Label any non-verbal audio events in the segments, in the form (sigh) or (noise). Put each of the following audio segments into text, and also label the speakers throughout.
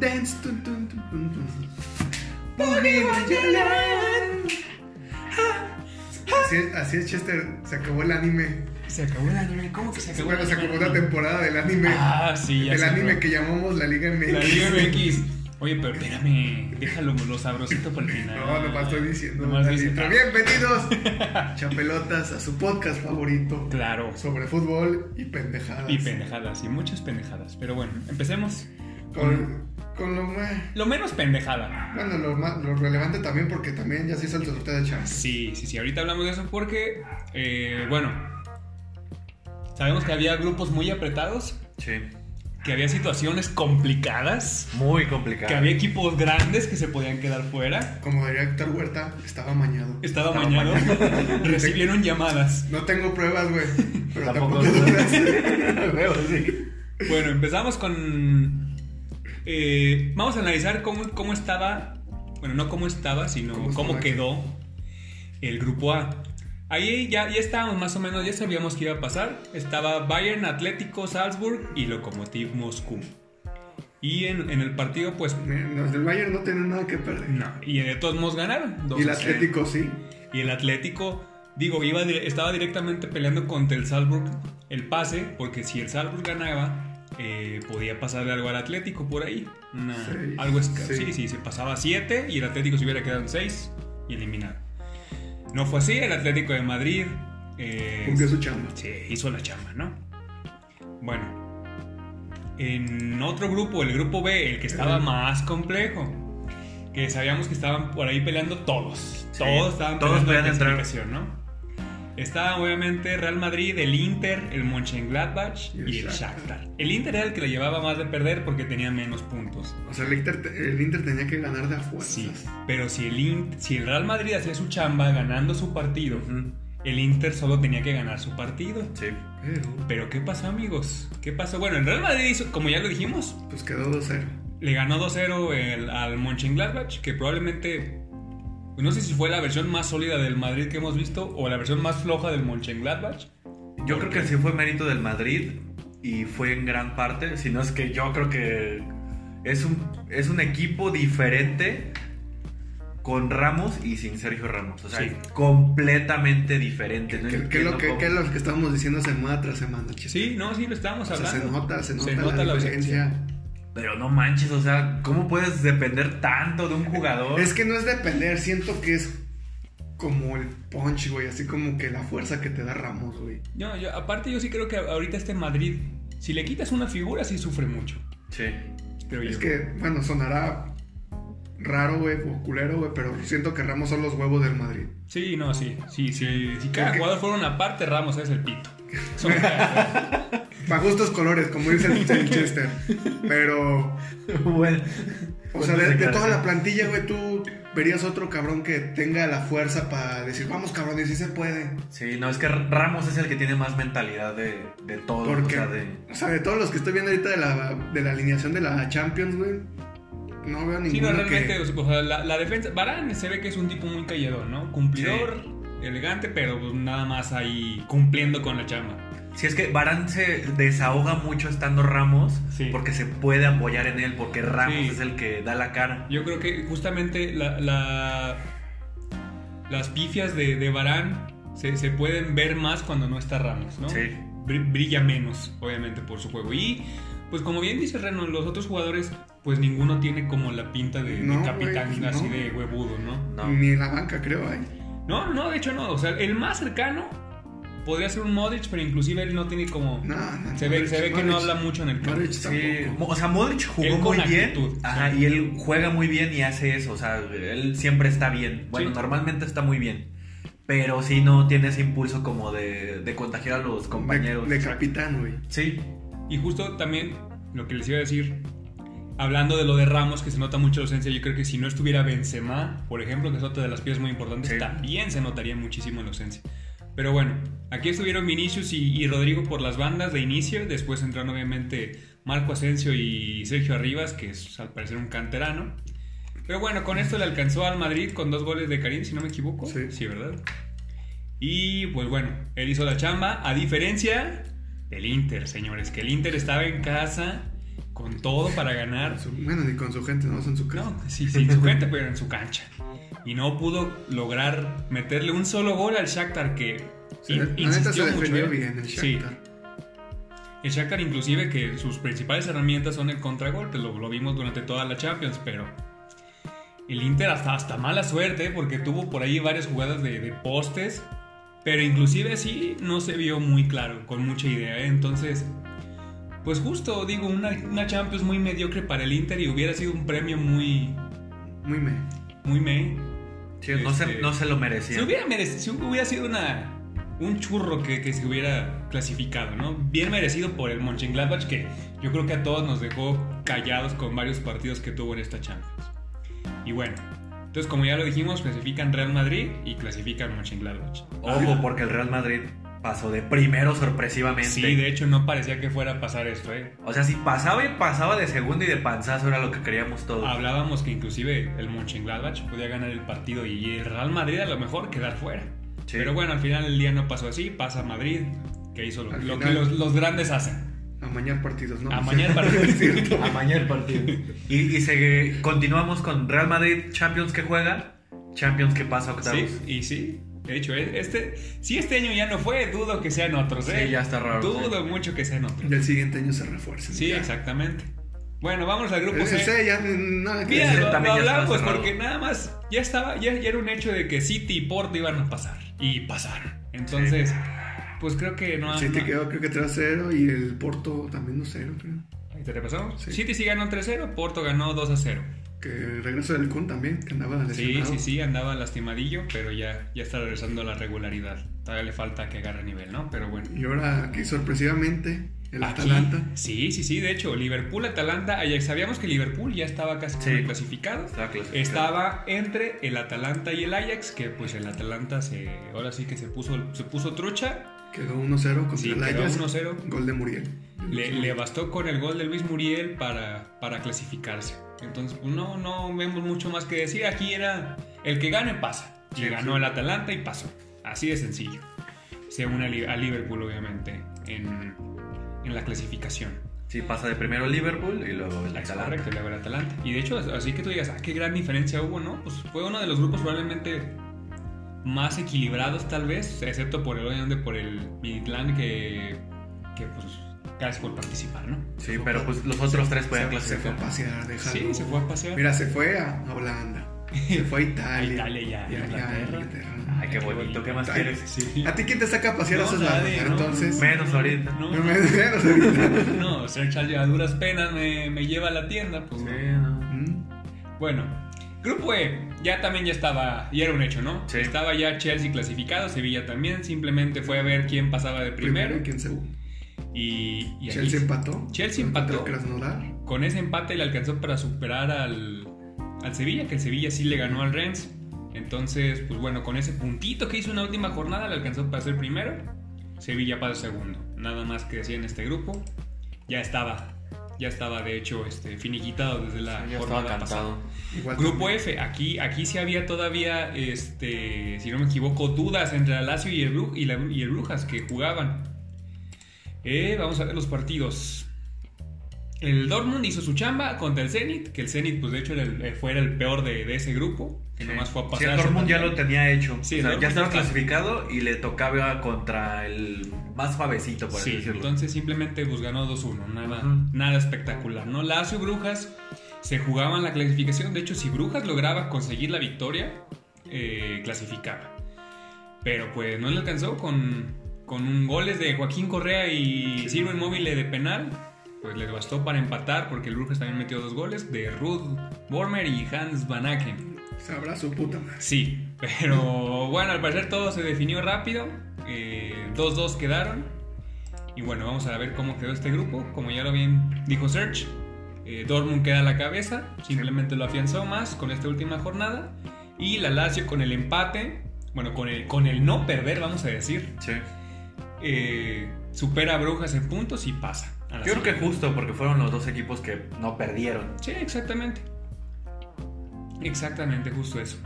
Speaker 1: Dance, tun, tun, tun, tun, tun. Boogie Wonderland.
Speaker 2: Así es, así es, Chester. Se acabó el anime.
Speaker 1: Se acabó el anime. ¿Cómo que se acabó
Speaker 2: Bueno,
Speaker 1: el
Speaker 2: se acabó
Speaker 1: anime?
Speaker 2: la temporada del anime.
Speaker 3: Ah, sí, ya
Speaker 2: del
Speaker 3: se
Speaker 2: anime
Speaker 3: acabó.
Speaker 2: que llamamos la Liga MX.
Speaker 3: La
Speaker 2: (laughs)
Speaker 3: Liga MX. Oye, pero espérame, déjalo lo sabrosito para el final.
Speaker 2: No, nomás estoy diciendo.
Speaker 3: Nomás
Speaker 2: la
Speaker 3: dice,
Speaker 2: intro.
Speaker 3: ah, (laughs)
Speaker 2: Bienvenidos, chapelotas, a su podcast favorito
Speaker 3: Claro.
Speaker 2: sobre fútbol y pendejadas.
Speaker 3: Y pendejadas, y muchas pendejadas. Pero bueno, empecemos.
Speaker 2: Con, con lo más.
Speaker 3: Lo menos pendejada.
Speaker 2: Bueno, lo, más, lo relevante también, porque también ya se hizo el sorteo de Champions.
Speaker 3: Sí, sí, sí, ahorita hablamos de eso porque, eh, bueno, sabemos que había grupos muy apretados,
Speaker 4: Sí.
Speaker 3: que había situaciones complicadas,
Speaker 4: Muy
Speaker 3: que
Speaker 4: complicado.
Speaker 3: había equipos grandes que se podían quedar fuera.
Speaker 2: Como diría Héctor Huerta, estaba mañado.
Speaker 3: Estaba,
Speaker 4: Estaba
Speaker 3: mañado, (laughs) recibieron llamadas.
Speaker 2: No tengo pruebas,
Speaker 3: (laughs)
Speaker 2: güey. Pero
Speaker 4: Tampoco.
Speaker 2: tampoco dudas.
Speaker 4: Huevo, sí.
Speaker 3: Bueno, empezamos con... eh, vamos a analizar cómo, cómo estaba, bueno, no cómo estaba, sino
Speaker 2: ¿Cómo
Speaker 3: cómo,
Speaker 2: estaba?
Speaker 3: quedó el grupo A. Ahí ya, ya estábamos más o menos, ya sabíamos que iba a pasar. Estaba Bayern, Atlético, Salzburg y Lokomotiv Moscú. Y en, en el partido, pues,
Speaker 2: Mira, Los del Bayern no tienen nada que perder.
Speaker 3: no. Y de todos modos ganaron. dos
Speaker 2: Y el
Speaker 3: a cero.
Speaker 2: Atlético sí.
Speaker 3: Y el Atlético, digo, iba, dire- estaba directamente peleando contra el Salzburg el pase, porque si el Salzburg ganaba, eh, podía pasarle algo al Atlético por ahí. Una-
Speaker 2: Seis,
Speaker 3: algo esca-
Speaker 2: sí.
Speaker 3: Sí, sí, se pasaba 7 y el Atlético se hubiera quedado en 6 y eliminado. No fue así, el Atlético de Madrid eh,
Speaker 2: Cumplió su chamba.
Speaker 3: se hizo la chamba, ¿no? Bueno. En otro grupo, el grupo B, el que estaba más complejo, que sabíamos que estaban por ahí peleando todos.
Speaker 4: Sí,
Speaker 3: todos estaban
Speaker 4: todos
Speaker 3: peleando la
Speaker 4: podían entrar.
Speaker 3: clasificación, ¿no? Estaba obviamente Real Madrid, el Inter, el Mönchengladbach
Speaker 2: Y el
Speaker 3: y el
Speaker 2: Shakhtar.
Speaker 3: Shakhtar. El Inter era el que le llevaba más de perder porque tenía menos puntos.
Speaker 2: O sea, el Inter, el Inter tenía que ganar de a fuerzas.
Speaker 3: Sí, pero si el, In- si el Real Madrid hacía su chamba ganando su partido, el Inter solo tenía que ganar su partido.
Speaker 4: Sí.
Speaker 2: Pero,
Speaker 3: Pero ¿qué pasó amigos? ¿Qué pasó? Bueno, el Real Madrid hizo, como ya lo dijimos,
Speaker 2: pues quedó 2-0.
Speaker 3: le ganó 2-0 el- al Mönchengladbach, que probablemente, pues, no sé si fue la versión más sólida del Madrid que hemos visto o la versión más floja del Mönchengladbach.
Speaker 4: Yo creo que sí fue mérito del Madrid y fue en gran parte, si no es que yo creo que es un, es un equipo diferente con Ramos y sin Sergio Ramos. O sea,
Speaker 3: Sí.
Speaker 4: completamente diferente. ¿no?
Speaker 2: ¿Qué, qué es
Speaker 4: Entiendo
Speaker 2: lo que,
Speaker 4: cómo-
Speaker 2: qué es lo que estábamos diciendo semana tras semana, chicos?
Speaker 3: Sí, no, sí, lo estábamos
Speaker 2: O sea,
Speaker 3: hablando.
Speaker 2: se nota, se nota, la,
Speaker 3: nota
Speaker 2: diferencia.
Speaker 4: Pero no manches, o sea, ¿cómo puedes depender tanto
Speaker 2: (laughs)
Speaker 4: de un jugador?
Speaker 2: Es que no es depender, siento que es como el punch, güey, así como que la fuerza que te da Ramos, güey.
Speaker 3: Yo- yo- aparte yo sí creo que ahorita este Madrid, si le quitas una figura, sí sufre mucho.
Speaker 2: (laughs)
Speaker 4: Sí.
Speaker 3: creo
Speaker 2: Es
Speaker 3: yo.
Speaker 2: que, bueno, sonará raro, güey, o culero, güey, pero siento que Ramos son los huevos del Madrid.
Speaker 3: Sí, no, sí, sí, sí. Si cada
Speaker 2: Porque-
Speaker 3: jugador fuera una parte, Ramos es el
Speaker 2: (laughs)
Speaker 3: pito. Son-
Speaker 2: Para gustos colores, como dice el, el Chester. Pero,
Speaker 4: Bueno.
Speaker 2: o
Speaker 4: Pues
Speaker 2: sea, de, de toda la plantilla, güey, tú verías otro cabrón que tenga la fuerza para decir, vamos, cabrón, y sí se puede.
Speaker 4: Sí, no, es que Ramos es el que tiene más mentalidad de, de todo. o
Speaker 2: Porque,
Speaker 4: sea, de-
Speaker 2: o sea, de todos los que estoy viendo ahorita de la, de la alineación de la Champions, güey, no veo ninguno
Speaker 3: Sí, no, realmente,
Speaker 2: que...
Speaker 3: o sea, la, la defensa. Barán se ve que es un tipo muy callador, ¿no? Cumplidor, elegante, pero pues, nada más ahí cumpliendo con la chamba.
Speaker 4: Si es que Barán se desahoga mucho estando Ramos
Speaker 3: Sí.
Speaker 4: porque se puede apoyar en él, porque Ramos
Speaker 3: Sí.
Speaker 4: es el que da la cara.
Speaker 3: Yo creo que justamente la, la- las pifias de, de Barán se, se pueden ver más cuando no está Ramos, ¿no?
Speaker 4: Sí.
Speaker 3: Bri- Brilla menos, obviamente, por su juego. Y, pues como bien dice Reno, los otros jugadores, pues ninguno tiene como la pinta de, de
Speaker 2: No, güey,
Speaker 3: capitán
Speaker 2: pues,
Speaker 3: así
Speaker 2: no.
Speaker 3: de huevudo, ¿no?
Speaker 4: No.
Speaker 2: Ni en la banca, creo, eh.
Speaker 3: No, no, de hecho no. O sea, el más cercano podría ser un Modric, pero inclusive él no tiene como.
Speaker 2: No, no,
Speaker 3: se, ve,
Speaker 2: Modric,
Speaker 3: se ve que no
Speaker 2: Modric.
Speaker 3: habla mucho en el campo.
Speaker 2: Norwich
Speaker 4: Sí,
Speaker 2: tampoco.
Speaker 4: mo- o sea, Modric jugó
Speaker 3: Él con
Speaker 4: muy bien.
Speaker 3: actitud.
Speaker 4: Ajá, y él juega muy bien y hace eso. O sea, él siempre está bien. Bueno,
Speaker 3: Sí.
Speaker 4: normalmente está muy bien. Pero sí no tiene ese impulso como de, de contagiar a los compañeros.
Speaker 2: De, de capitán, güey.
Speaker 4: Sí.
Speaker 3: Y justo también lo que les iba a decir, hablando de lo de Ramos, que se nota mucho la ausencia, yo creo que si no estuviera Benzema, por ejemplo, que es otra de las piezas muy importantes,
Speaker 4: Sí.
Speaker 3: también se notaría muchísimo la ausencia. Pero bueno, aquí estuvieron Vinicius y, y Rodrigo por las bandas de inicio, después entraron obviamente Marco Asensio y Sergio Arribas, que es al parecer un canterano. Pero bueno, con esto le alcanzó al Madrid con dos goles de Karim, si no me equivoco.
Speaker 2: Sí.
Speaker 3: sí ¿verdad? Y pues bueno, él hizo la chamba, a diferencia del Inter, señores, que el Inter estaba en casa con todo para ganar.
Speaker 2: Su- bueno, ni con su gente, no en su casa.
Speaker 3: No, sí, sí, en su gente, pero en su cancha. Y no pudo lograr meterle un solo gol al Shakhtar que
Speaker 2: Se-
Speaker 3: in-
Speaker 2: la neta
Speaker 3: insistió
Speaker 2: se
Speaker 3: mucho.
Speaker 2: defendió
Speaker 3: ¿eh?
Speaker 2: bien el
Speaker 3: Sí.
Speaker 2: Shakhtar.
Speaker 3: El Shakhtar inclusive que sus principales herramientas son el contragolpe, lo, lo vimos durante toda la Champions, pero el Inter hasta, hasta mala suerte ¿eh? porque tuvo por ahí varias jugadas de, de postes, pero inclusive así no se vio muy claro, con mucha idea, ¿eh? entonces... Pues justo, digo, una, una Champions muy mediocre para el Inter y hubiera sido un premio muy,
Speaker 2: Muy me.
Speaker 3: muy meh.
Speaker 4: Sí, no, se,
Speaker 3: Este-
Speaker 4: no se lo
Speaker 3: Si
Speaker 4: merecía.
Speaker 3: hubiera, merecido, si hubiera sido una, un churro que, que se hubiera clasificado, ¿no? Bien merecido por el Mönchengladbach, que yo creo que a todos nos dejó callados con varios partidos que tuvo en esta Champions. Y bueno, entonces como ya lo dijimos, clasifican Real Madrid y clasifican Mönchengladbach.
Speaker 4: Ojo, porque el Real Madrid pasó de primero sorpresivamente.
Speaker 3: Sí, de hecho no parecía que fuera a pasar esto, ¿eh?
Speaker 4: O sea, si pasaba y pasaba de segundo y de panzazo era lo que queríamos todos. (laughs)
Speaker 3: Hablábamos que inclusive el Mönchengladbach podía ganar el partido y el Real Madrid a lo mejor quedar fuera.
Speaker 4: Sí.
Speaker 3: Pero bueno, al final el día no pasó así, pasa Madrid, que hizo lo,
Speaker 2: Al
Speaker 3: lo que
Speaker 2: final-
Speaker 3: los, los grandes hacen.
Speaker 2: Amañar partidos, ¿no? (laughs)
Speaker 3: Amañar partidos.
Speaker 2: Es cierto.
Speaker 4: A mañana el partido. Y, y se- continuamos con Real Madrid, Champions que juega, Champions que pasa a octavos.
Speaker 3: Sí, y sí. De hecho, e- este, si este año ya no fue, dudo que sean otros,
Speaker 4: Sí,
Speaker 3: ¿eh?
Speaker 4: ya está raro,
Speaker 3: Dudo mucho que sean otros.
Speaker 2: Del siguiente año se refuerza.
Speaker 3: Sí, exactamente. Bueno, vamos al grupo
Speaker 2: El
Speaker 3: C.
Speaker 2: C ya eh, nada que
Speaker 3: eh,
Speaker 2: decir.
Speaker 3: Mira,
Speaker 4: ese
Speaker 3: lo, lo
Speaker 4: también ya estaba
Speaker 3: hablamos
Speaker 4: cerrado.
Speaker 3: porque nada más ya estaba, ya, ya era un hecho de que City y Porto iban a pasar. Y pasaron. Entonces, pues creo que no.
Speaker 2: Sí, te
Speaker 3: no-
Speaker 2: quedó creo que 3-0 y el Porto también 2-0, creo.
Speaker 3: Ahí ¿Te repasamos?
Speaker 2: Sí.
Speaker 3: City sí ganó 3-0, Porto ganó 2-0.
Speaker 2: Que el regreso del Kun también, que andaba
Speaker 3: Sí,
Speaker 2: lesionado.
Speaker 3: sí, sí, andaba lastimadillo, pero ya, ya está regresando a la regularidad. Todavía le falta que agarre nivel, ¿no? Pero bueno.
Speaker 2: Y ahora aquí sorpresivamente el
Speaker 3: Aquí-
Speaker 2: Atalanta.
Speaker 3: Sí, sí, sí. De hecho, Liverpool, Atalanta, Ajax. Sabíamos que Liverpool ya estaba casi
Speaker 4: Sí.
Speaker 3: clasificado.
Speaker 4: Estaba clasificado.
Speaker 3: Estaba entre el Atalanta y el Ajax, que pues el Atalanta se, ahora sí que se puso, se puso trucha.
Speaker 2: Quedó 1-0 contra
Speaker 3: Sí,
Speaker 2: el
Speaker 3: quedó
Speaker 2: Ajax.
Speaker 3: 1-0.
Speaker 2: Gol de Muriel.
Speaker 3: Le, le bastó con el gol de Luis Muriel para, para clasificarse. Entonces, pues, no, no vemos mucho más que decir. Aquí era el que gane pasa. Y
Speaker 4: Sí,
Speaker 3: ganó
Speaker 4: sí.
Speaker 3: el Atalanta y pasó. Así de sencillo. Se une a Li- a Liverpool, obviamente, en, en la clasificación.
Speaker 4: Sí, pasa de primero Liverpool y luego el
Speaker 3: Es
Speaker 4: Atalanta.
Speaker 3: correcto, el Atalanta. Y de hecho, así que tú digas, ah, qué gran diferencia hubo, ¿no? Pues fue uno de los grupos probablemente más equilibrados, tal vez, excepto por el obviamente por el Midland que, que pues casi por participar, ¿no?
Speaker 4: Sí, pero pues los otros tres pueden
Speaker 2: se, se fue a
Speaker 4: clasificar.
Speaker 2: pasear, déjalo.
Speaker 3: Sí, se fue a pasear.
Speaker 2: Mira, se fue a, a Holanda. Se fue a
Speaker 3: a
Speaker 2: Italia.
Speaker 3: Italia ya,
Speaker 2: Y allá en
Speaker 3: Inglaterra.
Speaker 2: Inglaterra.
Speaker 4: Ay, qué bonito, ¿qué más
Speaker 2: Ay.
Speaker 4: quieres?
Speaker 3: Sí.
Speaker 2: ¿A ti quién te saca a pasear a
Speaker 3: No,
Speaker 2: esas
Speaker 3: nadie,
Speaker 2: lados?
Speaker 3: no,
Speaker 2: Entonces.
Speaker 4: Menos ahorita.
Speaker 3: No,
Speaker 2: No, me- menos ahorita.
Speaker 3: no, Sir Charles a duras penas me, me lleva a la tienda, pues.
Speaker 4: Sí,
Speaker 3: no.
Speaker 4: no.
Speaker 2: Mm,
Speaker 3: Bueno, Grupo E, ya también ya estaba, ya era un hecho, ¿no?
Speaker 4: Sí.
Speaker 3: Estaba ya Chelsea clasificado, Sevilla también, simplemente fue a ver quién pasaba de primero.
Speaker 2: Primero y quién segundo.
Speaker 3: Y, y ahí-
Speaker 2: Chelsea empató.
Speaker 3: Chelsea empató.
Speaker 2: Contra Krasnodar.
Speaker 3: con ese empate le alcanzó para superar al, al Sevilla, que el Sevilla sí le ganó al Rennes. Entonces, pues bueno, con ese puntito que hizo en la última jornada le alcanzó para ser primero. Sevilla para segundo. Nada más que decía en este grupo. Ya estaba, ya estaba de hecho este, finiquitado desde la
Speaker 4: Ya estaba
Speaker 3: jornada pasada.
Speaker 4: cantado.
Speaker 2: Igual
Speaker 3: Grupo
Speaker 2: también.
Speaker 3: F, aquí, aquí sí había todavía, este, si no me equivoco, dudas entre la Lazio y el, Bru- y la- y el Brujas que jugaban. Eh, vamos a ver los partidos. El Dortmund hizo su chamba contra el Zenit, que el Zenit, pues de hecho, era el, eh, fue el peor de, de ese grupo, que nomás fue a pasar.
Speaker 4: Sí, el Dortmund ya lo tenía hecho.
Speaker 3: Sí,
Speaker 4: o sea,
Speaker 3: el
Speaker 4: ya
Speaker 3: Dortmund
Speaker 4: estaba
Speaker 3: está-
Speaker 4: clasificado y le tocaba contra el más suavecito, por así
Speaker 3: Sí,
Speaker 4: decirlo.
Speaker 3: entonces simplemente pues ganó 2-1, nada,
Speaker 4: Ujú.
Speaker 3: nada espectacular, ¿no? Lazio y Brujas se jugaban la clasificación, de hecho si Brujas lograba conseguir la victoria, eh, clasificaba. Pero pues no le alcanzó con, con un goles de Joaquín Correa y Silva Inmóvil de penal, pues les bastó para empatar porque el Brujas también metió dos goles de Ruth Bormer y Hans Van Aken.
Speaker 2: Sabrá su puta madre.
Speaker 3: Sí, pero bueno, al parecer todo se definió rápido. eh, 2-2 quedaron. Y bueno, vamos a ver cómo quedó este grupo. Como ya lo bien dijo Serge, eh, Dortmund queda a la cabeza. Simplemente lo afianzó más con esta última jornada. Y la Lazio con el empate, bueno, con el, con el no perder, vamos a decir,
Speaker 4: Sí.
Speaker 3: eh, supera a Brujas en puntos y pasa. a la
Speaker 4: Yo creo que
Speaker 3: siguiente.
Speaker 4: justo, porque fueron los dos equipos que no perdieron.
Speaker 3: Sí, exactamente. Exactamente, justo eso.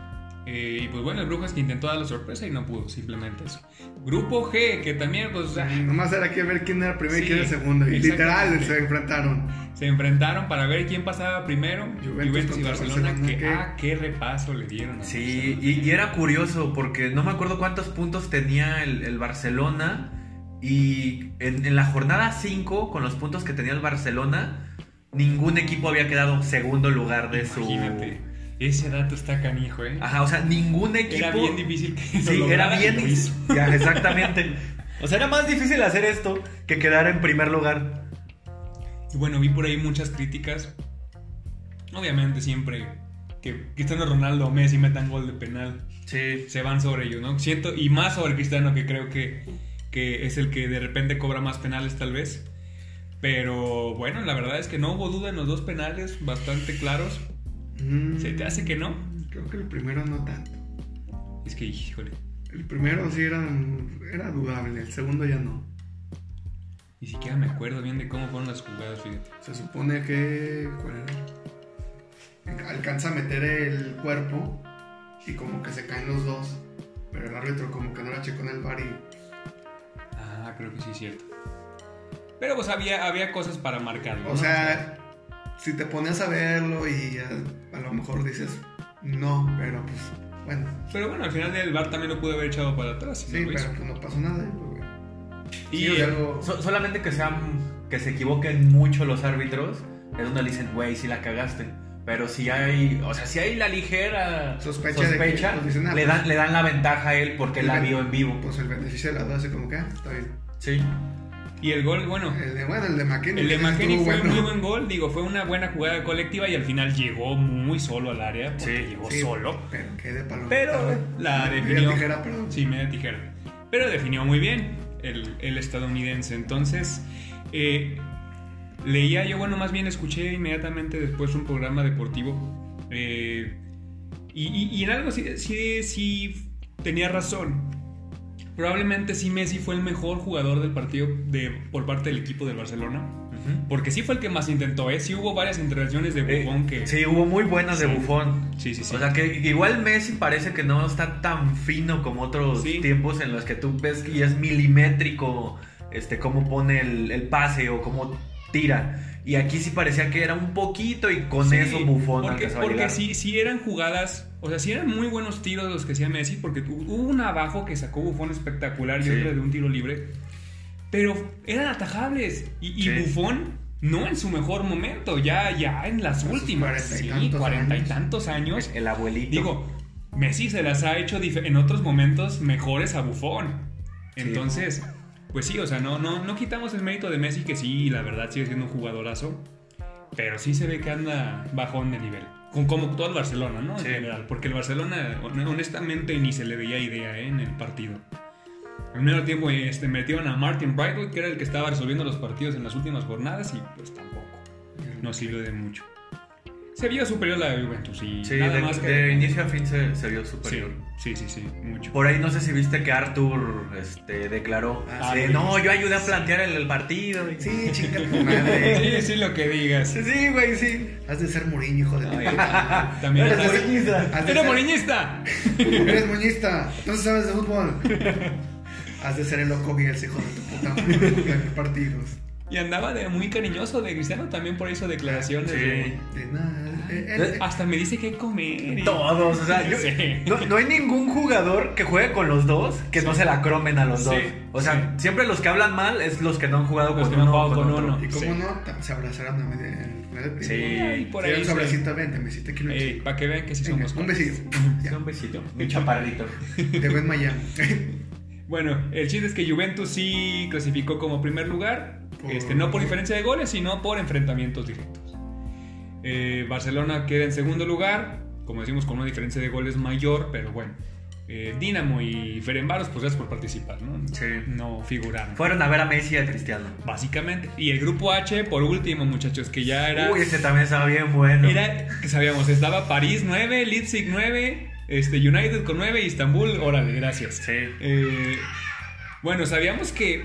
Speaker 3: Eh, y pues bueno, el Brujas que intentó dar la sorpresa y no pudo, simplemente eso. Grupo G, que también pues ah,
Speaker 2: Nomás era que ver quién era el primero y
Speaker 3: Sí,
Speaker 2: quién era el segundo. Y literal
Speaker 3: exactamente.
Speaker 2: se enfrentaron.
Speaker 3: se enfrentaron para ver quién pasaba primero,
Speaker 2: Juventus
Speaker 3: Juventus, y
Speaker 2: contra
Speaker 3: Barcelona,
Speaker 2: Barcelona,
Speaker 3: que
Speaker 2: ¿qué?
Speaker 3: ah, qué repaso le dieron. a
Speaker 4: Sí,
Speaker 3: Barcelona.
Speaker 4: y, y era curioso porque no me acuerdo cuántos puntos tenía el, el Barcelona y en, en la jornada 5, con los puntos que tenía el Barcelona, ningún equipo había quedado segundo lugar de
Speaker 3: Imagínate, ese dato está canijo, ¿eh?
Speaker 4: su... Ajá, o sea, ningún Ah, equipo...
Speaker 3: Era bien difícil que lo
Speaker 4: Sí, era
Speaker 3: lograra y
Speaker 4: bien
Speaker 3: lo hizo.
Speaker 4: difícil. Ya, exactamente. O sea, era más difícil hacer esto que quedar en primer lugar.
Speaker 3: Y bueno, vi por ahí muchas críticas. Obviamente siempre que Cristiano Ronaldo o Messi metan gol de penal,
Speaker 4: Sí.
Speaker 3: se van sobre ellos, ¿no? Siento, y más sobre Cristiano, que creo que, que es el que de repente cobra más penales tal vez. Pero bueno, la verdad es que no hubo duda en los dos penales, bastante claros.
Speaker 2: Mm,
Speaker 3: ¿Se te hace que no?
Speaker 2: Creo que el primero no tanto.
Speaker 3: Es que, híjole,
Speaker 2: El primero sí era, era dudable, el segundo ya no.
Speaker 3: ni siquiera me acuerdo bien de cómo fueron las jugadas, fíjate.
Speaker 2: Se supone que. ¿Cuál era? Alcanza a meter el cuerpo y como que se caen los dos. Pero el árbitro como que no la checó en el bar y.
Speaker 3: Ah, creo que sí es cierto. Pero pues había, había cosas para marcarlo.
Speaker 2: O
Speaker 3: ¿no?
Speaker 2: sea, si te pones a verlo y ya, a lo mejor dices no, pero pues bueno.
Speaker 3: Pero bueno, al final del bar también lo pude haber echado para atrás. y
Speaker 2: Sí,
Speaker 3: no lo hizo.
Speaker 2: pero pues no pasó nada. y, pues, güey.
Speaker 4: Y
Speaker 2: Sí, o sea, algo-
Speaker 4: so- solamente que sean que se equivoquen mucho los árbitros es donde le dicen, güey, si la cagaste. Pero si hay, o sea, si hay la ligera
Speaker 2: Sospecha de que-
Speaker 4: sospecha,
Speaker 2: pues dicen, ah,
Speaker 4: le,
Speaker 2: pues-
Speaker 4: dan, le dan la ventaja a él porque él la
Speaker 2: Pues,
Speaker 4: vio en vivo.
Speaker 2: Pues el beneficio de la duda, así como que, ah, está bien.
Speaker 4: Sí.
Speaker 3: Y el gol, bueno,
Speaker 2: El de, bueno, el de McKinney.
Speaker 3: el de
Speaker 2: estuvo
Speaker 3: McKenny fue un muy
Speaker 2: bueno.
Speaker 3: buen gol. Digo, fue una buena jugada colectiva y al final llegó muy solo al área. Porque
Speaker 4: Sí,
Speaker 3: llegó
Speaker 2: Sí,
Speaker 3: solo.
Speaker 2: Pero que de palomita,
Speaker 3: Pero
Speaker 2: güey.
Speaker 3: la
Speaker 2: Media
Speaker 3: definió.
Speaker 2: tijera, perdón.
Speaker 3: Sí, media tijera. Pero definió muy bien el, el estadounidense. Entonces, eh, leía yo, bueno, más bien escuché inmediatamente después un programa deportivo. eh, y, y- y en algo sí, sí, sí tenía razón. Probablemente sí Messi fue el mejor jugador del partido de, por parte del equipo del Barcelona. Porque sí fue el que más intentó, ¿eh? Sí hubo varias intervenciones de
Speaker 4: Eh,
Speaker 3: Buffon que...
Speaker 4: Sí, hubo muy buenas de
Speaker 3: Sí.
Speaker 4: Bufón.
Speaker 3: sí, sí. sí.
Speaker 4: O sea que igual Messi parece que no está tan fino como otros
Speaker 3: Sí.
Speaker 4: tiempos en los que tú ves y es milimétrico este cómo pone el, el pase o cómo tira. Y aquí sí parecía que era un poquito y con
Speaker 3: Sí,
Speaker 4: eso bufón
Speaker 3: Porque,
Speaker 4: alcanzaba a
Speaker 3: porque
Speaker 4: llegar.
Speaker 3: sí, sí eran jugadas, o sea, sí eran muy buenos tiros los que hacía Messi, porque tu- hubo un abajo que sacó Bufón espectacular y
Speaker 4: Sí.
Speaker 3: otro de un tiro libre, pero eran atajables. Y, y
Speaker 4: Sí.
Speaker 3: Bufón no en su mejor momento, ya, ya en las
Speaker 2: sus
Speaker 3: últimas,
Speaker 2: cuarenta y
Speaker 3: sí,
Speaker 2: tantos
Speaker 3: cuarenta y
Speaker 2: años.
Speaker 3: tantos años.
Speaker 4: El abuelito.
Speaker 3: Digo, Messi se las ha hecho dif- en otros momentos mejores a Bufón.
Speaker 4: Sí.
Speaker 3: Entonces, pues sí, o sea, no, no, no quitamos el mérito de Messi, que sí, la verdad sigue siendo un jugadorazo. Pero sí se ve que anda bajón de nivel. Con, como todo el Barcelona, ¿no? En
Speaker 4: Sí.
Speaker 3: general. Porque el Barcelona, hon- honestamente, ni se le veía idea ¿eh? en el partido. Al menos tiempo este, metieron a Martin Brightwood, que era el que estaba resolviendo los partidos en las últimas jornadas, y pues tampoco no sirvió de mucho. Se vio superior la Juventus y
Speaker 4: Sí,
Speaker 3: nada
Speaker 4: de,
Speaker 3: más que
Speaker 4: de inicio a fin se, se vio
Speaker 3: Sí,
Speaker 4: superior.
Speaker 3: sí, sí, sí, mucho.
Speaker 4: Por ahí no sé si viste que Arthur este, declaró,
Speaker 2: Ah,
Speaker 4: de,
Speaker 3: sí.
Speaker 4: no, yo ayudé a plantear el, el partido. Y-
Speaker 2: Sí, chinga tu
Speaker 3: (laughs)
Speaker 2: madre.
Speaker 3: Sí, sí, lo que digas.
Speaker 2: Sí, güey, sí. Has de ser Mourinho, hijo de
Speaker 3: Ay,
Speaker 2: ti.
Speaker 3: También
Speaker 4: Eres
Speaker 3: está-
Speaker 4: moriñista.
Speaker 2: Has de
Speaker 3: ¡Era
Speaker 2: ser-
Speaker 3: moriñista!
Speaker 2: (laughs) Eres moñista, no sabes de fútbol. Has de ser el loco Bielsa, hijo de tu puta madre, porque hay partidos.
Speaker 3: Y andaba de muy cariñoso de Cristiano también por eso declaraciones.
Speaker 4: Sí.
Speaker 3: de-
Speaker 2: De nada. eh, eh, eh.
Speaker 3: Hasta me dice que comer. y-
Speaker 4: Todos, o sea, yo-
Speaker 3: (laughs) Sí.
Speaker 4: no, no hay ningún jugador que juegue con los dos que no se la cromen a los
Speaker 3: Sí,
Speaker 4: dos. O sea, siempre los que hablan mal es los que no han jugado
Speaker 3: Los
Speaker 4: con
Speaker 3: que no han
Speaker 4: uno. o
Speaker 3: jugado
Speaker 4: con
Speaker 3: con
Speaker 4: otro.
Speaker 3: uno.
Speaker 2: Y cómo
Speaker 3: Sí.
Speaker 2: no, ta- se abrazaron a media eh, en el final del
Speaker 4: Sí.
Speaker 3: Ay, por
Speaker 2: Sí,
Speaker 3: ahí.
Speaker 2: un sobrecito, vente, me hiciste quiero un
Speaker 3: Ey,
Speaker 2: chico.
Speaker 3: para que vean que sí
Speaker 2: Venga,
Speaker 3: somos.
Speaker 2: Un
Speaker 3: compas.
Speaker 2: besito.
Speaker 3: (laughs)
Speaker 2: Ya,
Speaker 4: Un besito, un chaparrito.
Speaker 2: Te veo en Miami. (laughs)
Speaker 3: Bueno, el chiste es que Juventus sí clasificó como primer lugar,
Speaker 2: Por-
Speaker 3: este, no por diferencia de goles, sino por enfrentamientos directos. Eh, Barcelona queda en segundo lugar, como decimos, con una diferencia de goles mayor, pero bueno. Eh, Dinamo y Ferenbaros, pues gracias por participar, ¿no?
Speaker 4: Sí.
Speaker 3: No figuraron.
Speaker 4: Fueron a ver a Messi y a Cristiano.
Speaker 3: Básicamente. Y el grupo H, por último, muchachos, que ya era.
Speaker 4: Uy, este también estaba bien bueno.
Speaker 3: Era, que sabíamos, estaba París 9, Leipzig 9, este, United con 9, Istanbul, órale, gracias.
Speaker 4: Sí.
Speaker 3: Eh, bueno, sabíamos que.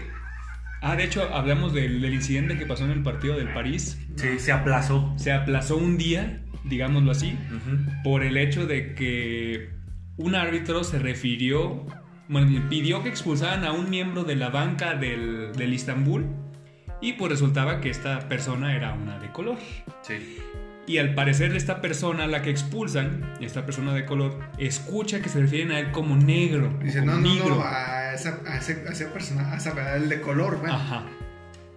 Speaker 3: Ah, de hecho, hablamos del, del incidente que pasó en el partido del París.
Speaker 4: Sí, se aplazó.
Speaker 3: Se aplazó un día, digámoslo así,
Speaker 4: Ujú.
Speaker 3: por el hecho de que un árbitro se refirió, bueno, pidió que expulsaran a un miembro de la banca del, del Istambul y pues resultaba que esta persona era una de color.
Speaker 4: Sí.
Speaker 3: Y al parecer esta persona, a la que expulsan, esta persona de color, escucha que se refieren a él como negro. o
Speaker 2: Dice,
Speaker 3: como
Speaker 2: no, no,
Speaker 3: negro".
Speaker 2: no, a esa, a ese, a esa persona, a esa, el de color, bueno,
Speaker 3: Ajá.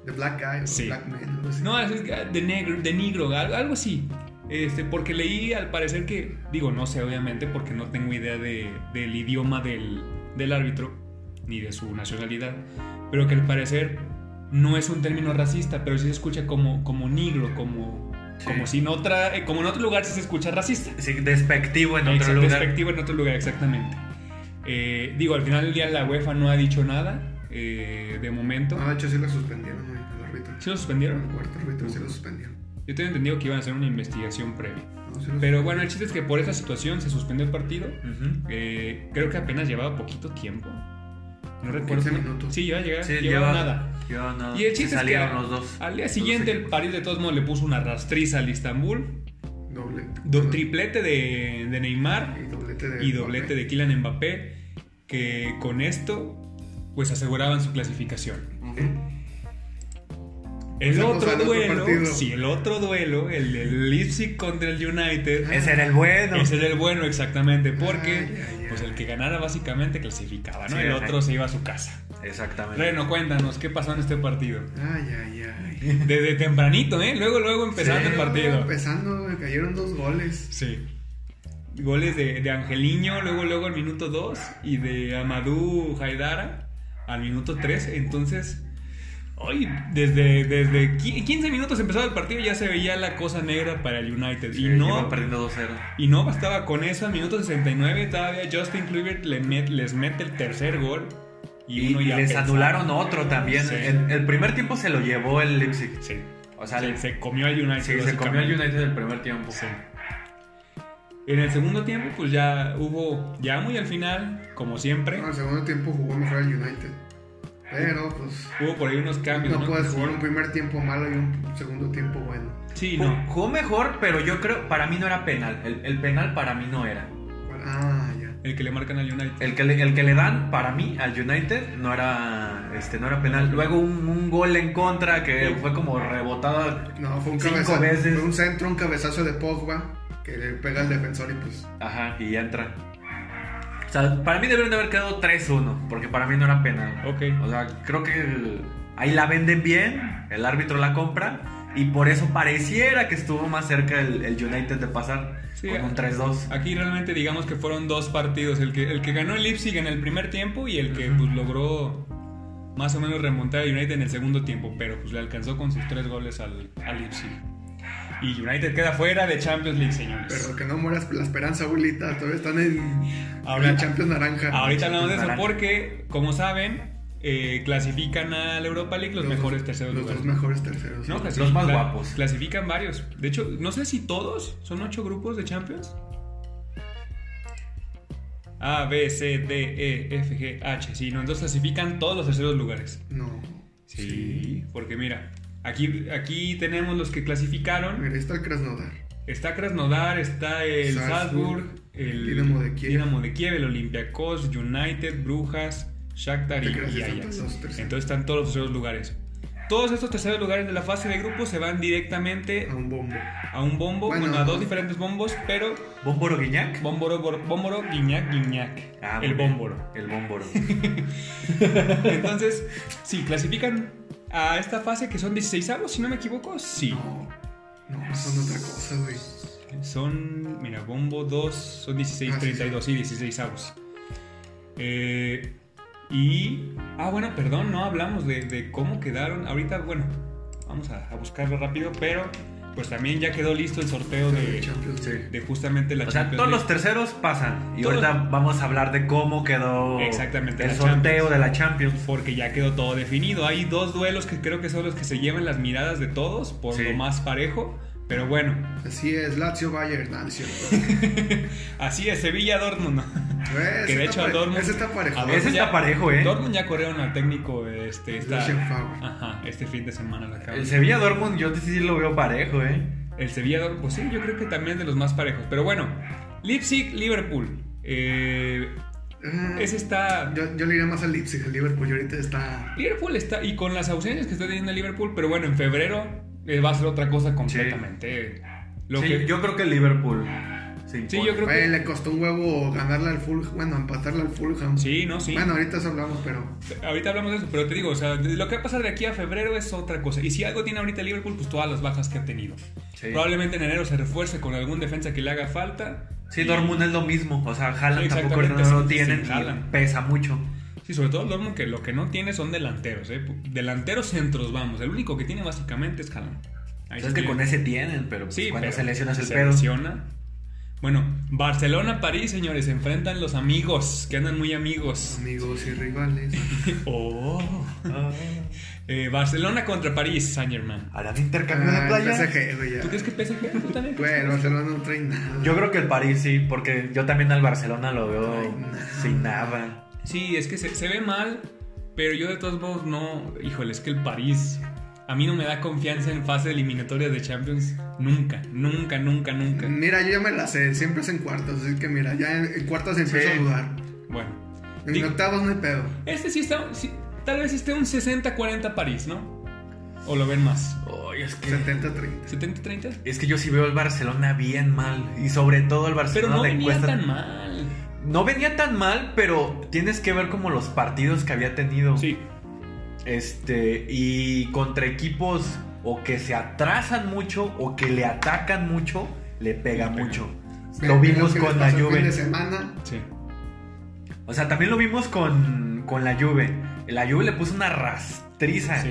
Speaker 2: the black guy, o
Speaker 3: Ah. Sí.
Speaker 2: black man, algo así.
Speaker 3: No, es- es de negro, de negro, al- algo así. Este, porque leí al parecer que, digo, no sé obviamente porque no tengo idea de- del idioma del, del árbitro, ni de su nacionalidad, pero que al parecer no es un término racista, pero sí se escucha como, como negro, como,
Speaker 4: Sí.
Speaker 3: como, si en otra, eh, como en otro lugar sí se escucha racista.
Speaker 4: Sí, despectivo en otro
Speaker 3: Exacto,
Speaker 4: lugar.
Speaker 3: despectivo en otro lugar, exactamente. Eh, digo, al final del día la UEFA no ha dicho nada, eh, de momento.
Speaker 4: Ah.
Speaker 2: No, de hecho sí lo suspendieron, güey, el árbitro.
Speaker 3: ¿Sí lo
Speaker 2: El
Speaker 3: suspendieron?
Speaker 2: cuarto árbitro sí lo suspendieron.
Speaker 3: Yo tenía entendido que iban a hacer una investigación previa.
Speaker 2: No, sí lo
Speaker 3: Pero bueno, el chiste es que por esa situación se suspendió el partido.
Speaker 4: Ujú.
Speaker 3: Eh, creo que apenas llevaba poquito tiempo. No recuerdo.
Speaker 2: 15 minutos.
Speaker 3: Sí, ya llegaba,
Speaker 4: Sí,
Speaker 3: llevaba
Speaker 4: lleva-
Speaker 3: nada.
Speaker 4: lleva nada.
Speaker 3: Y el
Speaker 4: Se
Speaker 3: chiste es que
Speaker 4: salieron los dos.
Speaker 3: al día
Speaker 4: Los
Speaker 3: siguiente el
Speaker 4: equipos.
Speaker 3: París de todos modos le puso una rastriza al Istambul.
Speaker 2: Doble.
Speaker 3: Do- triplete de, de Neymar
Speaker 2: Y doblete de.
Speaker 3: y doblete de Kylian Mbappé. Que con esto pues aseguraban su clasificación.
Speaker 4: Ujú. Pues
Speaker 3: El
Speaker 2: Pasamos
Speaker 3: otro
Speaker 2: al otro
Speaker 3: duelo,
Speaker 2: partido.
Speaker 3: sí, el otro duelo, el del Leipzig contra el United.
Speaker 4: Ese era el bueno.
Speaker 3: Ese era el bueno, exactamente, porque
Speaker 2: Ay, ay,
Speaker 3: pues
Speaker 2: ay.
Speaker 3: el que ganara básicamente clasificaba, ¿no?
Speaker 4: Sí,
Speaker 3: el
Speaker 4: ajá.
Speaker 3: otro se iba a su casa.
Speaker 4: Exactamente.
Speaker 3: Reno, cuéntanos, ¿qué pasó en este partido?
Speaker 2: Ay, ay, ay.
Speaker 3: Desde tempranito, ¿eh? Luego, luego empezando
Speaker 4: Sí,
Speaker 3: el
Speaker 2: Pero
Speaker 3: partido.
Speaker 2: Empezando, güey, cayeron dos goles.
Speaker 3: Sí. Goles de, de Angeliño, luego, luego al minuto 2 y de Amadou Haidara al minuto 3. Entonces, hoy, desde, desde qui- 15 minutos empezado el partido ya se veía la cosa negra para el United.
Speaker 4: Sí,
Speaker 3: y no,
Speaker 4: Iba perdiendo 2-0.
Speaker 3: Y no bastaba con eso, al minuto 69 todavía Justin Kluivert le met- les mete el tercer gol y,
Speaker 4: Y,
Speaker 3: uno
Speaker 4: y
Speaker 3: ya
Speaker 4: les
Speaker 3: pensaba-
Speaker 4: anularon otro también.
Speaker 3: Sí.
Speaker 4: El, el primer tiempo se lo llevó el Leipzig.
Speaker 3: Sí.
Speaker 4: O sea,
Speaker 3: se,
Speaker 4: el-
Speaker 3: se comió al United.
Speaker 4: sí, se comió el
Speaker 3: básicamente.
Speaker 4: United el primer tiempo.
Speaker 3: Sí. En el segundo tiempo, pues ya hubo, ya muy al final, como siempre,
Speaker 2: No, al segundo tiempo jugó mejor el United. Pero, pues.
Speaker 3: hubo por ahí unos cambios.
Speaker 2: No
Speaker 3: No,
Speaker 2: puedes jugar un primer tiempo malo y un segundo tiempo bueno.
Speaker 3: Sí,
Speaker 4: Jugó,
Speaker 3: no.
Speaker 4: jugó mejor, pero yo creo, para mí no era penal. El, el penal para mí no era.
Speaker 2: Ah, ya.
Speaker 3: El que le marcan al United.
Speaker 4: El que, le, el que le dan para mí al United no era, este, no era penal. Luego un, un gol en contra que fue como rebotada.
Speaker 2: No, fue un
Speaker 4: Cinco
Speaker 2: cabezazo.
Speaker 4: veces.
Speaker 2: Fue un centro, un cabezazo de Pogba que le pega al defensor y pues.
Speaker 4: Ajá, y ya entra. O sea, para mí debieron de haber quedado 3-1, porque para mí no era penal.
Speaker 3: Ok.
Speaker 4: O sea, creo que el- ahí la venden bien, el árbitro la compra, y por eso pareciera que estuvo más cerca el, el United de pasar
Speaker 3: Sí,
Speaker 4: con
Speaker 3: ah.
Speaker 4: un 3-2.
Speaker 3: Aquí realmente digamos que fueron dos partidos, el que, el que ganó el Leipzig en el primer tiempo y el que pues, logró más o menos remontar a United en el segundo tiempo, pero pues le alcanzó con sus tres goles al, al Leipzig. Y United queda fuera de Champions League, señores.
Speaker 2: Pero que no mueras la esperanza, abuelita. Todavía están en
Speaker 3: Ahorita-
Speaker 2: la Champions Naranja.
Speaker 3: Ahorita hablamos de eso
Speaker 4: Naranja.
Speaker 3: porque, como saben, eh, clasifican a la Europa League los, mejores
Speaker 2: dos-
Speaker 3: terceros
Speaker 2: Los
Speaker 3: lugares.
Speaker 2: dos mejores terceros.
Speaker 3: No, pues.
Speaker 2: Sí.
Speaker 3: clasific-
Speaker 4: Los más
Speaker 3: cla-
Speaker 4: guapos.
Speaker 3: Clasifican varios. De hecho, no sé si todos son ocho grupos de Champions. A, B, C, D, E, F, G, H. Sí, no, entonces clasifican todos los terceros lugares.
Speaker 2: No.
Speaker 3: Porque mira, aquí, aquí tenemos los que clasificaron.
Speaker 2: Mira, ahí está el Krasnodar.
Speaker 3: Está Krasnodar, está el
Speaker 2: Salzburg,
Speaker 3: Salzburg, el
Speaker 2: Dinamo de Kiev.
Speaker 3: Dinamo de Kiev, el Olympiacos, United, Brujas, Shakhtar y,
Speaker 2: Te creas,
Speaker 3: y
Speaker 2: están
Speaker 3: Ajax.
Speaker 2: todos los terceros.
Speaker 3: Entonces están todos los terceros lugares. Todos estos terceros lugares de la fase de grupos se van directamente
Speaker 2: A un bombo.
Speaker 3: a un bombo, bueno,
Speaker 2: Bueno,
Speaker 3: a
Speaker 2: no.
Speaker 3: dos diferentes bombos, pero
Speaker 4: ¿Bómboro Guiñac?
Speaker 3: bomboro, bor- bomboro, guiñac, guiñac.
Speaker 4: Ah,
Speaker 3: el
Speaker 4: muy bien.
Speaker 3: bómboro.
Speaker 4: El
Speaker 3: (laughs)
Speaker 4: Bómboro.
Speaker 3: Entonces, sí, clasifican a esta fase que son 16 avos, si no me equivoco. Sí.
Speaker 2: No. No, son otra cosa, güey.
Speaker 3: Son, mira, bombo 2, son 16,
Speaker 2: Ah, sí,
Speaker 3: 32 y 16 avos. Eh, y, ah, bueno, perdón, no hablamos de, de cómo quedaron. Ahorita, bueno, vamos a, a buscarlo rápido, pero pues también ya quedó listo el sorteo de,
Speaker 2: Champions
Speaker 4: Sí.
Speaker 2: League.
Speaker 3: de justamente la
Speaker 4: O sea,
Speaker 3: Champions
Speaker 4: todos
Speaker 3: League.
Speaker 4: los terceros pasan. Y
Speaker 3: Todos.
Speaker 4: ahorita vamos a hablar de cómo quedó
Speaker 3: Exactamente,
Speaker 4: el
Speaker 3: la
Speaker 4: sorteo
Speaker 3: Champions.
Speaker 4: de la Champions.
Speaker 3: porque ya quedó todo definido. Hay dos duelos que creo que son los que se llevan las miradas de todos por
Speaker 4: Sí.
Speaker 3: lo más parejo. Pero bueno,
Speaker 2: Así es, Lazio Bayern. Ah, no es
Speaker 3: (laughs)
Speaker 2: cierto.
Speaker 3: así es, Sevilla-Dortmund.
Speaker 2: Güey,
Speaker 3: Que
Speaker 2: ese está
Speaker 3: de hecho a
Speaker 2: pare-
Speaker 3: Dortmund...
Speaker 2: Ese está parejo.
Speaker 3: a
Speaker 4: ver. Ese
Speaker 3: Dortmund
Speaker 4: está
Speaker 3: pues ya-
Speaker 4: parejo, ¿eh?
Speaker 3: Dortmund ya corrieron al técnico este, esta-
Speaker 2: Lucian Favre.
Speaker 3: ajá, este fin de semana. lo acaban.
Speaker 4: El Sevilla Dortmund yo sí lo veo parejo, ¿eh?
Speaker 3: El Sevilla, pues sí, yo creo que también de los más parejos. Pero bueno, Leipzig-Liverpool. Eh,
Speaker 2: Ah,
Speaker 3: ese está.
Speaker 2: yo, yo le iría más al Leipzig, el Liverpool y ahorita está...
Speaker 3: Liverpool está. Y con las ausencias que está teniendo el Liverpool, pero bueno, en febrero eh, va a ser otra cosa completamente. Lo
Speaker 4: Sí,
Speaker 3: que, Ah.
Speaker 4: Yo creo que el Liverpool. se
Speaker 3: sí,
Speaker 4: impone.
Speaker 3: yo creo
Speaker 2: Güey,
Speaker 3: que.
Speaker 2: le costó un huevo ganarle al Fulham, bueno, empatarle al Fulham.
Speaker 3: Sí, no, sí.
Speaker 2: Bueno, ahorita eso hablamos, pero...
Speaker 3: Ahorita hablamos de eso, pero te digo, o sea, de lo que va a pasar de aquí a febrero es otra cosa. Y si algo tiene ahorita Liverpool, pues todas las bajas que ha tenido.
Speaker 4: Sí.
Speaker 3: Probablemente en enero se refuerce con algún defensa que le haga falta.
Speaker 4: Sí,
Speaker 3: Y-
Speaker 4: Dortmund es lo mismo. O sea, Haaland
Speaker 3: Sí,
Speaker 4: tampoco
Speaker 3: exactamente,
Speaker 4: ahorita no lo
Speaker 3: sin- sin
Speaker 4: tienen y
Speaker 3: Haaland.
Speaker 4: pesa mucho.
Speaker 3: Sí, sobre todo Dortmund, que lo que no tiene son delanteros, ¿eh? Delanteros centros, vamos. El único que tiene básicamente es Haaland. Ahí
Speaker 4: es
Speaker 3: sí
Speaker 4: que
Speaker 3: tiene-
Speaker 4: con ese tienen, pero pues,
Speaker 3: Sí,
Speaker 4: cuando
Speaker 3: pero
Speaker 4: se lesiona es el
Speaker 3: se
Speaker 4: pedo.
Speaker 3: lesiona. Bueno, Barcelona-París, señores, se enfrentan los amigos, que andan muy amigos.
Speaker 2: Amigos y
Speaker 3: (laughs)
Speaker 2: rivales.
Speaker 3: Oh. (laughs)
Speaker 4: Ah,
Speaker 3: Eh, Barcelona contra París, Saint Germain.
Speaker 4: Harán intercambio de
Speaker 2: Ah, el
Speaker 4: playa.
Speaker 2: PSG, güey, ya.
Speaker 3: ¿Tú crees que PSG? ¿Tú también?
Speaker 2: Güey, el Barcelona no trae nada.
Speaker 4: Yo creo que el París sí, porque yo también al Barcelona lo veo
Speaker 2: Ay, nada.
Speaker 4: sin nada.
Speaker 3: Sí, es que se, se ve mal, pero yo de todos modos no. Híjole, es que el París a mí no me da confianza en fase eliminatoria de Champions. Nunca, nunca, nunca, nunca.
Speaker 2: Mira, yo ya me la sé, siempre es en cuartos, así que mira, ya en, en cuartos empiezo
Speaker 4: Sí.
Speaker 2: a dudar.
Speaker 3: Bueno,
Speaker 2: En
Speaker 3: Digo-
Speaker 2: octavos no hay pedo.
Speaker 3: este sí está. sí, tal vez esté un 60-40 París, ¿no? O lo ven más.
Speaker 4: Ay, es que.
Speaker 2: 70-30.
Speaker 3: ¿70-30?
Speaker 4: Es que yo sí veo al Barcelona bien mal. Y sobre todo al
Speaker 3: Pero
Speaker 4: Barcelona
Speaker 3: no
Speaker 4: le
Speaker 3: venía
Speaker 4: cuesta-
Speaker 3: tan mal.
Speaker 4: No venía tan mal, pero tienes que ver como los partidos que había tenido.
Speaker 3: Sí,
Speaker 4: Este, y contra equipos o que se atrasan mucho o que le atacan mucho, le pega
Speaker 3: Le pega.
Speaker 4: mucho.
Speaker 2: Ve-
Speaker 4: Lo
Speaker 2: ve
Speaker 4: vimos
Speaker 2: que
Speaker 4: con
Speaker 2: les
Speaker 4: la
Speaker 2: pasó el fin
Speaker 4: Juve.
Speaker 2: de semana.
Speaker 3: sí.
Speaker 4: O sea, también lo vimos con, con la Juve. La Juve le puso una rastriza.
Speaker 3: sí.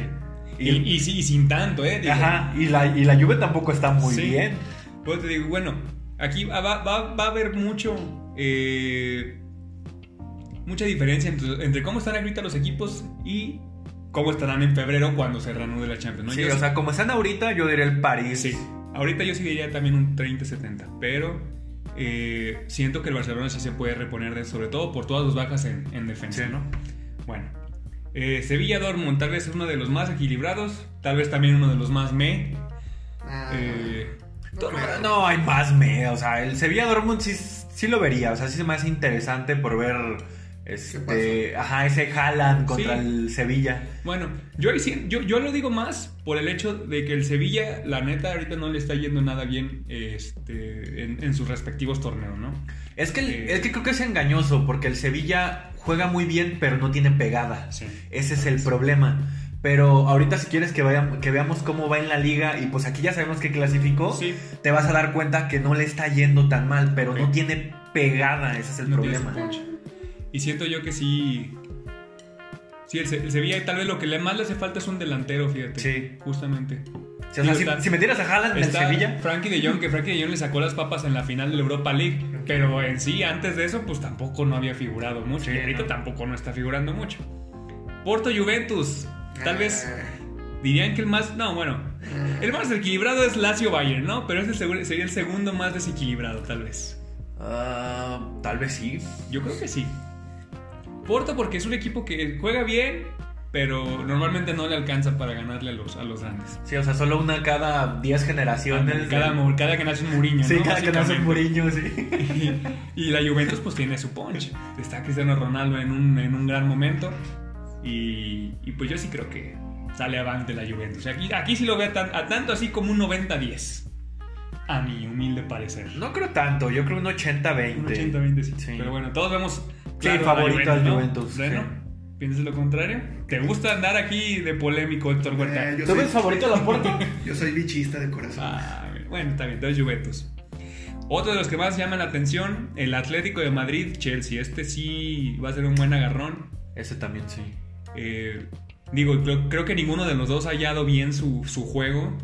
Speaker 3: Y,
Speaker 4: Y,
Speaker 3: y sí, y sin tanto, ¿eh? Digo,
Speaker 4: ajá, y la, y la Juve tampoco está muy
Speaker 3: Sí.
Speaker 4: bien.
Speaker 3: Pues te digo, bueno, aquí va, va- va a haber mucho. eh, mucha diferencia entre, entre cómo están ahorita los equipos y cómo estarán en febrero cuando se reanude la Champions. ¿no?
Speaker 4: Sí,
Speaker 3: Yo-
Speaker 4: o sea, como están ahorita, yo diría el París.
Speaker 3: sí. Ahorita yo sí diría también un 30-70, pero eh, siento que el Barcelona sí se puede reponer, de, sobre todo por todas las bajas en, en defensa,
Speaker 4: Sí.
Speaker 3: ¿no? Bueno. eh, Sevilla Dortmund tal vez es uno de los más equilibrados, tal vez también uno de los más me.
Speaker 2: Ah,
Speaker 3: eh,
Speaker 2: no
Speaker 4: No,
Speaker 2: creo.
Speaker 4: No, hay más me. O sea, el Sevilla Dortmund sí, sí lo vería. O sea, sí se me hace interesante por ver este. Ajá, ese Haaland contra
Speaker 3: Sí.
Speaker 4: el Sevilla.
Speaker 3: Bueno, yo, ahí sí- yo, yo lo digo más por el hecho de que el Sevilla, la neta, ahorita no le está yendo nada bien este, en, en sus respectivos torneos, ¿no?
Speaker 4: Es que, el-
Speaker 3: Eh.
Speaker 4: es que creo que es engañoso porque el Sevilla juega muy bien, pero no tiene pegada.
Speaker 3: Sí.
Speaker 4: Ese es el problema. Pero ahorita si quieres que, vayam- que veamos cómo va en la liga y pues aquí ya sabemos que clasificó,
Speaker 3: Sí,
Speaker 4: te vas a dar cuenta que no le está yendo tan mal, pero
Speaker 3: Ok.
Speaker 4: no tiene pegada, ese es el
Speaker 3: no tiene
Speaker 4: problema.
Speaker 3: ese punch. Y siento yo que sí. Sí, el, Se- el Sevilla tal vez lo que le más le hace falta es un delantero, fíjate.
Speaker 4: Sí.
Speaker 3: Justamente.
Speaker 4: Sí, o sea,
Speaker 3: Digo,
Speaker 4: si,
Speaker 3: está-
Speaker 4: si metieras a Haaland en el
Speaker 3: Está
Speaker 4: Sevilla,
Speaker 3: Frankie de Jong, que Frankie de Jong le sacó las papas en la final de la Europa League. Pero en sí, antes de eso, pues tampoco no había figurado mucho.
Speaker 4: Sí,
Speaker 3: y ahorita
Speaker 4: ¿no?
Speaker 3: tampoco no está figurando mucho. Porto Juventus. Tal
Speaker 2: Ah,
Speaker 3: vez
Speaker 4: Eh.
Speaker 3: dirían que el más. No, bueno. El más desequilibrado es Lazio Bayern, ¿no? Pero ese seguro- sería el segundo más desequilibrado, tal vez.
Speaker 4: ah, tal vez sí.
Speaker 3: Yo creo que sí. Porto porque es un equipo que juega bien, pero normalmente no le alcanza para ganarle a los, a los grandes.
Speaker 4: Sí, o sea, solo una cada 10 generaciones.
Speaker 3: Cada, mo- cada que nace un Mourinho,
Speaker 4: Sí,
Speaker 3: ¿no?
Speaker 4: cada que nace un
Speaker 3: Básicamente.
Speaker 4: Mourinho, sí.
Speaker 3: (laughs) y la Juventus pues tiene su punch. Está Cristiano Ronaldo en un, en un gran momento. Y, y, pues yo sí creo que sale avante la Juventus. Aquí, aquí sí lo veo tan- a tanto así como un 90-10. A mi humilde parecer.
Speaker 4: No creo tanto, yo creo un 80-20.
Speaker 3: Un 80-20 sí.
Speaker 4: Sí.
Speaker 3: Pero bueno, todos vemos
Speaker 4: Sí, favorito
Speaker 3: a
Speaker 4: al
Speaker 3: ¿no?
Speaker 4: Juventus,
Speaker 3: Bueno,
Speaker 4: sí.
Speaker 3: ¿piensas lo contrario? ¿Te gusta andar aquí de polémico, Héctor Huerta?
Speaker 2: Eh, yo,
Speaker 4: ¿Tú ves
Speaker 2: soy,
Speaker 4: favorito a la (laughs) puerta?
Speaker 2: yo soy bichista de corazón.
Speaker 3: Ah, bueno, está bien, dos Juventus. Otro de los que más llaman la atención, el Atlético de Madrid, Chelsea. Este sí va a ser un buen agarrón.
Speaker 4: Ese también sí.
Speaker 3: Eh, digo, creo, creo que ninguno de los dos ha hallado bien su, su juego,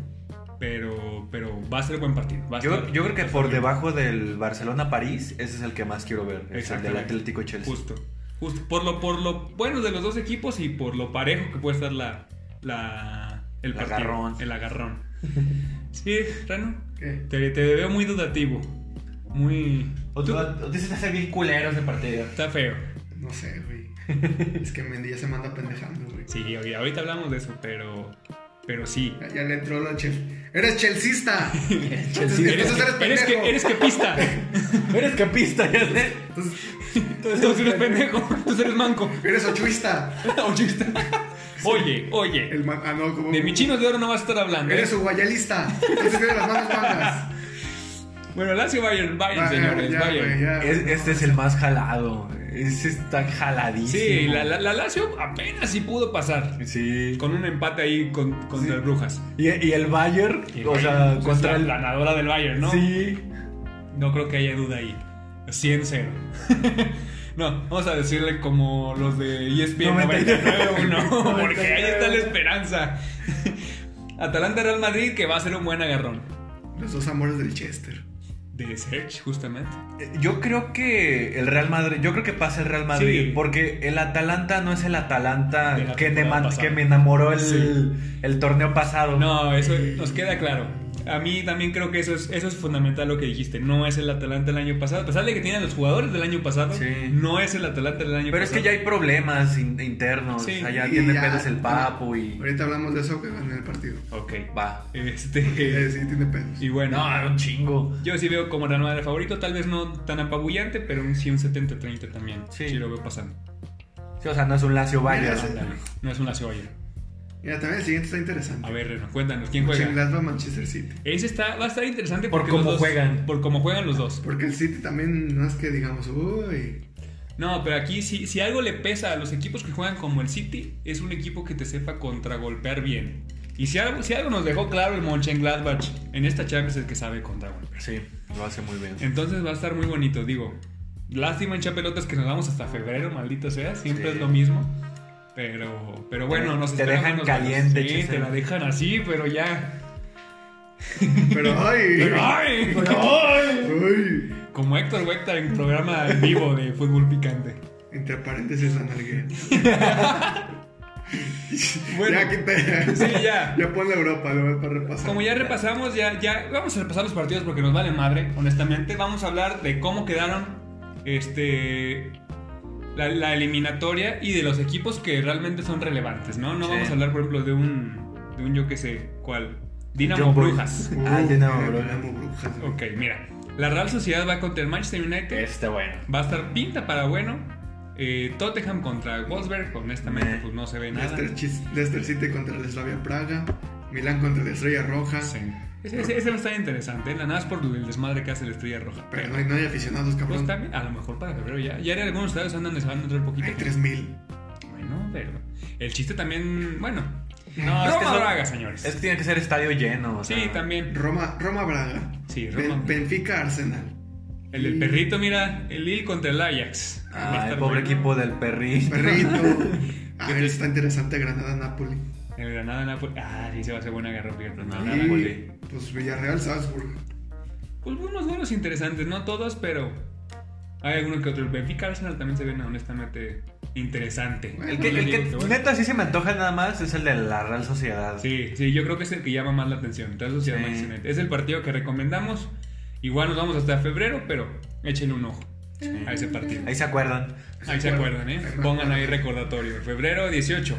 Speaker 3: pero, pero va a ser buen partido. va a
Speaker 4: Yo,
Speaker 3: estar-
Speaker 4: yo creo que
Speaker 3: va a
Speaker 4: por
Speaker 3: estar bien.
Speaker 4: debajo del Barcelona-París, ese es el que más quiero ver. Es el del
Speaker 3: Exactamente.
Speaker 4: Atlético-Chelsea.
Speaker 3: Justo, justo. Por lo, por lo bueno de los dos equipos y por lo parejo que puede estar la, la, el,
Speaker 4: El
Speaker 3: partido,
Speaker 4: agarrón.
Speaker 3: El agarrón. (laughs) sí, Rano,
Speaker 2: ¿Qué?
Speaker 3: te, te veo muy dudativo. Muy...
Speaker 4: O tú, o tú se te hace bien culero ese partido.
Speaker 3: Está feo.
Speaker 2: No
Speaker 3: (laughs)
Speaker 2: sé, güey. es que Mendy ya se manda pendejando, güey.
Speaker 3: Sí, ahorita ahorita hablamos de eso, pero Pero sí.
Speaker 2: Ya, ya le entró la chef. ¡Eres
Speaker 3: (laughs)
Speaker 2: chelcista! Entonces,
Speaker 1: Chelsea.
Speaker 2: entonces eres
Speaker 3: eres,
Speaker 2: pendejo.
Speaker 3: que, eres capista.
Speaker 1: Eres capista, ya sé.
Speaker 2: Entonces,
Speaker 3: Entonces eres pendejo. Entonces
Speaker 2: (laughs)
Speaker 3: eres manco.
Speaker 2: eres ochuista.
Speaker 3: Ochista. (laughs) Oye, oye.
Speaker 2: El man- ah, no, como-
Speaker 3: De mis chinos de oro no vas a estar hablando. ¿eh?
Speaker 2: Eres uguayalista. Entonces tienes las manos mangas.
Speaker 3: Bueno, Lazio Bayern, Bayern,
Speaker 2: Ah,
Speaker 3: señores,
Speaker 2: ya,
Speaker 3: Bayern.
Speaker 2: güey, ya.
Speaker 4: Es- este es el más jalado. Este está jaladísimo.
Speaker 3: Sí, la, la, la Lazio apenas si pudo pasar.
Speaker 4: Sí.
Speaker 3: Con un empate ahí con, contra el Brujas.
Speaker 4: Y, y el Bayern,
Speaker 3: Y el
Speaker 4: o sea,
Speaker 3: Bayern, pues,
Speaker 4: contra
Speaker 3: es
Speaker 4: el.
Speaker 3: la ganadora del Bayern, ¿no?
Speaker 4: Sí.
Speaker 3: No creo que haya duda ahí. 100-0. (laughs) no, vamos a decirle como los de E
Speaker 4: (laughs)
Speaker 3: ESPN 99 no, porque ahí está la esperanza. (laughs) Atalanta Real Madrid que va a ser un buen agarrón.
Speaker 2: Los dos amores del Chester.
Speaker 3: De Serge, justamente.
Speaker 4: Yo creo que el Real Madrid, yo creo que pasa el Real Madrid,
Speaker 3: Sí.
Speaker 4: porque el Atalanta no es el
Speaker 3: De
Speaker 4: Atalanta
Speaker 3: la
Speaker 4: que me,
Speaker 3: temporada
Speaker 4: man-
Speaker 3: pasada.
Speaker 4: que me enamoró el,
Speaker 3: Sí.
Speaker 4: el torneo pasado.
Speaker 3: No, eso nos queda claro. A mí también creo que eso es, eso es fundamental lo que dijiste. No es el Atalanta del año pasado. A pesar de que tienen los jugadores del año pasado,
Speaker 4: Sí.
Speaker 3: no es el Atalanta del año
Speaker 4: Pero es
Speaker 3: pasado.
Speaker 4: que ya hay problemas in- internos,
Speaker 3: Sí.
Speaker 4: o sea, ya
Speaker 2: Y
Speaker 4: tiene
Speaker 2: ya,
Speaker 4: pedos el papo y...
Speaker 2: Ahorita hablamos de eso que gané el partido.
Speaker 4: Ok, va.
Speaker 2: Eh,
Speaker 4: (laughs)
Speaker 3: Este,
Speaker 2: sí, tiene pedos.
Speaker 3: y bueno,
Speaker 4: No, un chingo.
Speaker 3: yo sí veo como Real el favorito. Tal vez no tan apabullante, pero un, sí un 70-30 también. Sí.
Speaker 4: Sí.
Speaker 3: lo veo pasando.
Speaker 4: Sí, o sea, no es un Lazio Bayern.
Speaker 2: Mira,
Speaker 3: Ándale, No es un Lazio Bayern.
Speaker 2: Mira, también el siguiente está interesante.
Speaker 3: A ver, Reno, cuéntanos, ¿quién juega?
Speaker 2: Chinglas va Manchester City.
Speaker 3: Ese está, va a estar interesante
Speaker 4: Pues Por
Speaker 3: porque
Speaker 4: cómo
Speaker 3: los dos-
Speaker 4: juegan.
Speaker 3: Por cómo juegan los dos.
Speaker 2: Porque el City también no es que digamos, uy.
Speaker 4: Este.
Speaker 3: No, pero aquí si, si algo le pesa a los equipos que juegan como el City, es un equipo que te sepa contragolpear bien. Y si algo, si algo nos dejó claro el Mönchengladbach en esta Champions es que sabe contragolpear.
Speaker 4: Sí, lo hace muy bien.
Speaker 3: Entonces va a estar muy bonito, digo. Lástima en Chapelotas que nos vamos hasta febrero, maldito sea, siempre
Speaker 4: Sí.
Speaker 3: es lo mismo. Pero, pero bueno,
Speaker 4: Te-
Speaker 3: nos
Speaker 4: te
Speaker 3: esperan
Speaker 4: dejan
Speaker 3: buenos juegos.
Speaker 4: caliente,
Speaker 3: Sí,
Speaker 4: Chesel.
Speaker 3: te la dejan así, pero ya. (laughs)
Speaker 2: Pero ay.
Speaker 3: Pero, ¡ay!
Speaker 2: (laughs)
Speaker 3: ¡Ay!
Speaker 2: Uy.
Speaker 3: Como Héctor Huerta en programa en vivo de fútbol picante.
Speaker 2: Entre paréntesis la nalguera.
Speaker 3: Bueno.
Speaker 2: ya quita.
Speaker 3: Sí, ya.
Speaker 2: (laughs) Ya ponle Europa, lo voy para repasar.
Speaker 3: Como ya repasamos, ya, ya vamos a repasar los partidos porque nos vale madre, honestamente. Vamos a hablar de cómo quedaron este, la, la eliminatoria y de los equipos que realmente son relevantes, ¿no? No
Speaker 4: Sí.
Speaker 3: vamos a hablar, por ejemplo, de un, de un yo que sé cuál. Dinamo
Speaker 4: John Boy.
Speaker 3: Brujas.
Speaker 2: Uh,
Speaker 4: Ah, ya no,
Speaker 2: mira,
Speaker 4: bro.
Speaker 2: Dinamo Brujas. güey.
Speaker 3: Ok, mira. La Real Sociedad va contra el Manchester United.
Speaker 4: Este bueno.
Speaker 3: Va a estar pinta para bueno. Eh, Tottenham contra Wolfsburg, honestamente,
Speaker 4: Meh.
Speaker 3: pues no se ve nada.
Speaker 2: Leicester, Chis- Leicester City contra el Slavia Praga. Milán contra la Estrella Roja.
Speaker 3: Sí. Ese, ese- ese va a estar interesante, ¿eh? nada más por el desmadre que hace la Estrella Roja.
Speaker 2: Pero no hay, no hay aficionados,
Speaker 3: Pues
Speaker 2: cabrón.
Speaker 3: también, a lo mejor para febrero ya. Ya en algunos estados andan, se van a entrar un poquito.
Speaker 2: Hay 3000.
Speaker 3: Bueno, pero. El chiste también. Bueno.
Speaker 4: No,
Speaker 3: No,
Speaker 4: es
Speaker 3: Roma
Speaker 4: que son-
Speaker 3: Braga, señores.
Speaker 4: Es Ah. que tiene que ser estadio lleno. o
Speaker 3: Sí,
Speaker 4: sea.
Speaker 3: también.
Speaker 2: Roma, Roma Braga.
Speaker 3: Sí,
Speaker 2: Ben-
Speaker 3: Roma.
Speaker 2: Benfica Arsenal.
Speaker 3: El del perrito, mira. El Lille contra el Ajax. Va a
Speaker 4: Ah,
Speaker 3: estar
Speaker 4: el pobre
Speaker 3: bueno.
Speaker 4: equipo del perrito.
Speaker 3: (laughs)
Speaker 2: Perrito. A ver, está interesante Granada Napoli.
Speaker 3: El Granada Napoli. Ah, sí, se va a hacer buena guerra, fíjate.
Speaker 4: No, no.
Speaker 3: Granada, Napoli.
Speaker 2: Y
Speaker 4: Napoli.
Speaker 2: pues Villarreal Salzburg.
Speaker 3: Pues unos duelos interesantes, no todos, pero. Hay alguno que otro. El Benfica Arsenal también se ven honestamente interesante.
Speaker 2: Bueno,
Speaker 4: (laughs) El que,
Speaker 3: No
Speaker 4: el
Speaker 3: les digo
Speaker 4: que
Speaker 3: bueno.
Speaker 4: neta sí se me antoja nada más es el de la Real Sociedad.
Speaker 3: Sí, sí, yo creo que es el que llama más la atención. Real Sociedad
Speaker 4: Sí.
Speaker 3: Manchester United. Es el partido que recomendamos. Igual nos vamos hasta febrero, pero échenle un ojo a ese partido.
Speaker 4: Ahí se acuerdan.
Speaker 3: Ahí se acuerdan, ¿eh? Pongan ahí recordatorio. Febrero 18.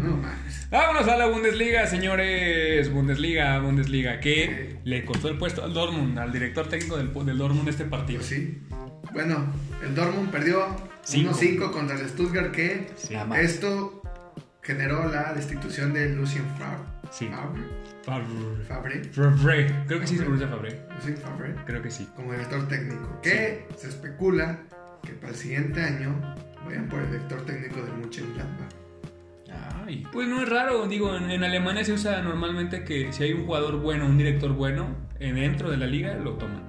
Speaker 2: No mames.
Speaker 3: Vámonos a la Bundesliga, señores. Bundesliga, Bundesliga. Que le costó el puesto al Dortmund, al director técnico del, del Dortmund este partido.
Speaker 2: Pues sí. Bueno, el Dortmund perdió
Speaker 3: Cinco.
Speaker 2: 1-5 contra el Stuttgart que
Speaker 4: Nada más.
Speaker 2: esto generó la destitución de Lucien Favre.
Speaker 3: Sí.
Speaker 2: Favre.
Speaker 3: Favre.
Speaker 2: Favre.
Speaker 3: Favre. Creo que sí se pronuncia Favre.
Speaker 2: Lucien Favre.
Speaker 3: Creo que sí.
Speaker 2: Como director técnico. Que se especula que para el siguiente año vayan por el director técnico del Mönchengladbach.
Speaker 3: Ay, pues no es raro, digo, en, en Alemania se usa normalmente que si hay un jugador bueno, un director bueno, eh, dentro de la liga lo toman.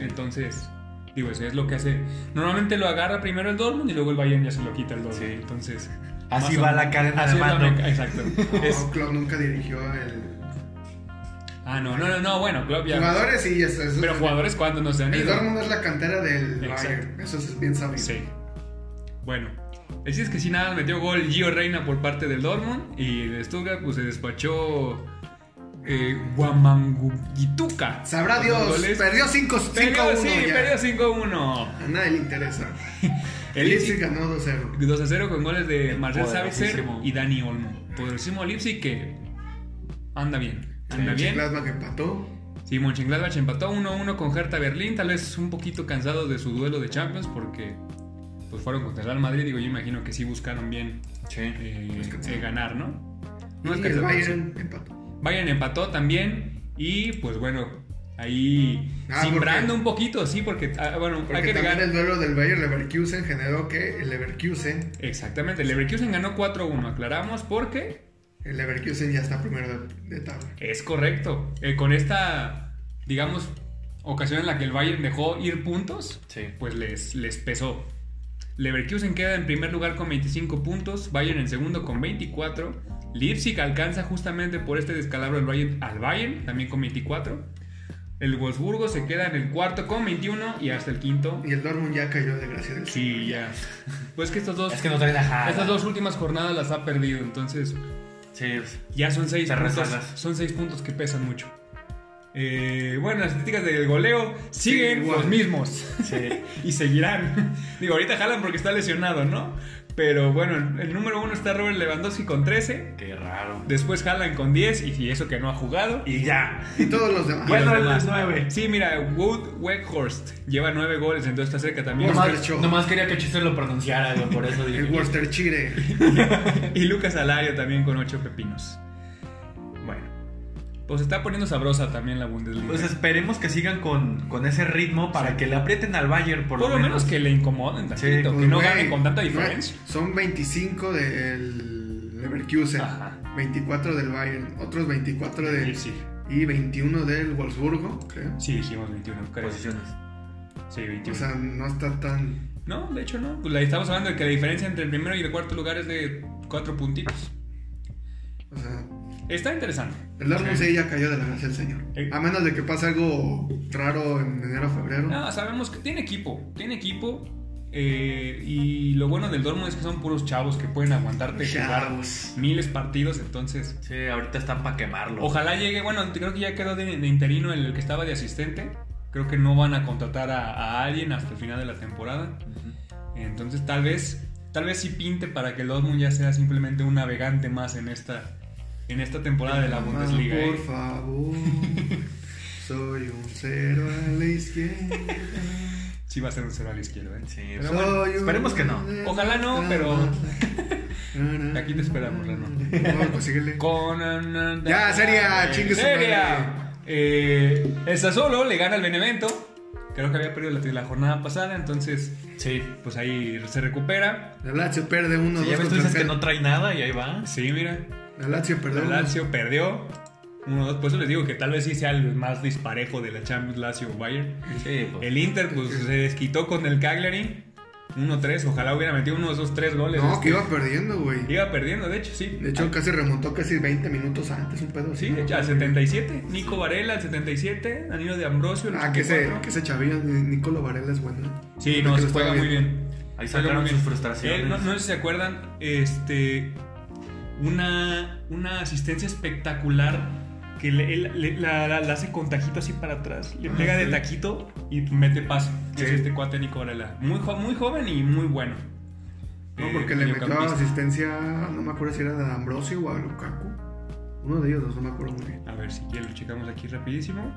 Speaker 3: Entonces, digo, eso es lo que hace. Normalmente lo agarra primero el Dortmund y luego el Bayern ya se lo quita el Dortmund.
Speaker 4: Sí.
Speaker 3: Entonces,
Speaker 4: Así
Speaker 3: más o
Speaker 4: va
Speaker 3: menos.
Speaker 4: la cadena
Speaker 3: Así
Speaker 4: de
Speaker 3: es la
Speaker 4: mando.
Speaker 3: meca- Exacto. Es-
Speaker 2: No, Klopp nunca dirigió el
Speaker 3: ah, no, no, no, no, bueno, Klopp ya.
Speaker 2: jugadores y eso, eso-
Speaker 3: pero jugadores cuando no se han
Speaker 2: El
Speaker 3: ido.
Speaker 2: Dortmund es la cantera del
Speaker 3: Exacto.
Speaker 2: Bayern. Eso es bien sabido.
Speaker 3: Sí. Bueno, así es que si nada, metió gol Gio Reina por parte del Dortmund y el Stuttgart pues se despachó eh, Guamangituka.
Speaker 2: Sabrá
Speaker 3: Con
Speaker 2: Dios,
Speaker 3: los goles.
Speaker 2: perdió 5-1.
Speaker 3: Perdió, sí, perdió 5-1.
Speaker 2: A nadie le interesa. El
Speaker 3: El
Speaker 2: Leipzig
Speaker 3: Leipzig
Speaker 2: ganó 2-0.
Speaker 3: 2 0 con goles de Marcel Sabitzer
Speaker 4: Poderosísimo.
Speaker 3: y Dani Olmo. Poderosísimo Leipzig que anda bien. Anda
Speaker 2: El
Speaker 3: bien.
Speaker 2: Checlasma que empató.
Speaker 3: Sí, Mönchengladbach empató 1-1 con Hertha Berlín, tal vez un poquito cansados de su duelo de Champions porque pues fueron contra el Real Madrid, digo, yo imagino que sí buscaron bien
Speaker 4: Sí.
Speaker 3: eh,
Speaker 2: Descansar.
Speaker 3: eh, ganar, ¿no? No es
Speaker 2: y
Speaker 3: que
Speaker 2: el
Speaker 3: se
Speaker 2: Bayern empató.
Speaker 3: Bayern empató también y pues bueno, ahí
Speaker 2: Ah,
Speaker 3: simbrando
Speaker 2: porque-
Speaker 3: un poquito, sí, porque ah, bueno, hay
Speaker 2: Porque
Speaker 3: que
Speaker 2: también
Speaker 3: agregar
Speaker 2: el duelo del Bayern Leverkusen generó que el Leverkusen,
Speaker 3: Exactamente, el Leverkusen ganó 4-1, aclaramos porque
Speaker 2: el Leverkusen ya está primero de, de tabla.
Speaker 3: es correcto. Eh, con esta, digamos, ocasión en la que el Bayern dejó ir puntos,
Speaker 4: Sí.
Speaker 3: pues les, les pesó. Leverkusen queda en primer lugar con 25 puntos, Bayern en segundo con 24, Leipzig alcanza justamente por este descalabro del Bayern al Bayern, también con 24, el Wolfsburgo se queda en el cuarto con 21 y hasta el quinto.
Speaker 2: Y el Dortmund ya cayó de gracia del
Speaker 3: Sí, ya. (laughs) Pues que estos dos,
Speaker 4: Es que no traen ajá.
Speaker 3: estas dos últimas jornadas las ha perdido, entonces...
Speaker 4: Sí, pues,
Speaker 3: Ya son seis
Speaker 4: Te
Speaker 3: puntos.
Speaker 4: resbalas.
Speaker 3: Son seis puntos que pesan mucho. Eh, bueno, las críticas del goleo siguen
Speaker 2: igual.
Speaker 3: los mismos.
Speaker 4: sí.
Speaker 3: (laughs) y seguirán. Digo, ahorita jalan porque está lesionado, ¿no? Pero bueno, el- el número uno está Robert Lewandowski con 13.
Speaker 4: Qué raro.
Speaker 3: Después jalan con 10 y- y eso que no ha jugado.
Speaker 4: Y ya.
Speaker 2: Y todos los demás.
Speaker 4: Bueno,
Speaker 3: los
Speaker 4: el
Speaker 3: demás.
Speaker 4: 9.
Speaker 3: Sí, mira, Wood Weghorst lleva 9 goles, entonces está cerca también.
Speaker 2: Nomás-
Speaker 3: Oscar-
Speaker 2: nomás
Speaker 4: quería que Chester lo pronunciara, por
Speaker 2: (laughs)
Speaker 4: eso
Speaker 2: el Worcestershire.
Speaker 3: y Lucas Alario también con 8 pepinos. Bueno, pues está poniendo sabrosa también la Bundesliga.
Speaker 4: Pues esperemos que sigan con, con ese ritmo para que le aprieten al Bayern por,
Speaker 3: Por, lo menos, que le incomoden
Speaker 4: Sí,
Speaker 3: tantito,
Speaker 2: Pues,
Speaker 3: que no
Speaker 2: güey,
Speaker 3: gane con tanta
Speaker 2: güey,
Speaker 3: diferencia.
Speaker 2: Son 25 del Leverkusen,
Speaker 3: Ajá.
Speaker 2: 24 del Bayern, otros 24 del
Speaker 3: Sí,
Speaker 2: y 21 del Wolfsburgo, creo.
Speaker 3: sí, dijimos 21, creo.
Speaker 4: Posiciones.
Speaker 3: Sí,
Speaker 2: O
Speaker 3: 21.
Speaker 2: sea, no está tan
Speaker 3: no, de hecho no. Pues la- estamos hablando de que la diferencia entre el primero y el cuarto lugar es de cuatro puntitos.
Speaker 2: o sea,
Speaker 3: Está interesante.
Speaker 2: el Dortmund
Speaker 3: Sí.
Speaker 2: sí ya cayó de la gracia del señor.
Speaker 3: Eh.
Speaker 2: A menos de que pase algo raro en enero o febrero.
Speaker 3: No, sabemos que tiene equipo, tiene equipo. eh, y lo bueno del Dortmund es que son puros chavos que pueden aguantarte
Speaker 2: Chavos.
Speaker 3: jugar miles partidos, entonces...
Speaker 4: Sí, ahorita están para quemarlo.
Speaker 3: Ojalá llegue, bueno, creo que ya quedó de, de interino el que estaba de asistente. Creo que no van a contratar a, a alguien hasta el final de la temporada.
Speaker 4: Ujú.
Speaker 3: Entonces tal vez, tal vez sí pinte para que el Dortmund ya sea simplemente un navegante más en esta, en esta temporada de la
Speaker 2: Mamá,
Speaker 3: Bundesliga. ¿eh?
Speaker 2: Ah, Por
Speaker 3: (laughs)
Speaker 2: favor. Soy un cero a la izquierda.
Speaker 3: Sí va a ser un cero a la izquierda. ¿eh?
Speaker 4: Sí, pues,
Speaker 3: Pero
Speaker 2: Soy
Speaker 3: bueno,
Speaker 2: un
Speaker 4: esperemos que no.
Speaker 2: cero.
Speaker 3: Ojalá no, pero-
Speaker 2: (laughs)
Speaker 3: Aquí te esperamos, Reno.
Speaker 2: No, pues síguele.
Speaker 3: con
Speaker 2: Ya, seria,
Speaker 3: Eh,
Speaker 2: chingue su
Speaker 3: seria. Eh, el Sassuolo le gana al Benevento. Creo que había perdido la, la jornada pasada, entonces
Speaker 4: Sí.
Speaker 3: pues ahí se recupera.
Speaker 2: La Lazio pierde uno, dos
Speaker 4: Si ya ves, tú
Speaker 2: contra
Speaker 4: dices
Speaker 2: el
Speaker 4: que
Speaker 2: Cal-
Speaker 4: no trae nada y ahí va.
Speaker 3: Sí, mira,
Speaker 2: La Lazio perdió
Speaker 3: La
Speaker 2: uno.
Speaker 3: Lazio perdió. Uno, dos. Por eso les digo que tal vez sí sea el más disparejo de la Champions Lazio Bayern.
Speaker 4: Sí, pues.
Speaker 3: El Inter
Speaker 2: (laughs)
Speaker 3: pues se desquitó con el Cagliari 1-3. Ojalá hubiera metido uno de esos tres goles.
Speaker 2: No,
Speaker 3: Este,
Speaker 2: que iba perdiendo, güey.
Speaker 3: iba perdiendo, de hecho, sí.
Speaker 2: De hecho, casi remontó casi 20 minutos antes, un pedo.
Speaker 3: Sí,
Speaker 2: así.
Speaker 3: de hecho, al 77. Nico Varela al 77. Danilo de Ambrosio. el
Speaker 2: Ah, que ese,
Speaker 3: 84.
Speaker 2: que ese chavillo, Ni- Nicolo Varela es bueno.
Speaker 3: Sí,
Speaker 2: Porque
Speaker 3: no,
Speaker 2: lo
Speaker 3: se
Speaker 2: estaba
Speaker 3: juega muy
Speaker 2: viendo.
Speaker 3: bien.
Speaker 4: Ahí
Speaker 3: Juega
Speaker 4: sacaron
Speaker 3: muy
Speaker 4: sus
Speaker 3: bien.
Speaker 4: frustraciones.
Speaker 3: Eh, no, no sé si se acuerdan, este, una, una asistencia espectacular que le- él- le- la, la- la hace con tajito así para atrás, le
Speaker 2: Ah,
Speaker 3: pega de
Speaker 2: sí.
Speaker 3: taquito y mete pase. Es
Speaker 2: Sí.
Speaker 3: este cuate Nico Varela. Muy, jo- muy joven y muy bueno.
Speaker 2: No,
Speaker 3: Eh,
Speaker 2: porque le metió
Speaker 3: mediocampista.
Speaker 2: asistencia, no me acuerdo si era de Ambrosio o a Lukaku. Uno de ellos dos, no me acuerdo muy bien.
Speaker 3: A ver si ya lo checamos aquí rapidísimo.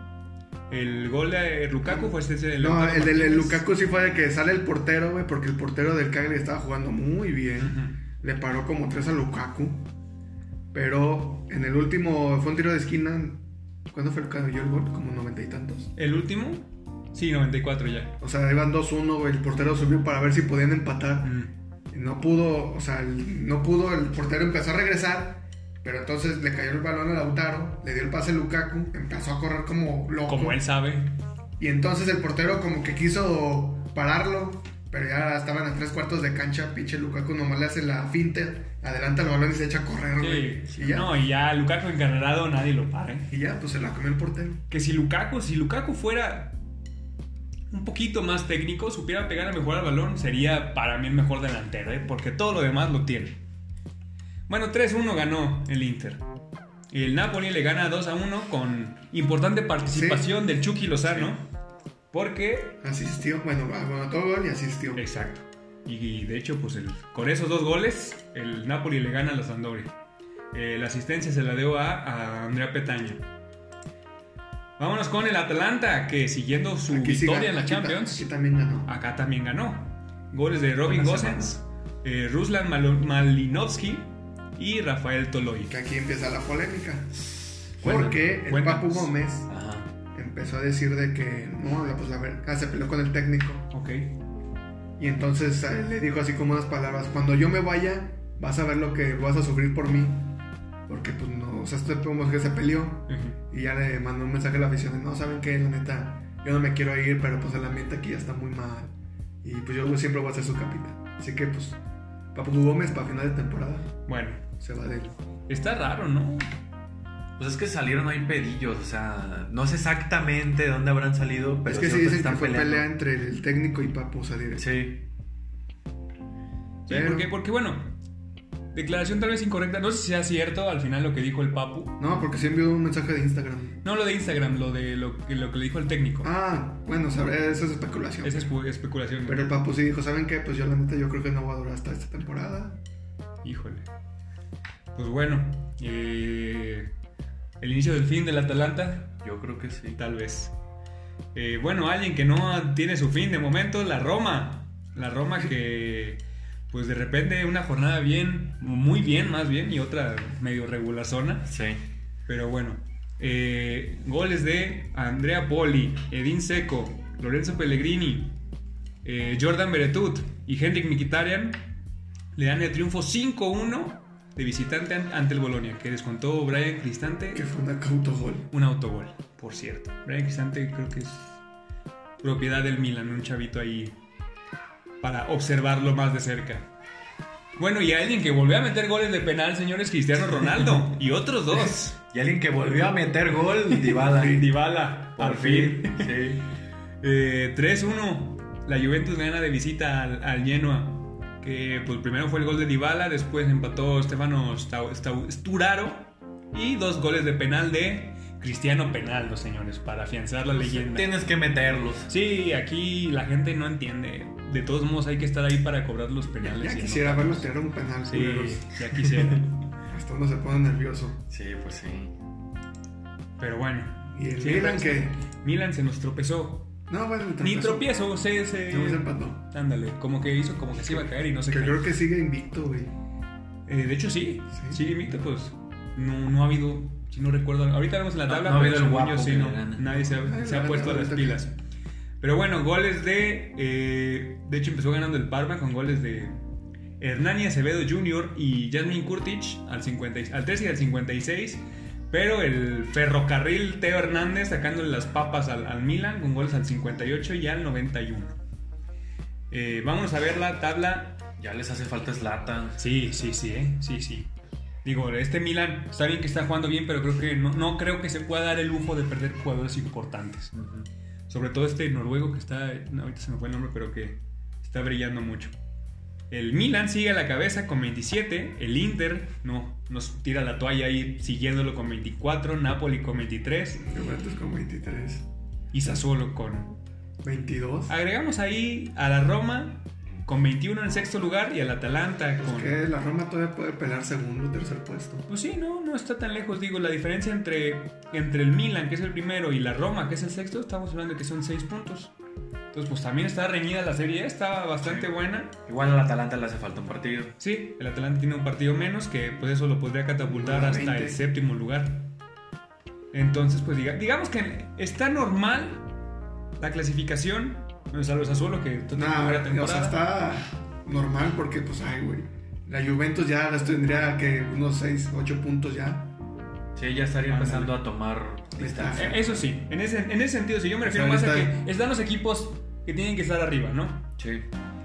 Speaker 3: El gol de Lukaku fue este de
Speaker 2: No,
Speaker 3: Lautaro
Speaker 2: el del
Speaker 3: Martínez.
Speaker 2: Lukaku sí fue de que sale el portero, güey, porque el portero del Cagliari estaba jugando muy bien.
Speaker 3: Ujú.
Speaker 2: Le paró como tres a Lukaku. Pero en el último fue un tiro de esquina. ¿Cuándo fue el que dio el gol? Como noventa y tantos.
Speaker 3: El último, sí, 94 ya.
Speaker 2: O sea, iban 2-1, güey. El portero subió para ver si podían empatar.
Speaker 3: Mm.
Speaker 2: Y no pudo, o sea, el- no pudo. El portero empezó a regresar. Pero entonces le cayó el balón a Lautaro. Le dio el pase a Lukaku. Empezó a correr como loco.
Speaker 3: Como él sabe.
Speaker 2: Y entonces el portero como que quiso pararlo, pero ya estaban a tres cuartos de cancha, pinche Lukaku nomás le hace la finta, adelanta el balón y se echa a correr, güey.
Speaker 3: Sí,
Speaker 2: y, ya,
Speaker 3: No, y ya Lukaku encarnado nadie lo para. ¿eh?
Speaker 2: y ya, pues se la comió el portero.
Speaker 3: Que si Lukaku, si Lukaku fuera un poquito más técnico, supiera pegar mejor al balón, sería para mí el mejor delantero, ¿eh? porque todo lo demás lo tiene. Bueno, 3-1 ganó el Inter. El Napoli le gana 2-1 con importante participación del Chucky Lozano, porque...
Speaker 2: Asistió, bueno, anotó gol y asistió.
Speaker 3: Eh, Exacto. Y, de hecho, pues el- con esos dos goles, el Napoli le gana a la Sampdoria. Eh, la asistencia se la dio a, a Andrea Petaña. Vámonos con el Atalanta, que siguiendo su
Speaker 2: Aquí sí ganó,
Speaker 3: victoria en la
Speaker 2: aquí ta-
Speaker 3: Champions,
Speaker 2: Aquí también ganó.
Speaker 3: acá también ganó. Goles de Robin
Speaker 4: Buena
Speaker 3: Gosens, eh, Ruslan Malo- Malinovsky y Rafael Toloy.
Speaker 2: Que aquí empieza la polémica.
Speaker 3: Cuenta-
Speaker 2: Porque el
Speaker 3: cuéntanos.
Speaker 2: Papu Gómez
Speaker 4: Ajá.
Speaker 2: empezó
Speaker 4: empezó
Speaker 2: a decir de que no, la- pues la verdad, se peleó con el técnico.
Speaker 3: Ok.
Speaker 2: Y entonces eh, le dijo así como unas palabras, cuando yo me vaya, vas a ver lo que vas a sufrir por mí. Porque pues no, o sea, este como que se peleó.
Speaker 3: Ujú.
Speaker 2: Y ya le mandó un mensaje a la afición de, no, ¿saben qué? La neta, yo no me quiero ir, pero pues el ambiente aquí ya está muy mal. Y pues yo siempre voy a ser su capitán. Así que pues, Papu Gómez para final de temporada
Speaker 3: Bueno,
Speaker 2: se va de él.
Speaker 3: está raro, ¿no?
Speaker 4: Pues es que salieron ahí pedillos, o sea, no sé exactamente de dónde habrán salido, pero
Speaker 2: es que sí
Speaker 4: siempre
Speaker 2: dicen que
Speaker 4: están
Speaker 2: fue
Speaker 4: peleando.
Speaker 2: pelea entre el técnico y Papu salir.
Speaker 4: Sí.
Speaker 3: Sí,
Speaker 2: Pero-
Speaker 3: porque, porque, bueno, declaración tal vez incorrecta. No sé si sea cierto al final lo que dijo el Papu.
Speaker 2: No, porque sí envió un mensaje de Instagram.
Speaker 3: No lo de Instagram, lo de lo, que- lo que le dijo el técnico.
Speaker 2: Ah, bueno, sabré, eso es especulación.
Speaker 3: Esa es espe- especulación.
Speaker 2: Pero el Papu sí dijo, ¿saben qué? Pues yo la neta, yo creo que no voy a durar hasta esta temporada.
Speaker 3: Híjole. Pues bueno, eh, el inicio del fin del Atalanta,
Speaker 4: Yo creo que sí.
Speaker 3: tal vez. Eh, bueno, alguien que no tiene su fin de momento, la Roma. La Roma que, pues de repente, una jornada bien, muy bien más bien, y otra medio regular zona.
Speaker 4: Sí.
Speaker 3: Pero bueno, eh, goles de Andrea Poli, Edin Seco, Lorenzo Pellegrini, eh, Jordan Beretut y Henrik Mkhitaryan le dan el triunfo 5-1 de visitante an- ante el Bolonia, que descontó Brian Cristante
Speaker 2: Que fue una cautogol.
Speaker 3: un autogol, por cierto. Brian Cristante creo que es propiedad del Milan, un chavito ahí para observarlo más de cerca. Bueno, y alguien que volvió a meter goles de penal, señores, Cristiano Ronaldo y otros dos.
Speaker 4: Y alguien que volvió a meter gol, Dybala.
Speaker 3: Dybala,
Speaker 4: Por
Speaker 3: al fin.
Speaker 4: Sí.
Speaker 3: Eh, 3-1. La Juventus gana de visita al, al Genoa. Que pues primero fue el gol de Dybala, después empató Stefano Stau- Stau- Sturaro y dos goles de penal de Cristiano Penaldo, señores, para afianzar la
Speaker 2: Pues,
Speaker 3: leyenda.
Speaker 4: Tienes que meterlos.
Speaker 3: Sí, aquí la gente no entiende. De todos modos hay que estar ahí para cobrar los penales. y
Speaker 2: Ya
Speaker 3: no-
Speaker 2: quisiera verlos tirar un penal,
Speaker 3: Sí,
Speaker 2: culeros.
Speaker 3: ya quisiera.
Speaker 2: Hasta uno se pone nervioso.
Speaker 4: Sí, pues sí.
Speaker 3: Pero bueno.
Speaker 2: (laughs) Y el
Speaker 3: Sí,
Speaker 2: Milan que...
Speaker 3: Milan se nos tropezó.
Speaker 2: No, bueno,
Speaker 3: Ni tropiezo, se... se-
Speaker 2: No, se empató.
Speaker 3: Ándale, como que hizo como que se iba a caer y no se
Speaker 2: Que
Speaker 3: cayó.
Speaker 2: creo que sigue invicto, güey.
Speaker 3: Eh, de hecho, sí.
Speaker 2: Sí.
Speaker 3: Sí, Mito, pues no, no ha habido, si no recuerdo, ahorita vemos en la
Speaker 4: No,
Speaker 3: tabla,
Speaker 4: no ha habido
Speaker 3: pero
Speaker 4: el
Speaker 3: según
Speaker 4: guapo
Speaker 3: yo sí,
Speaker 4: que
Speaker 3: no,
Speaker 4: le gane.
Speaker 3: nadie se ha,
Speaker 2: Nadie
Speaker 3: se ha
Speaker 2: le gana,
Speaker 3: puesto a las
Speaker 2: ahorita
Speaker 3: pilas. Pero bueno, goles de... eh, de hecho, empezó ganando el Parma con goles de Hernani Acevedo Jr. y Jasmine Kurtic al, 50 al 13 y al 56. Pero el ferrocarril Teo Hernández sacándole las papas al, al Milan con goles al 58 y al 91. Eh, vamos a ver la tabla
Speaker 4: Ya les hace falta Slatan.
Speaker 3: Sí, sí, sí, ¿eh? sí, sí. Digo, este Milan está bien que está jugando bien, pero creo que no, no creo que se pueda dar el lujo de perder jugadores importantes. Sobre todo este noruego que está, no, ahorita se me fue el nombre, pero que está brillando mucho. El Milan sigue a la cabeza con 27, el Inter no, nos tira la toalla ahí siguiéndolo con 24, Napoli con 23
Speaker 2: Juventus con 23.
Speaker 3: y Sassuolo con... Ah,
Speaker 2: 22.
Speaker 3: Agregamos ahí a la Roma con 21 en sexto lugar y al Atalanta
Speaker 2: Pues
Speaker 3: con...
Speaker 2: que la Roma todavía puede pelear segundo o tercer puesto.
Speaker 3: Pues sí, no, no está tan lejos. Digo, la diferencia entre, entre el Milan, que es el primero, y la Roma, que es el sexto, estamos hablando de que son seis puntos. Entonces, pues también está reñida la serie, ¿eh? está bastante
Speaker 4: Sí.
Speaker 3: buena.
Speaker 4: Igual al Atalanta le hace falta un partido.
Speaker 3: Sí, el Atalanta tiene un partido menos, que pues eso lo podría catapultar
Speaker 2: Lugar
Speaker 3: hasta
Speaker 2: 20.
Speaker 3: el séptimo lugar. Entonces, pues diga, digamos que está normal la clasificación, o sea, los Azuelo, que esto tiene
Speaker 2: Nah,
Speaker 3: buena
Speaker 2: o sea,
Speaker 3: temporada.
Speaker 2: está normal porque, pues, ay, güey. La Juventus ya las tendría que unos 6, 8 puntos ya.
Speaker 4: Sí, ya estaría
Speaker 3: Ándale.
Speaker 4: empezando a tomar distancia.
Speaker 3: Eh, Eso sí, en ese, en ese sentido, si yo me refiero
Speaker 2: sea,
Speaker 3: más a
Speaker 2: ahorita-
Speaker 3: que están los equipos que tienen que estar arriba, ¿no?
Speaker 4: Sí.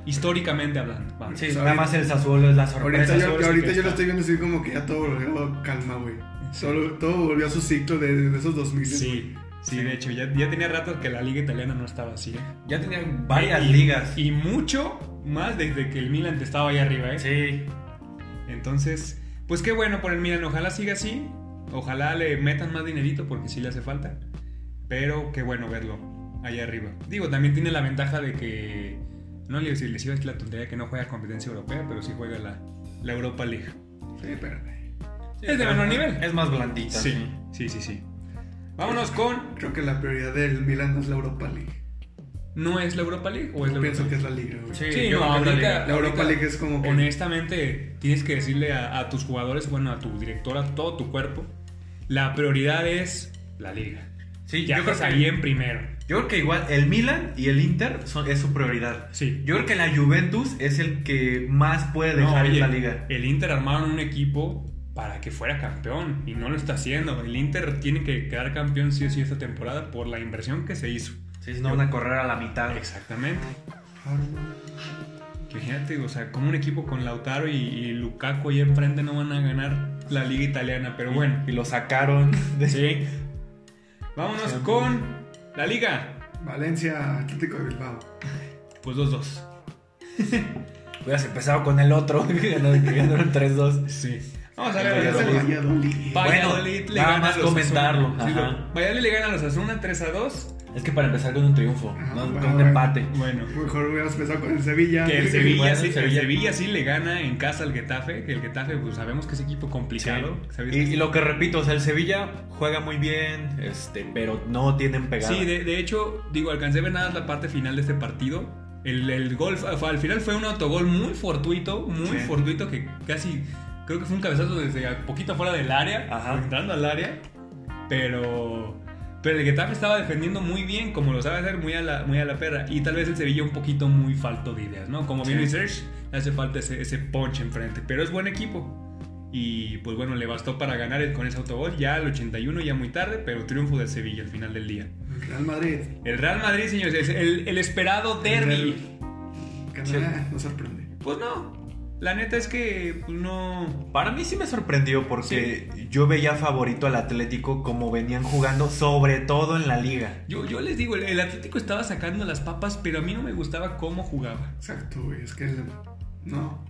Speaker 3: históricamente hablando. vamos.
Speaker 4: Sí,
Speaker 2: Pues
Speaker 4: nada
Speaker 2: ahorita-
Speaker 4: más el Sassuolo es la sorpresa.
Speaker 2: Ahorita yo,
Speaker 3: Sassuolo sí
Speaker 2: ahorita yo
Speaker 3: que
Speaker 2: lo
Speaker 3: está.
Speaker 2: estoy viendo así como que ya todo volvió calma, güey. Solo- todo volvió a su ciclo de, de esos 2000.
Speaker 3: Sí, sí, de hecho, ya, ya tenía rato que la liga italiana no estaba así. ¿eh?
Speaker 4: Ya tenían varias
Speaker 3: Y-
Speaker 4: ligas.
Speaker 3: Y mucho más desde que el Milan te estaba ahí arriba, ¿eh?
Speaker 4: Sí.
Speaker 3: Entonces, pues qué bueno por el Milan, ojalá siga así, ojalá le metan más dinerito porque sí le hace falta, pero qué bueno verlo allá arriba. Digo, también tiene la ventaja de que, no le si les iba a decir la tontería que no juega competencia europea, pero sí juega la, la Europa League.
Speaker 2: Sí, espérate.
Speaker 3: Es de menor nivel.
Speaker 4: Es más blandita.
Speaker 3: Sí, sí, sí, sí. Vámonos con.
Speaker 2: Creo que la prioridad del Milan es la Europa League.
Speaker 3: ¿No es la Europa League o es Pues la Europa
Speaker 2: Pienso
Speaker 3: League?
Speaker 2: que es la Liga, güey.
Speaker 4: Sí.
Speaker 3: Sí,
Speaker 4: yo
Speaker 3: no,
Speaker 4: creo que
Speaker 3: ahorita,
Speaker 4: la Liga.
Speaker 2: La Europa
Speaker 3: ahorita,
Speaker 2: League es como que-
Speaker 3: Honestamente, tienes que decirle a, a tus jugadores, bueno, a tu director, a todo tu cuerpo, la prioridad es la liga.
Speaker 4: Sí,
Speaker 3: ya
Speaker 4: yo creo
Speaker 3: que
Speaker 4: que-
Speaker 3: bien primero.
Speaker 4: Yo creo que igual el Milan y el Inter son, es su prioridad.
Speaker 3: Sí.
Speaker 4: Yo creo que la Juventus es el que más puede
Speaker 3: No,
Speaker 4: dejar en
Speaker 3: oye,
Speaker 4: la liga.
Speaker 3: El Inter armaron un equipo para que fuera campeón y no lo está haciendo. El Inter tiene que quedar campeón sí o sí esta temporada por la inversión que se hizo.
Speaker 4: Sí, si no van a correr a la mitad.
Speaker 3: Exactamente. Imagínate, o sea, como un equipo con Lautaro y, y Lukaku ahí enfrente no van a ganar la liga italiana, pero bueno.
Speaker 4: Y lo sacaron. de-
Speaker 3: Sí. Vámonos con la liga.
Speaker 2: Valencia, Atlético de Bilbao.
Speaker 3: Pues 2-2.
Speaker 4: Hubieras empezado con el otro, (laughs) que ganaron 3-2.
Speaker 3: Sí. Vamos a
Speaker 4: El
Speaker 3: ver.
Speaker 2: Es el
Speaker 4: Valladolid.
Speaker 2: Valladolid.
Speaker 4: Va- Bueno,
Speaker 3: Valladolid le
Speaker 4: nada
Speaker 3: gana
Speaker 4: más
Speaker 3: a los
Speaker 4: comentarlo,
Speaker 3: Asuna. Sí,
Speaker 4: ajá.
Speaker 3: lo- Valladolid le gana a los Asuna 3 a 2.
Speaker 4: Es que para empezar con un triunfo,
Speaker 2: Ajá,
Speaker 4: no
Speaker 2: bueno,
Speaker 4: con un
Speaker 2: bueno.
Speaker 4: empate.
Speaker 3: Bueno,
Speaker 2: Mejor hubieras empezado con el Sevilla.
Speaker 3: que el Sevilla,
Speaker 4: Bueno,
Speaker 3: sí, el
Speaker 4: Sevilla.
Speaker 3: Sevilla sí le gana en casa al Getafe. Que el Getafe, pues sabemos que es equipo complicado. ¿sabes?
Speaker 4: Y, y lo que repito, o sea, el Sevilla juega muy bien, este, pero no tienen pegada.
Speaker 3: Sí, de, de hecho, digo, alcancé a ver nada más la parte final de este partido. El, el gol, fue- fue- al final fue un autogol muy fortuito, muy
Speaker 4: Sí.
Speaker 3: fortuito, que casi creo que fue un cabezazo desde a poquito fuera del área,
Speaker 4: Ajá.
Speaker 3: entrando al área. Pero, pero el Getafe estaba defendiendo muy bien, como lo sabe hacer, muy a la, muy a la perra. Y tal vez el Sevilla un poquito muy falto de ideas, ¿no? Como bien
Speaker 4: Sí.
Speaker 3: dice Serge, le hace falta ese, ese punch enfrente. Pero es buen equipo. Y pues bueno, le bastó para ganar el- con ese autogol ya al 81, ya muy tarde, pero triunfo del Sevilla al final del día.
Speaker 2: Real Madrid.
Speaker 3: El Real Madrid, señores, es el, el esperado derby.
Speaker 2: Canadá, no sorprende.
Speaker 3: Pues no. La neta es que pues, no.
Speaker 4: Para mí sí me sorprendió porque yo veía favorito al Atlético como venían jugando, sobre todo en la liga.
Speaker 3: Yo, yo les digo, el, el Atlético estaba sacando las papas, pero a mí no me gustaba cómo jugaba.
Speaker 2: Exacto, güey. Es que. el- No.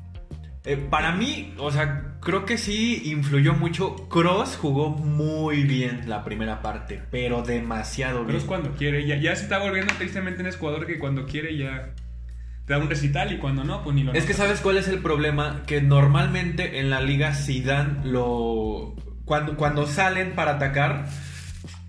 Speaker 4: Eh, para mí, o sea, creo que sí influyó mucho. Cross jugó muy bien la primera parte, pero demasiado
Speaker 3: Pero
Speaker 4: bien.
Speaker 3: es cuando quiere, ya, ya se está volviendo tristemente un jugador que cuando quiere ya te da un recital y cuando no, pues ni lo
Speaker 4: Es que
Speaker 3: notas.
Speaker 4: sabes cuál es el problema que normalmente en la liga Zidane lo cuando cuando salen para atacar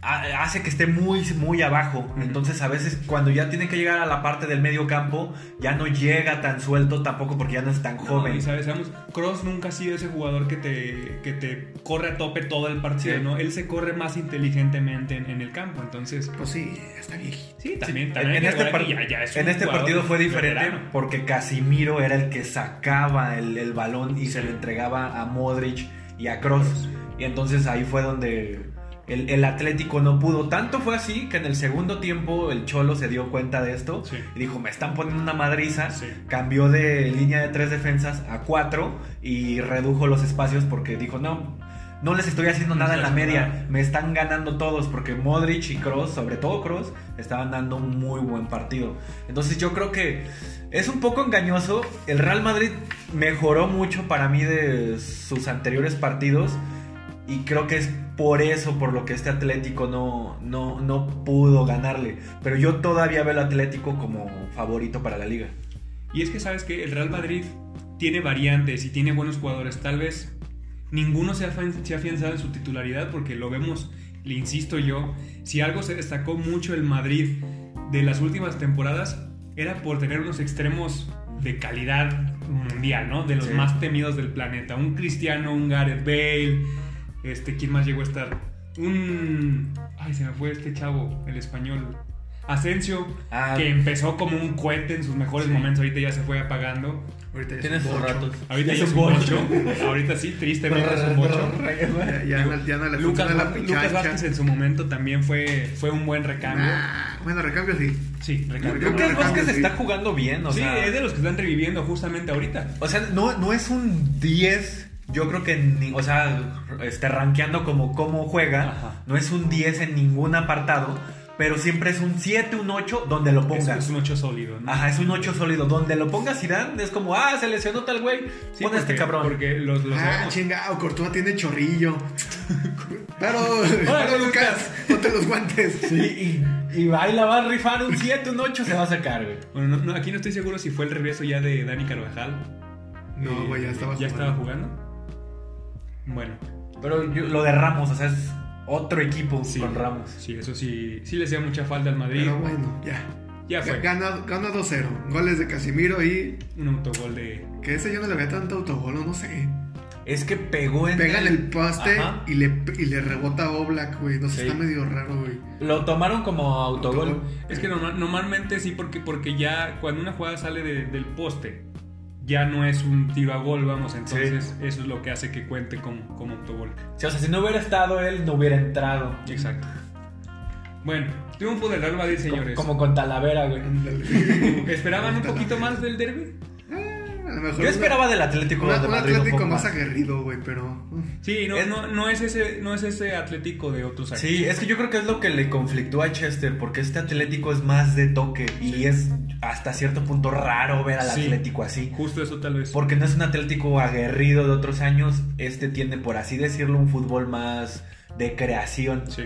Speaker 4: ha- hace que esté muy muy abajo.
Speaker 3: Ujú.
Speaker 4: Entonces a veces cuando ya tiene que llegar a la parte del medio campo ya no llega tan suelto tampoco porque ya no es tan
Speaker 3: No,
Speaker 4: joven.
Speaker 3: y sabes, sabemos, Cross nunca ha sido ese jugador que te, que te corre a tope todo el partido,
Speaker 4: Sí.
Speaker 3: ¿no? Él se corre más inteligentemente en, en el campo, entonces.
Speaker 2: Pues sí, está viejito.
Speaker 3: Sí, también,
Speaker 4: En- en
Speaker 3: también. hay que
Speaker 4: este,
Speaker 3: recordar
Speaker 4: par-
Speaker 3: que ya- ya es
Speaker 4: en
Speaker 3: un
Speaker 4: este
Speaker 3: jugador
Speaker 4: partido fue diferente
Speaker 3: veterano.
Speaker 4: porque Casimiro era el que sacaba el, el balón y se lo entregaba a Modric y a Cross. Y entonces ahí fue donde el, el Atlético no pudo. Tanto fue así que en el segundo tiempo el Cholo se dio cuenta de esto
Speaker 3: Sí.
Speaker 4: y dijo: Me están poniendo una madriza.
Speaker 3: Sí.
Speaker 4: Cambió de línea de tres defensas a cuatro y redujo los espacios porque dijo: No. No les estoy haciendo
Speaker 3: No
Speaker 4: nada en la
Speaker 3: estoy haciendo nada".
Speaker 4: media, me están ganando todos porque Modric y Cross, sobre todo Cross, estaban dando un muy buen partido. Entonces yo creo que es un poco engañoso. El Real Madrid mejoró mucho para mí de sus anteriores partidos y creo que es por eso por lo que este Atlético no, no, no pudo ganarle. Pero yo todavía veo al Atlético como favorito para la liga.
Speaker 3: Y es que sabes que el Real Madrid tiene variantes y tiene buenos jugadores. Tal vez ninguno se ha, afian- se ha afianzado en su titularidad porque lo vemos, le insisto yo, si algo se destacó mucho el Madrid de las últimas temporadas era por tener unos extremos de calidad mundial, ¿no? De los
Speaker 4: Sí.
Speaker 3: más temidos del planeta. Un Cristiano, un Gareth Bale, este, ¿quién más llegó a estar? Un... Ay, se me fue este chavo, el español. Asensio,
Speaker 4: Ah.
Speaker 3: que empezó como un cohete en sus mejores
Speaker 4: Sí.
Speaker 3: momentos, ahorita ya se fue apagando.
Speaker 2: Ahorita ya
Speaker 4: Tienes
Speaker 2: es un
Speaker 4: sus
Speaker 2: bocho.
Speaker 4: ratos.
Speaker 3: Ahorita
Speaker 4: Es
Speaker 3: ya es
Speaker 4: un
Speaker 3: un bocho. Ahorita sí, tristemente es un bocho.
Speaker 2: Ya, ya, no- ya no le
Speaker 3: Lucas,
Speaker 2: funciona la
Speaker 3: Vázquez- Lucas
Speaker 2: pichancha.
Speaker 3: Vázquez en su momento también fue, fue un buen recambio.
Speaker 2: Nah, Bueno, recambio sí.
Speaker 3: Sí, recambio.
Speaker 2: Lucas
Speaker 4: Lucas Vázquez
Speaker 2: Sí.
Speaker 4: está jugando bien, o
Speaker 3: sí,
Speaker 4: sea.
Speaker 3: es de los que están reviviendo justamente ahorita.
Speaker 4: O sea, no, no es un 10. Yo creo que, ni- o sea, este, rankeando como cómo juega,
Speaker 3: Ajá.
Speaker 4: no es un 10 en ningún apartado, pero siempre es un 7, un 8, donde lo
Speaker 3: Es,
Speaker 4: pongas.
Speaker 3: es un 8 sólido, ¿no?
Speaker 4: Ajá, es un 8 sólido. Donde lo pongas, Zidane, es como, ah, se lesionó tal güey,
Speaker 3: Sí,
Speaker 4: pon a este
Speaker 3: porque-
Speaker 4: cabrón.
Speaker 3: Porque los, los
Speaker 2: Ah,
Speaker 3: sabemos.
Speaker 2: chingado, Cortúa tiene
Speaker 3: (laughs)
Speaker 2: chorrillo. Claro,
Speaker 3: Órale,
Speaker 2: claro, Lucas, ponte los guantes.
Speaker 4: Sí, y, y ahí la va a rifar un 7, un 8, se va a sacar, güey.
Speaker 3: Bueno, no- no, aquí no estoy seguro si fue el regreso ya de Dani Carvajal.
Speaker 2: No,
Speaker 3: Eh,
Speaker 2: güey, ya estaba
Speaker 3: ¿Ya
Speaker 2: jugando.
Speaker 3: estaba jugando? Bueno,
Speaker 4: Pero yo- lo de Ramos, o sea, es otro equipo
Speaker 3: Sí.
Speaker 4: con Ramos.
Speaker 3: Sí, eso sí, sí le hacía mucha falta al Madrid.
Speaker 2: Pero bueno, ya.
Speaker 3: ya fue.
Speaker 2: Gana, gana 2-0. Goles de Casimiro y.
Speaker 3: Un autogol de.
Speaker 2: Que ese yo no le veía tanto autogol, no sé.
Speaker 4: Es que pegó en.
Speaker 2: Pegan el poste
Speaker 4: Ajá.
Speaker 2: y le, y le rebota a Oblak, güey. No sé,
Speaker 4: Sí.
Speaker 2: está medio raro, güey.
Speaker 4: Lo tomaron como autogol.
Speaker 3: Es que norma- normalmente sí, porque, porque ya cuando una jugada sale de- del poste, ya no es un tiro a gol, vamos. Entonces, eso es lo que hace que cuente como, como autogol.
Speaker 4: Sí, o sea, si no hubiera estado él, no hubiera entrado.
Speaker 3: Exacto. Bueno, triunfo del Real Madrid,
Speaker 4: Como,
Speaker 3: señores.
Speaker 4: como con Talavera, güey.
Speaker 2: Ándale.
Speaker 3: (laughs) ¿Esperaban un poquito más del derby?
Speaker 2: Ah, (laughs) a lo mejor
Speaker 4: Yo esperaba del Atlético
Speaker 2: un,
Speaker 4: de
Speaker 2: un
Speaker 4: Madrid un
Speaker 2: Atlético
Speaker 4: poco
Speaker 2: más
Speaker 4: más.
Speaker 2: aguerrido, güey, pero. mm,
Speaker 3: Sí, no,
Speaker 4: Es-
Speaker 3: no, no es ese, no es ese Atlético de otros años.
Speaker 4: Sí, es que yo creo que es lo que le conflictó a Chester, porque este Atlético es más de toque y es hasta cierto punto raro ver al
Speaker 3: Sí.
Speaker 4: Atlético así.
Speaker 3: Justo eso tal vez.
Speaker 4: Porque no es un Atlético aguerrido de otros años, este tiene, por así decirlo, un fútbol más de creación
Speaker 3: Sí.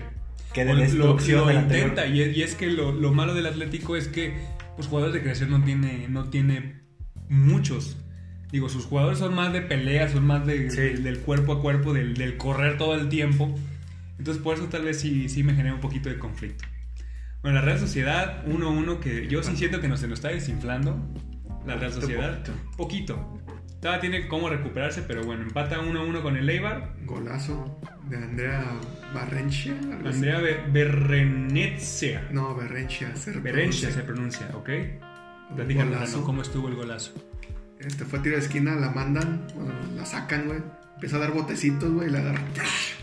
Speaker 4: que de
Speaker 3: Lo-
Speaker 4: destrucción.
Speaker 3: lo,
Speaker 4: del anterior.
Speaker 3: intenta y es, y es que lo, lo malo del Atlético es que pues jugadores de creación no tiene no tiene muchos digo sus jugadores son más de pelea son más de-
Speaker 4: Sí.
Speaker 3: del, del cuerpo a cuerpo del, del correr todo el tiempo entonces por eso tal vez sí, sí me genera un poquito de conflicto bueno la Real Sociedad 1-1 que yo sí siento que nos, se nos está desinflando la Real
Speaker 4: Este
Speaker 3: Sociedad poquito todavía tiene cómo recuperarse pero bueno empata 1-1 con el Eibar
Speaker 2: Golazo de Andrea Barrenchia. algo así.
Speaker 3: Andrea Be- Berrenetsia
Speaker 2: No, Barrenchia. Ser-
Speaker 3: Berenche se pronuncia, ¿ok?
Speaker 2: Un
Speaker 3: Platícanos,
Speaker 2: golazo.
Speaker 3: Rano, ¿cómo estuvo el golazo?
Speaker 2: Este fue tiro de esquina, la mandan, bueno, la sacan, güey. Empieza a dar botecitos, güey, y la agarra.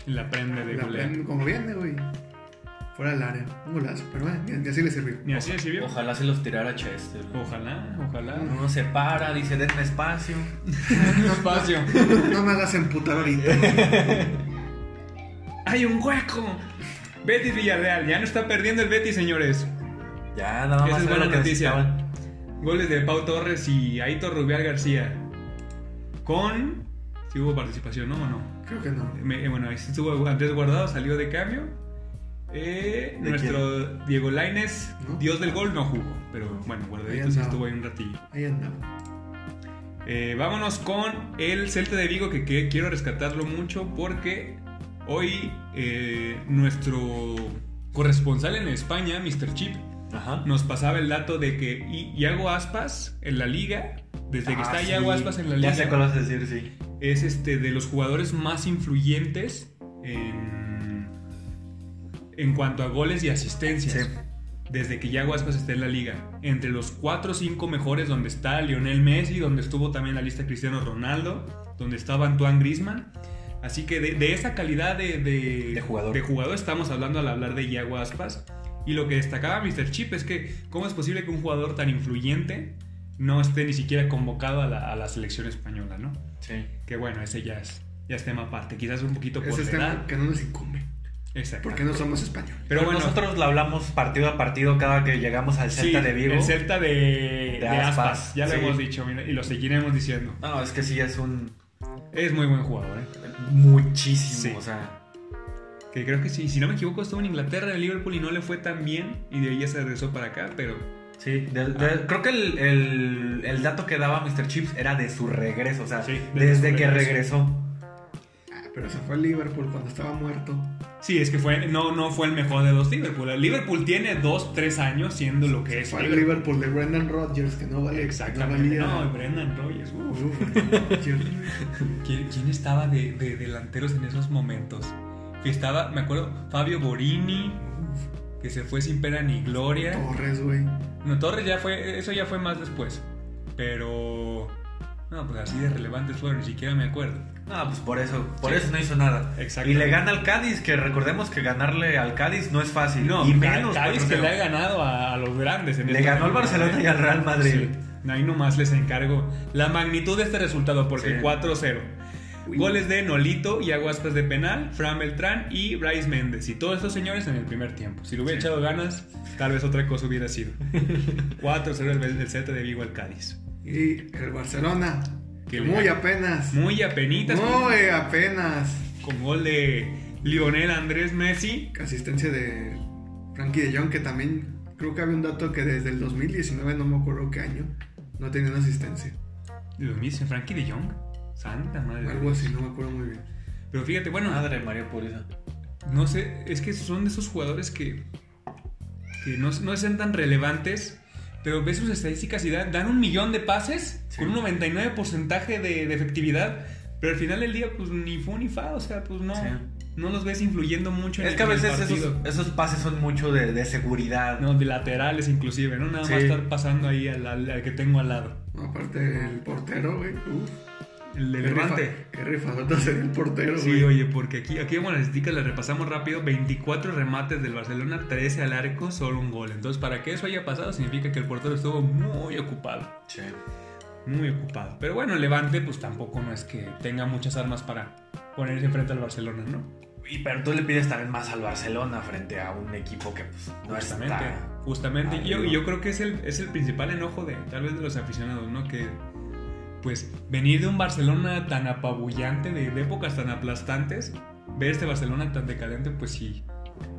Speaker 3: La prende de
Speaker 2: La
Speaker 3: golea.
Speaker 2: prenden como viene, güey. Fuera del área. Un golazo, pero bueno, ni, ni así le sirvió.
Speaker 3: Ni así le sirvió.
Speaker 4: Ojalá se los tirara a Chester.
Speaker 3: Ojalá, ojalá.
Speaker 4: Uno se para, dice, denme
Speaker 3: (laughs)
Speaker 4: espacio.
Speaker 3: Espacio.
Speaker 2: No me hagas emputar ahorita.
Speaker 3: ¡Hay un hueco! Betis Villarreal, ya no está perdiendo el Betis, señores.
Speaker 4: Ya, nada más.
Speaker 3: Esa es
Speaker 4: era
Speaker 3: buena
Speaker 4: lo que
Speaker 3: noticia.
Speaker 4: necesitaban.
Speaker 3: Goles de Pau Torres y Aito Rubial García. Con. Si hubo participación, ¿no o no?
Speaker 2: Creo que no.
Speaker 3: Me- eh, bueno, ahí sí estuvo Andrés Guardado, salió de cambio. Eh,
Speaker 4: ¿De
Speaker 3: nuestro Diego Laines,
Speaker 2: ¿No?
Speaker 3: Dios del gol, no jugó. Pero bueno, guardadito
Speaker 2: Ahí
Speaker 3: sí
Speaker 2: andaba.
Speaker 3: estuvo ahí un ratillo.
Speaker 2: Ahí andaba.
Speaker 3: Eh, vámonos con el Celta de Vigo, que, que quiero rescatarlo mucho porque hoy eh, nuestro corresponsal en España, Mr. Chip,
Speaker 4: Ajá.
Speaker 3: nos pasaba el dato de que I- Iago Aspas en la liga, desde que
Speaker 4: Ah,
Speaker 3: está
Speaker 4: sí.
Speaker 3: Iago Aspas en la
Speaker 4: Ya sé
Speaker 3: liga,
Speaker 4: cuál vas a decir, sí.
Speaker 3: es este, de los jugadores más influyentes en, en cuanto a goles y asistencias.
Speaker 4: Sí.
Speaker 3: Desde que Iago Aspas está en la liga. Entre los 4 o 5 mejores, donde está Lionel Messi, donde estuvo también la lista Cristiano Ronaldo, donde estaba Antoine Grisman. Así que de, de esa calidad de, de,
Speaker 4: De jugador.
Speaker 3: estamos hablando al hablar de Iago Aspas. Y lo que destacaba Mr. Chip es que, ¿cómo es posible que un jugador tan influyente no esté ni siquiera convocado a la, a la selección española, no?
Speaker 4: Sí.
Speaker 3: Que bueno, ese ya es, ya es tema aparte. Quizás un poquito por
Speaker 2: Ese es
Speaker 3: la
Speaker 2: tema
Speaker 3: edad.
Speaker 2: que no nos incumbe.
Speaker 3: Exacto.
Speaker 2: Porque no somos españoles.
Speaker 4: Pero, bueno, nosotros lo hablamos partido a partido cada que llegamos al Celta
Speaker 3: sí,
Speaker 4: de Vigo.
Speaker 3: El Celta de, de Aspas.
Speaker 4: Aspas,
Speaker 3: Ya lo
Speaker 4: sí.
Speaker 3: hemos dicho mira, y lo seguiremos diciendo.
Speaker 4: No, es que sí es un
Speaker 3: Es muy buen jugador, ¿eh?
Speaker 4: muchísimo,
Speaker 3: Sí.
Speaker 4: o sea,
Speaker 3: Que creo que sí. Si no me equivoco, estuvo en Inglaterra, en Liverpool y no le fue tan bien. Y de ahí ya se regresó para acá, pero
Speaker 4: sí, de- de- creo que el, el- el dato que daba Mr. Chips era de su regreso, o sea,
Speaker 3: Sí, desde
Speaker 4: desde,
Speaker 3: su
Speaker 4: que
Speaker 3: regreso.
Speaker 4: regresó.
Speaker 2: Ah, pero se fue a Liverpool cuando estaba muerto.
Speaker 3: Sí, es que fue, no, no fue el mejor de los Liverpool. El Liverpool tiene dos, tres años siendo lo que es.
Speaker 2: Fue al Liverpool de Brendan Rodgers, que no vale.
Speaker 3: Exactamente.
Speaker 2: No
Speaker 3: No,
Speaker 2: valía.
Speaker 3: Brendan Rodgers. uf.
Speaker 2: Uf,
Speaker 3: ¿Quién, quién estaba de, de delanteros en esos momentos? Que estaba, me acuerdo, Fabio Borini, que se fue sin pena ni gloria.
Speaker 2: Torres, güey.
Speaker 3: No, Torres ya fue, eso ya fue más después. Pero, no, pues así de relevantes fueron, ni siquiera me acuerdo.
Speaker 4: No, pues por eso, por
Speaker 3: Sí.
Speaker 4: eso no hizo nada.
Speaker 3: Exacto.
Speaker 4: Y le gana al Cádiz, que recordemos que ganarle al Cádiz no es fácil. y menos
Speaker 3: Cádiz
Speaker 4: cuatro
Speaker 3: que le ha
Speaker 4: cero.
Speaker 3: ganado a, a los grandes. en
Speaker 4: Le
Speaker 3: esta
Speaker 4: ganó al
Speaker 3: temporada. ¿eh?
Speaker 4: Barcelona y al Real Madrid.
Speaker 3: Sí. Ahí nomás les encargo la magnitud de este resultado, porque
Speaker 4: Sí.
Speaker 3: 4-0. Goles de Nolito y Aguaspas de penal, Fran Beltrán y Bryce Méndez. Y todos estos señores en el primer tiempo. Si le hubiera
Speaker 4: Sí.
Speaker 3: echado ganas, tal vez otra cosa
Speaker 4: (laughs)
Speaker 3: hubiera sido. 4-0 el, el Celta de Vigo al Cádiz.
Speaker 2: Y el Barcelona.
Speaker 3: Que
Speaker 2: Que
Speaker 3: le
Speaker 2: muy
Speaker 3: gana.
Speaker 2: apenas.
Speaker 3: Muy apenitas con,
Speaker 2: Muy apenas.
Speaker 3: con gol de Lionel Andrés Messi.
Speaker 2: Asistencia de Frankie de Jong, que también creo que había un dato que desde el 2019, no me acuerdo qué año, no tenía una asistencia.
Speaker 3: Lo mismo, Frankie de Jong. Santa madre. de
Speaker 2: Algo
Speaker 3: Dios.
Speaker 2: así, no me acuerdo muy bien.
Speaker 3: Pero fíjate, bueno,
Speaker 4: Madre María Purisa.
Speaker 3: no sé, es que son de esos jugadores que, que no, no sean tan relevantes, pero ves sus estadísticas y dan, dan un millón de pases
Speaker 4: Sí.
Speaker 3: con un 99 porcentaje de, de efectividad, pero al final del día, pues ni fu ni fa, o sea, pues no,
Speaker 4: Sí.
Speaker 3: no los ves influyendo mucho en
Speaker 4: Es
Speaker 3: el-
Speaker 4: que a
Speaker 3: en el
Speaker 4: veces
Speaker 3: partido.
Speaker 4: esos, esos pases son mucho de, de seguridad.
Speaker 3: No, de laterales inclusive, no nada
Speaker 4: Sí.
Speaker 3: más estar pasando ahí al, al- al que tengo al lado.
Speaker 2: No, aparte el portero, güey. Uf.
Speaker 3: El de
Speaker 2: Qué rifa-
Speaker 3: Levante.
Speaker 2: Qué rifadota sería el portero,
Speaker 3: Sí,
Speaker 2: güey.
Speaker 3: oye, porque aquí, aquí vamos a las estadísticas, las repasamos rápido. 24 remates del Barcelona, 13 al arco, solo un gol. Entonces, para que eso haya pasado, significa que el portero estuvo muy ocupado.
Speaker 4: Sí.
Speaker 3: Muy ocupado. Pero bueno, el Levante, pues tampoco no es que tenga muchas armas para ponerse enfrente al Barcelona, ¿no?
Speaker 4: Y pero tú le pides también más al Barcelona frente a un equipo que pues, no
Speaker 3: justamente.
Speaker 4: está.
Speaker 3: Justamente. Y yo,
Speaker 4: arriba.
Speaker 3: yo creo que es el, es el principal enojo de tal vez de los aficionados, ¿no? Que pues venir de un Barcelona tan apabullante, de, de épocas tan aplastantes, ver este Barcelona tan decadente, pues sí.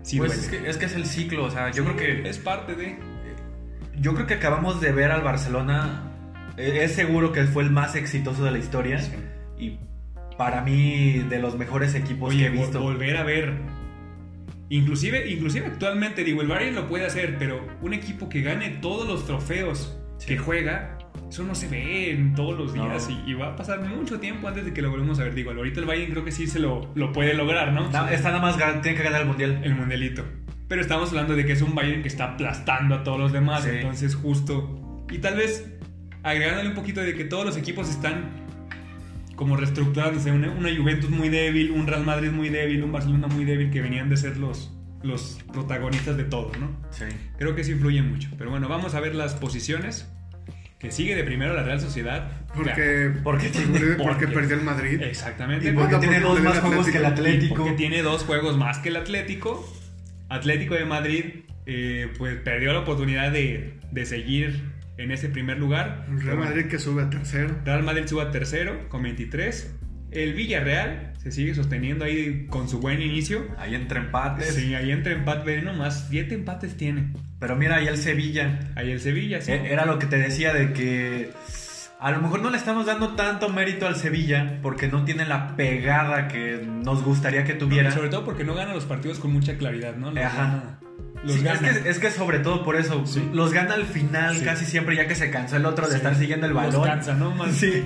Speaker 3: Sí,
Speaker 4: Pues
Speaker 3: duele.
Speaker 4: es que, es que es el ciclo, o sea, yo creo que
Speaker 3: es parte de.
Speaker 4: pues, yo creo que acabamos de ver al Barcelona. eh, Es seguro que fue el más exitoso de la historia y para mí de los mejores equipos
Speaker 3: Oye,
Speaker 4: que he
Speaker 3: vol-
Speaker 4: visto.
Speaker 3: volver a ver. Inclusive, inclusive actualmente, digo, el Bayern lo puede hacer, pero un equipo que gane todos los trofeos
Speaker 4: Sí.
Speaker 3: que juega, eso no se ve en todos los
Speaker 4: No.
Speaker 3: días y, y va a pasar mucho tiempo antes de que lo volvamos a ver. Digo, ahorita el Bayern creo que sí se lo, lo puede lograr, ¿no?
Speaker 4: Na- está nada más gan- tiene que ganar el mundial.
Speaker 3: El mundialito. Pero estamos hablando de que es un Bayern que está aplastando a todos los demás,
Speaker 4: Sí.
Speaker 3: entonces justo. Y tal vez agregándole un poquito de que todos los equipos están como reestructurándose. Una, una Juventus muy débil, un Real Madrid muy débil, un Barcelona muy débil, que venían de ser los, los protagonistas de todo, ¿no?
Speaker 4: Sí.
Speaker 3: Creo que eso influye mucho. Pero bueno, vamos a ver las posiciones. Que sigue de primero la Real Sociedad.
Speaker 2: Porque,
Speaker 4: Porque tiene-
Speaker 2: (laughs) porque,
Speaker 3: porque-
Speaker 2: perdió el Madrid.
Speaker 3: Claro, exactamente.
Speaker 2: Y
Speaker 4: Porque
Speaker 2: Bueno,
Speaker 4: tiene
Speaker 2: porque
Speaker 4: dos
Speaker 2: le
Speaker 4: más
Speaker 2: da
Speaker 4: juegos que el
Speaker 3: Y
Speaker 4: Atlético.
Speaker 3: porque tiene dos juegos más que el Atlético. Atlético de Madrid, eh, pues perdió la oportunidad de, de seguir en ese primer lugar.
Speaker 2: El Real Madrid que sube a tercero.
Speaker 3: Real Madrid sube a tercero con 23. El Villarreal se sigue sosteniendo ahí con su buen inicio.
Speaker 4: Ahí entre empates.
Speaker 3: Sí, ahí entra empate, ve nomás, 7 empates tiene.
Speaker 4: Pero mira, ahí el Sevilla.
Speaker 3: Ahí el Sevilla, sí.
Speaker 4: E- Era lo que te decía de que a lo mejor no le estamos dando tanto mérito al Sevilla porque no tiene la pegada que nos gustaría que tuviera.
Speaker 3: Sobre todo porque no gana los partidos con mucha claridad, ¿no? Los
Speaker 4: Ajá.
Speaker 3: gana- los
Speaker 4: Sí, es,
Speaker 3: gana.
Speaker 4: que, es que sobre todo por eso,
Speaker 3: Sí.
Speaker 4: los gana al final
Speaker 3: Sí.
Speaker 4: casi siempre ya que se cansó el otro de
Speaker 3: Sí.
Speaker 4: estar siguiendo el
Speaker 3: Los
Speaker 4: balón.
Speaker 3: cansa, ¿no? Más-
Speaker 4: Sí.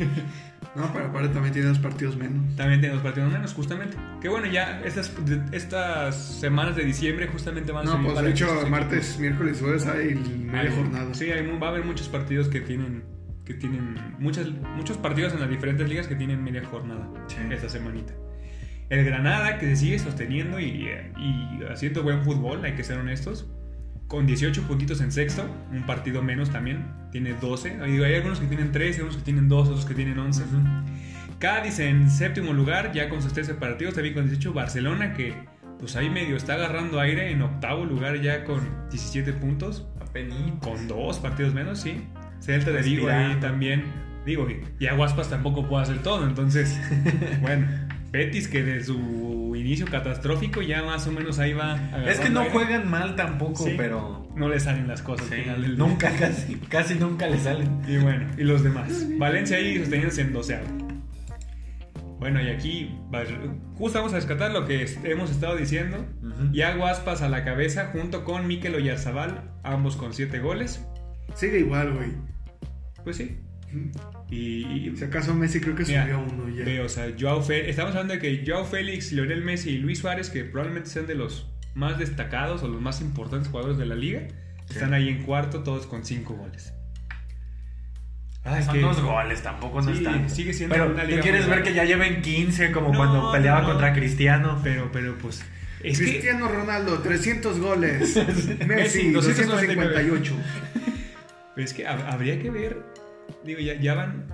Speaker 2: No, pero aparte también tiene dos partidos menos.
Speaker 3: También tenemos partidos menos, justamente. Que bueno, ya estas, de- estas semanas de diciembre justamente van a
Speaker 2: No,
Speaker 3: servir
Speaker 2: pues
Speaker 3: Ah, para
Speaker 2: de
Speaker 3: que
Speaker 2: hecho,
Speaker 3: estos
Speaker 2: martes, miércoles y jueves hay
Speaker 3: equipos-
Speaker 2: media
Speaker 3: hay-
Speaker 2: jornada.
Speaker 3: Sí, hay, mu- va a haber muchos partidos que tienen que tienen muchas, muchos partidos en las diferentes ligas que tienen media jornada
Speaker 4: Sí.
Speaker 3: esta semanita. El Granada que se sigue sosteniendo y, y haciendo buen fútbol, hay que ser honestos. Con 18 puntitos en sexto, un partido menos también, tiene 12. Digo, Hay algunos que tienen 13, unos que tienen 2, otros que tienen 11. Cádiz en séptimo lugar, ya con sus 13 partidos, también con 18. Barcelona, que pues ahí medio está agarrando aire en octavo lugar, ya con 17 puntos, con dos partidos menos, sí. Celta de Vigo ahí
Speaker 4: Respirando.
Speaker 3: también. Digo, y Aguaspas tampoco puede hacer todo, entonces,
Speaker 4: (laughs)
Speaker 3: bueno. Betis, que de su inicio catastrófico ya más o menos ahí va.
Speaker 4: Es que no
Speaker 3: agarrando aire.
Speaker 4: juegan mal tampoco,
Speaker 3: Sí.
Speaker 4: pero
Speaker 3: No le salen las cosas al
Speaker 4: sí,
Speaker 3: final del día.
Speaker 4: nunca, (laughs) casi, casi nunca le salen.
Speaker 3: Y bueno, y
Speaker 4: (laughs)
Speaker 3: los demás. Valencia ahí sosteniéndose en doceavo. Bueno, y aquí va- justo vamos a rescatar lo que es- hemos estado diciendo.
Speaker 4: Ujú.
Speaker 3: Iago Aspas a la cabeza junto con Mikel Oyarzabal, ambos con siete goles.
Speaker 2: Sigue igual, güey.
Speaker 3: Pues sí. Y, y-
Speaker 2: Si acaso Messi creo que
Speaker 3: Mira,
Speaker 2: subió uno ya.
Speaker 3: ve, o sea, Joao Fe- estamos hablando de que Joao Félix, Lionel Messi y Luis Suárez, que probablemente sean de los más destacados o los más importantes jugadores de la liga, están ahí en cuarto, todos con cinco goles. Ah, es
Speaker 4: Son
Speaker 3: que-
Speaker 4: dos goles, tampoco no
Speaker 3: Sí,
Speaker 4: es tanto.
Speaker 3: sigue siendo
Speaker 4: pero
Speaker 3: una
Speaker 4: ¿tú
Speaker 3: liga
Speaker 4: quieres
Speaker 3: muy
Speaker 4: ver
Speaker 3: buena?
Speaker 4: que ya lleven 15 como
Speaker 3: No,
Speaker 4: cuando peleaba
Speaker 3: no, no.
Speaker 4: contra Cristiano.
Speaker 3: Pero, pero pues. Es que
Speaker 2: Cristiano Ronaldo, 300
Speaker 3: (laughs)
Speaker 2: goles. Messi,
Speaker 3: 299.
Speaker 2: 258.
Speaker 3: Pero es que hab- habría que ver. Digo, ya, ya van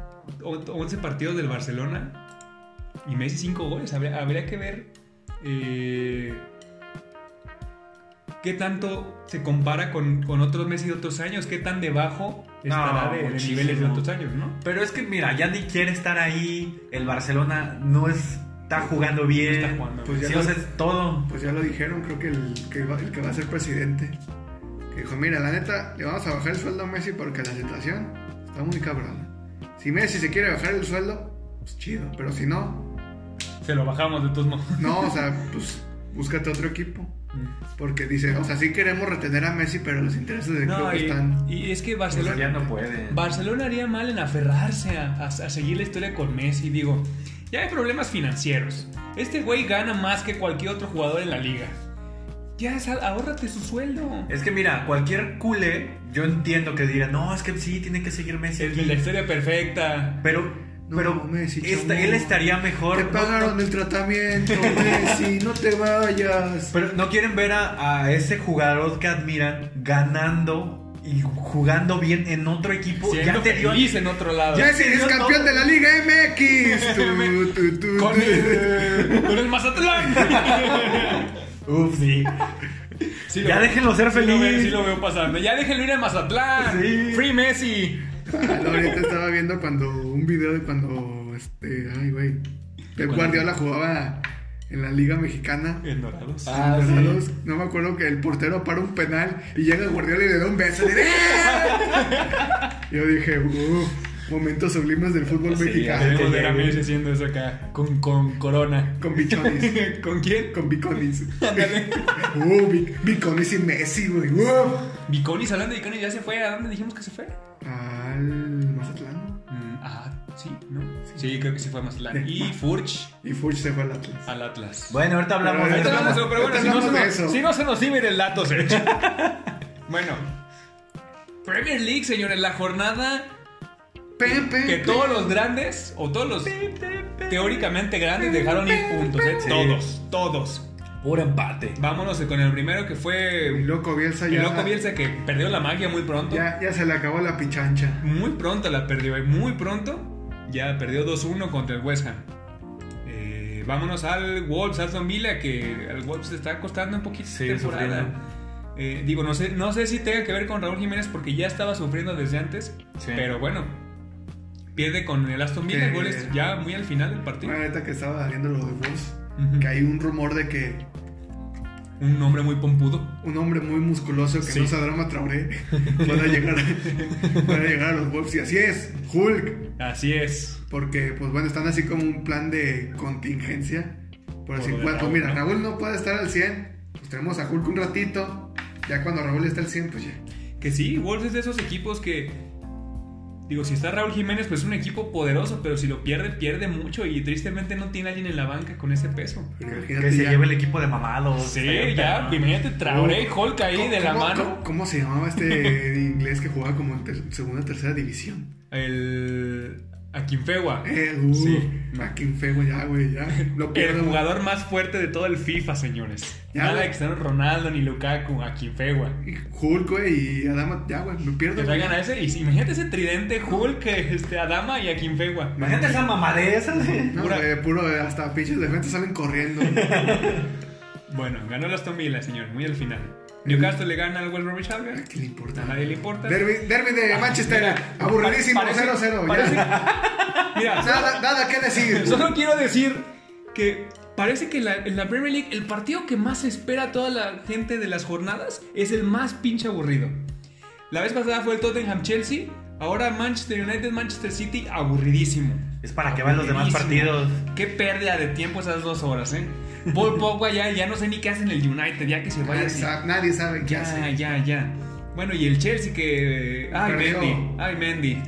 Speaker 3: on- 11 partidos del Barcelona y Messi 5 goles. Habría, habría que ver eh, qué tanto se compara con, con otros Messi de otros años, qué tan debajo estará de, de
Speaker 4: muchísimo.
Speaker 3: niveles de otros años, ¿no?
Speaker 4: Pero es que mira, ya ni quiere estar ahí. El Barcelona no está jugando bien.
Speaker 3: No está jugando.
Speaker 2: Pues ya
Speaker 4: Sí,
Speaker 2: no-
Speaker 4: o sea, es todo.
Speaker 2: Pues ya lo dijeron, creo que el que, va, el que va a ser presidente. Que dijo, mira, la neta, le vamos a bajar el sueldo a Messi porque la situación está muy cabrona. Si Messi se quiere bajar el sueldo, pues chido, pero si no,
Speaker 3: Se lo bajamos de todos modos.
Speaker 2: No, o sea, (laughs) pues búscate otro equipo.
Speaker 4: Mm.
Speaker 2: Porque dice, o sea, sí queremos retener a Messi, pero los intereses del club
Speaker 3: No, y,
Speaker 2: están.
Speaker 3: y es que
Speaker 4: Pero
Speaker 3: Barcelona,
Speaker 4: ya no puede.
Speaker 3: Barcelona haría mal en aferrarse a, a- a seguir la historia con Messi. Digo, ya hay problemas financieros. Este güey gana más que cualquier otro jugador en la liga. Ya, sal- ahórrate su sueldo.
Speaker 4: Es que mira, cualquier culé, yo entiendo que diga, no, es que sí, tiene que seguir Messi.
Speaker 3: Es
Speaker 4: aquí".
Speaker 3: la historia perfecta.
Speaker 4: Pero,
Speaker 2: No,
Speaker 4: pero
Speaker 2: Messi,
Speaker 4: esta-
Speaker 2: chamo.
Speaker 4: él estaría mejor.
Speaker 2: Te
Speaker 4: no-
Speaker 2: pagaron el tratamiento, Messi, no te vayas.
Speaker 4: Pero no quieren ver a, a ese jugador que admiran ganando y jugando bien en otro equipo.
Speaker 3: Siendo
Speaker 4: ya te dio-
Speaker 3: feliz en otro lado.
Speaker 2: Messi es
Speaker 4: dio
Speaker 2: campeón
Speaker 4: todo.
Speaker 2: de la Liga
Speaker 3: (laughs)
Speaker 2: MX. Tu, tu, tu,
Speaker 3: Con
Speaker 2: tu.
Speaker 4: (laughs)
Speaker 3: el, con el Mazatlán.
Speaker 4: Uf, sí.
Speaker 3: Sí lo
Speaker 4: ya
Speaker 3: veo.
Speaker 4: déjenlo ser
Speaker 3: Sí lo, veo,
Speaker 4: feliz.
Speaker 3: sí lo veo pasando. Ya déjenlo ir a Mazatlán.
Speaker 4: Sí.
Speaker 3: Free Messi.
Speaker 2: Ah, no, ahorita estaba viendo cuando un video de cuando este, ay güey, Pep Guardiola jugaba en la Liga Mexicana.
Speaker 3: En Dorados.
Speaker 4: Ah, sí.
Speaker 2: Dorados, No me acuerdo que el portero para un penal y llega Guardiola y le da un beso. Y dice,
Speaker 3: (laughs)
Speaker 2: "¡Ah!". Yo dije, uff, momentos sublimes del fútbol
Speaker 4: Sí,
Speaker 2: mexicano.
Speaker 3: Queremos ver a Messi haciendo eso acá. Con, con Corona.
Speaker 2: Con bichonis.
Speaker 3: (laughs) ¿Con quién?
Speaker 2: Con biconis. (laughs)
Speaker 3: Ándale.
Speaker 2: Uh, bi- biconis y Messi, güey. Uh.
Speaker 3: Viconis, hablando de Viconis, ya se fue. ¿A dónde dijimos que se fue?
Speaker 2: Al Mazatlán.
Speaker 3: Mm, ah, sí, ¿no? Sí, creo que se fue a Mazatlán. (laughs) Y Furch
Speaker 2: Y Furch se fue al Atlas.
Speaker 3: al Atlas.
Speaker 4: Bueno, ahorita hablamos de
Speaker 3: Ahorita
Speaker 4: eso.
Speaker 3: hablamos de eso, pero bueno,
Speaker 2: Ahorita
Speaker 3: si no, se
Speaker 2: hablamos de
Speaker 3: nos-
Speaker 2: eso.
Speaker 3: si no se nos iba a ir el dato, Sergio. (laughs) bueno, Premier League, señores, la jornada
Speaker 2: Pem, pem,
Speaker 3: que
Speaker 2: pem.
Speaker 3: todos los grandes, o todos los teóricamente grandes, dejaron ir puntos, ¿eh?
Speaker 4: Sí.
Speaker 3: Todos, todos.
Speaker 4: Puro empate.
Speaker 3: Vámonos con el primero que
Speaker 2: Mi
Speaker 3: fue
Speaker 2: loco Bielsa
Speaker 3: el
Speaker 2: ya,
Speaker 3: loco Bielsa que perdió la magia muy pronto.
Speaker 2: ya, ya se le acabó la pichancha.
Speaker 3: Muy pronto la perdió, ¿eh? muy pronto. Ya perdió 2-1 contra el West Ham. Eh, vámonos al Wolves, Aston Villa, que al Wolves le está costando un poquito esta
Speaker 4: Sí,
Speaker 3: temporada.
Speaker 4: sufriendo.
Speaker 3: Eh, digo, no sé, no sé si tenga que ver con Raúl Jiménez porque ya estaba sufriendo desde antes.
Speaker 4: Sí.
Speaker 3: Pero bueno, pierde con el Aston Villa,
Speaker 2: Que-
Speaker 3: goles ya muy al final del partido.
Speaker 2: Bueno, ahorita que estaba viendo lo de vos,
Speaker 3: Ujú.
Speaker 2: que hay un rumor de que
Speaker 3: Un hombre muy pompudo.
Speaker 2: un hombre muy musculoso que
Speaker 3: Sí.
Speaker 2: no se drama (laughs) Traoré van a llegar
Speaker 3: (laughs)
Speaker 2: a, van a llegar a los Wolves. Y así es, Hulk.
Speaker 3: Así es.
Speaker 2: Porque, pues bueno, están así como un plan de contingencia. Por
Speaker 3: Por
Speaker 2: así
Speaker 3: lo de
Speaker 2: cual, pues
Speaker 3: Raúl,
Speaker 2: mira,
Speaker 3: ¿no?
Speaker 2: Raúl no puede estar al 100. Pues tenemos a Hulk un ratito. Ya cuando Raúl está al 100, pues ya.
Speaker 3: Que sí, Wolves es de esos equipos que. Digo, si está Raúl Jiménez, pues es un equipo poderoso, pero si lo pierde, pierde mucho y tristemente no tiene alguien en la banca con ese peso.
Speaker 2: Pero
Speaker 4: Que
Speaker 2: imagínate
Speaker 4: se
Speaker 2: ya.
Speaker 4: lleve el equipo de mamados.
Speaker 3: Sí,
Speaker 4: Feo,
Speaker 3: ya,
Speaker 4: ¿no?
Speaker 3: imagínate Traoré y Hulk ahí
Speaker 2: ¿Cómo-
Speaker 3: de la
Speaker 2: cómo-
Speaker 3: mano.
Speaker 2: cómo- ¿Cómo se llamaba
Speaker 3: (laughs)
Speaker 2: este inglés que jugaba como en ter- segunda o tercera división?
Speaker 3: El. Akinfewa.
Speaker 2: Eh, uh,
Speaker 3: Sí.
Speaker 2: aquí en feo ya, güey, ya. Lo
Speaker 3: El
Speaker 2: pierdo. güey.
Speaker 3: jugador más fuerte de todo el FIFA, señores.
Speaker 2: Ya,
Speaker 3: Nada
Speaker 2: güey.
Speaker 3: de Cristiano Ronaldo ni Lukaku, Akinfewa.
Speaker 2: Y Hulk, güey, y Adama, ya, güey, me pierdo.
Speaker 3: Que
Speaker 2: güey.
Speaker 3: traigan a ese. Y si- imagínate ese tridente Hulk, este, Adama y Akinfewa.
Speaker 4: Imagínate esa mamadeza.
Speaker 2: No,
Speaker 3: Pura-
Speaker 2: güey, puro, eh, hasta pinches defensas salen corriendo.
Speaker 3: (laughs) Bueno, ganó el Aston Villa, señor, muy al final.
Speaker 2: Mm.
Speaker 3: Newcastle le gana al Wolverhampton.
Speaker 2: ¿A qué le
Speaker 3: A
Speaker 2: importa?
Speaker 3: nadie le importa. Ah,
Speaker 2: Derby, derby de Manchester,
Speaker 3: Mira,
Speaker 2: aburridísimo,
Speaker 3: parece-
Speaker 2: 0-0.
Speaker 3: parece-
Speaker 2: ya.
Speaker 3: Mira,
Speaker 2: Nada, nada que
Speaker 3: (laughs)
Speaker 2: decir.
Speaker 3: solo quiero decir que parece que la- en la Premier League el partido que más espera a toda la gente de las jornadas es el más pinche aburrido. La vez pasada fue el Tottenham Chelsea, ahora Manchester United Manchester City aburridísimo.
Speaker 4: Es para que vean los demás
Speaker 3: Aburridísimo.
Speaker 4: partidos.
Speaker 3: Qué pérdida de tiempo esas dos horas, ¿eh? Paul Pogba ya, ya no sé ni qué hace en el United, ya que se vaya.
Speaker 2: Nadie sabe, nadie sabe qué
Speaker 3: Ya,
Speaker 2: hace.
Speaker 3: ya, ya. Bueno, y el Chelsea que. eh, Ay,
Speaker 2: Perdió.
Speaker 3: Mendy. Ay, Mendy.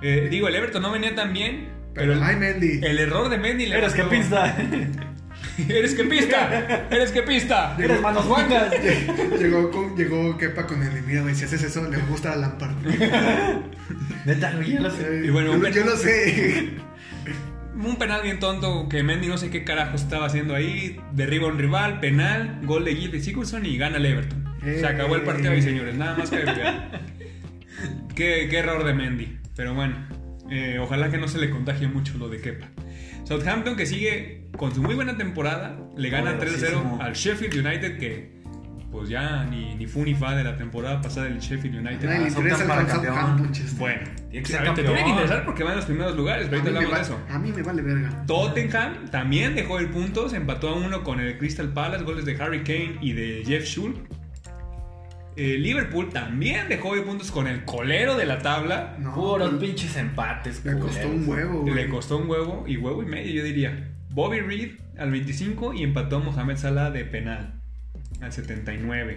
Speaker 3: Eh, digo, el Everton no venía tan bien. Pero,
Speaker 2: Pero, ay, Mendy.
Speaker 3: el error de Mendy le
Speaker 4: Eres que
Speaker 3: costó-
Speaker 4: pinta.
Speaker 3: (laughs) Eres que pista. Eres que pista.
Speaker 4: (laughs) Eres manos guangas.
Speaker 2: (laughs) Llegó, con- llegó Kepa con el. Mira, güey, si haces eso, le gusta a Lampard.
Speaker 4: Neta, güey, ya lo sé.
Speaker 3: Y bueno,
Speaker 2: yo,
Speaker 3: bueno.
Speaker 2: yo lo (laughs) sé.
Speaker 3: Un penal bien tonto que Mendy no sé qué carajo estaba haciendo ahí. Derriba a un rival, penal, gol de Gilles Sigurdsson y gana el Everton. Se
Speaker 2: Eh.
Speaker 3: acabó el partido ahí, señores. Nada más
Speaker 4: (laughs)
Speaker 3: que agregar. qué, qué error de Mendy. Pero bueno, eh, ojalá que no se le contagie mucho lo de Kepa. Southampton que sigue con su muy buena temporada. Le gana 3-0
Speaker 4: Poderosísimo.
Speaker 3: al Sheffield United que... Pues ya ni, ni fu ni fa de la temporada pasada del Sheffield United.
Speaker 2: Nadie le
Speaker 4: son
Speaker 2: interesa
Speaker 4: tan
Speaker 2: el
Speaker 4: para
Speaker 2: Southampton,
Speaker 4: campeón.
Speaker 2: Chester.
Speaker 3: Bueno,
Speaker 4: Tiene que ser
Speaker 3: a ver, te
Speaker 4: campeón.
Speaker 3: tiene que interesar porque van en los primeros lugares, pero
Speaker 2: A mí,
Speaker 3: ahorita
Speaker 2: me
Speaker 3: hablamos de
Speaker 2: vale,
Speaker 3: eso.
Speaker 2: a mí me vale verga.
Speaker 3: Tottenham también dejó el punto, se empató a uno con el Crystal Palace, goles de Harry Kane y de Jeff Schul. Eh, Liverpool también dejó de puntos con el colero de la tabla.
Speaker 2: No,
Speaker 4: Puros
Speaker 2: me
Speaker 4: pinches empates.
Speaker 2: costó un
Speaker 4: culeros.
Speaker 2: huevo,
Speaker 3: Le
Speaker 2: güey.
Speaker 3: costó un huevo y huevo y medio, yo diría. Bobby Reed al 25 y empató a Mohamed Salah de penal al
Speaker 2: El
Speaker 3: 79.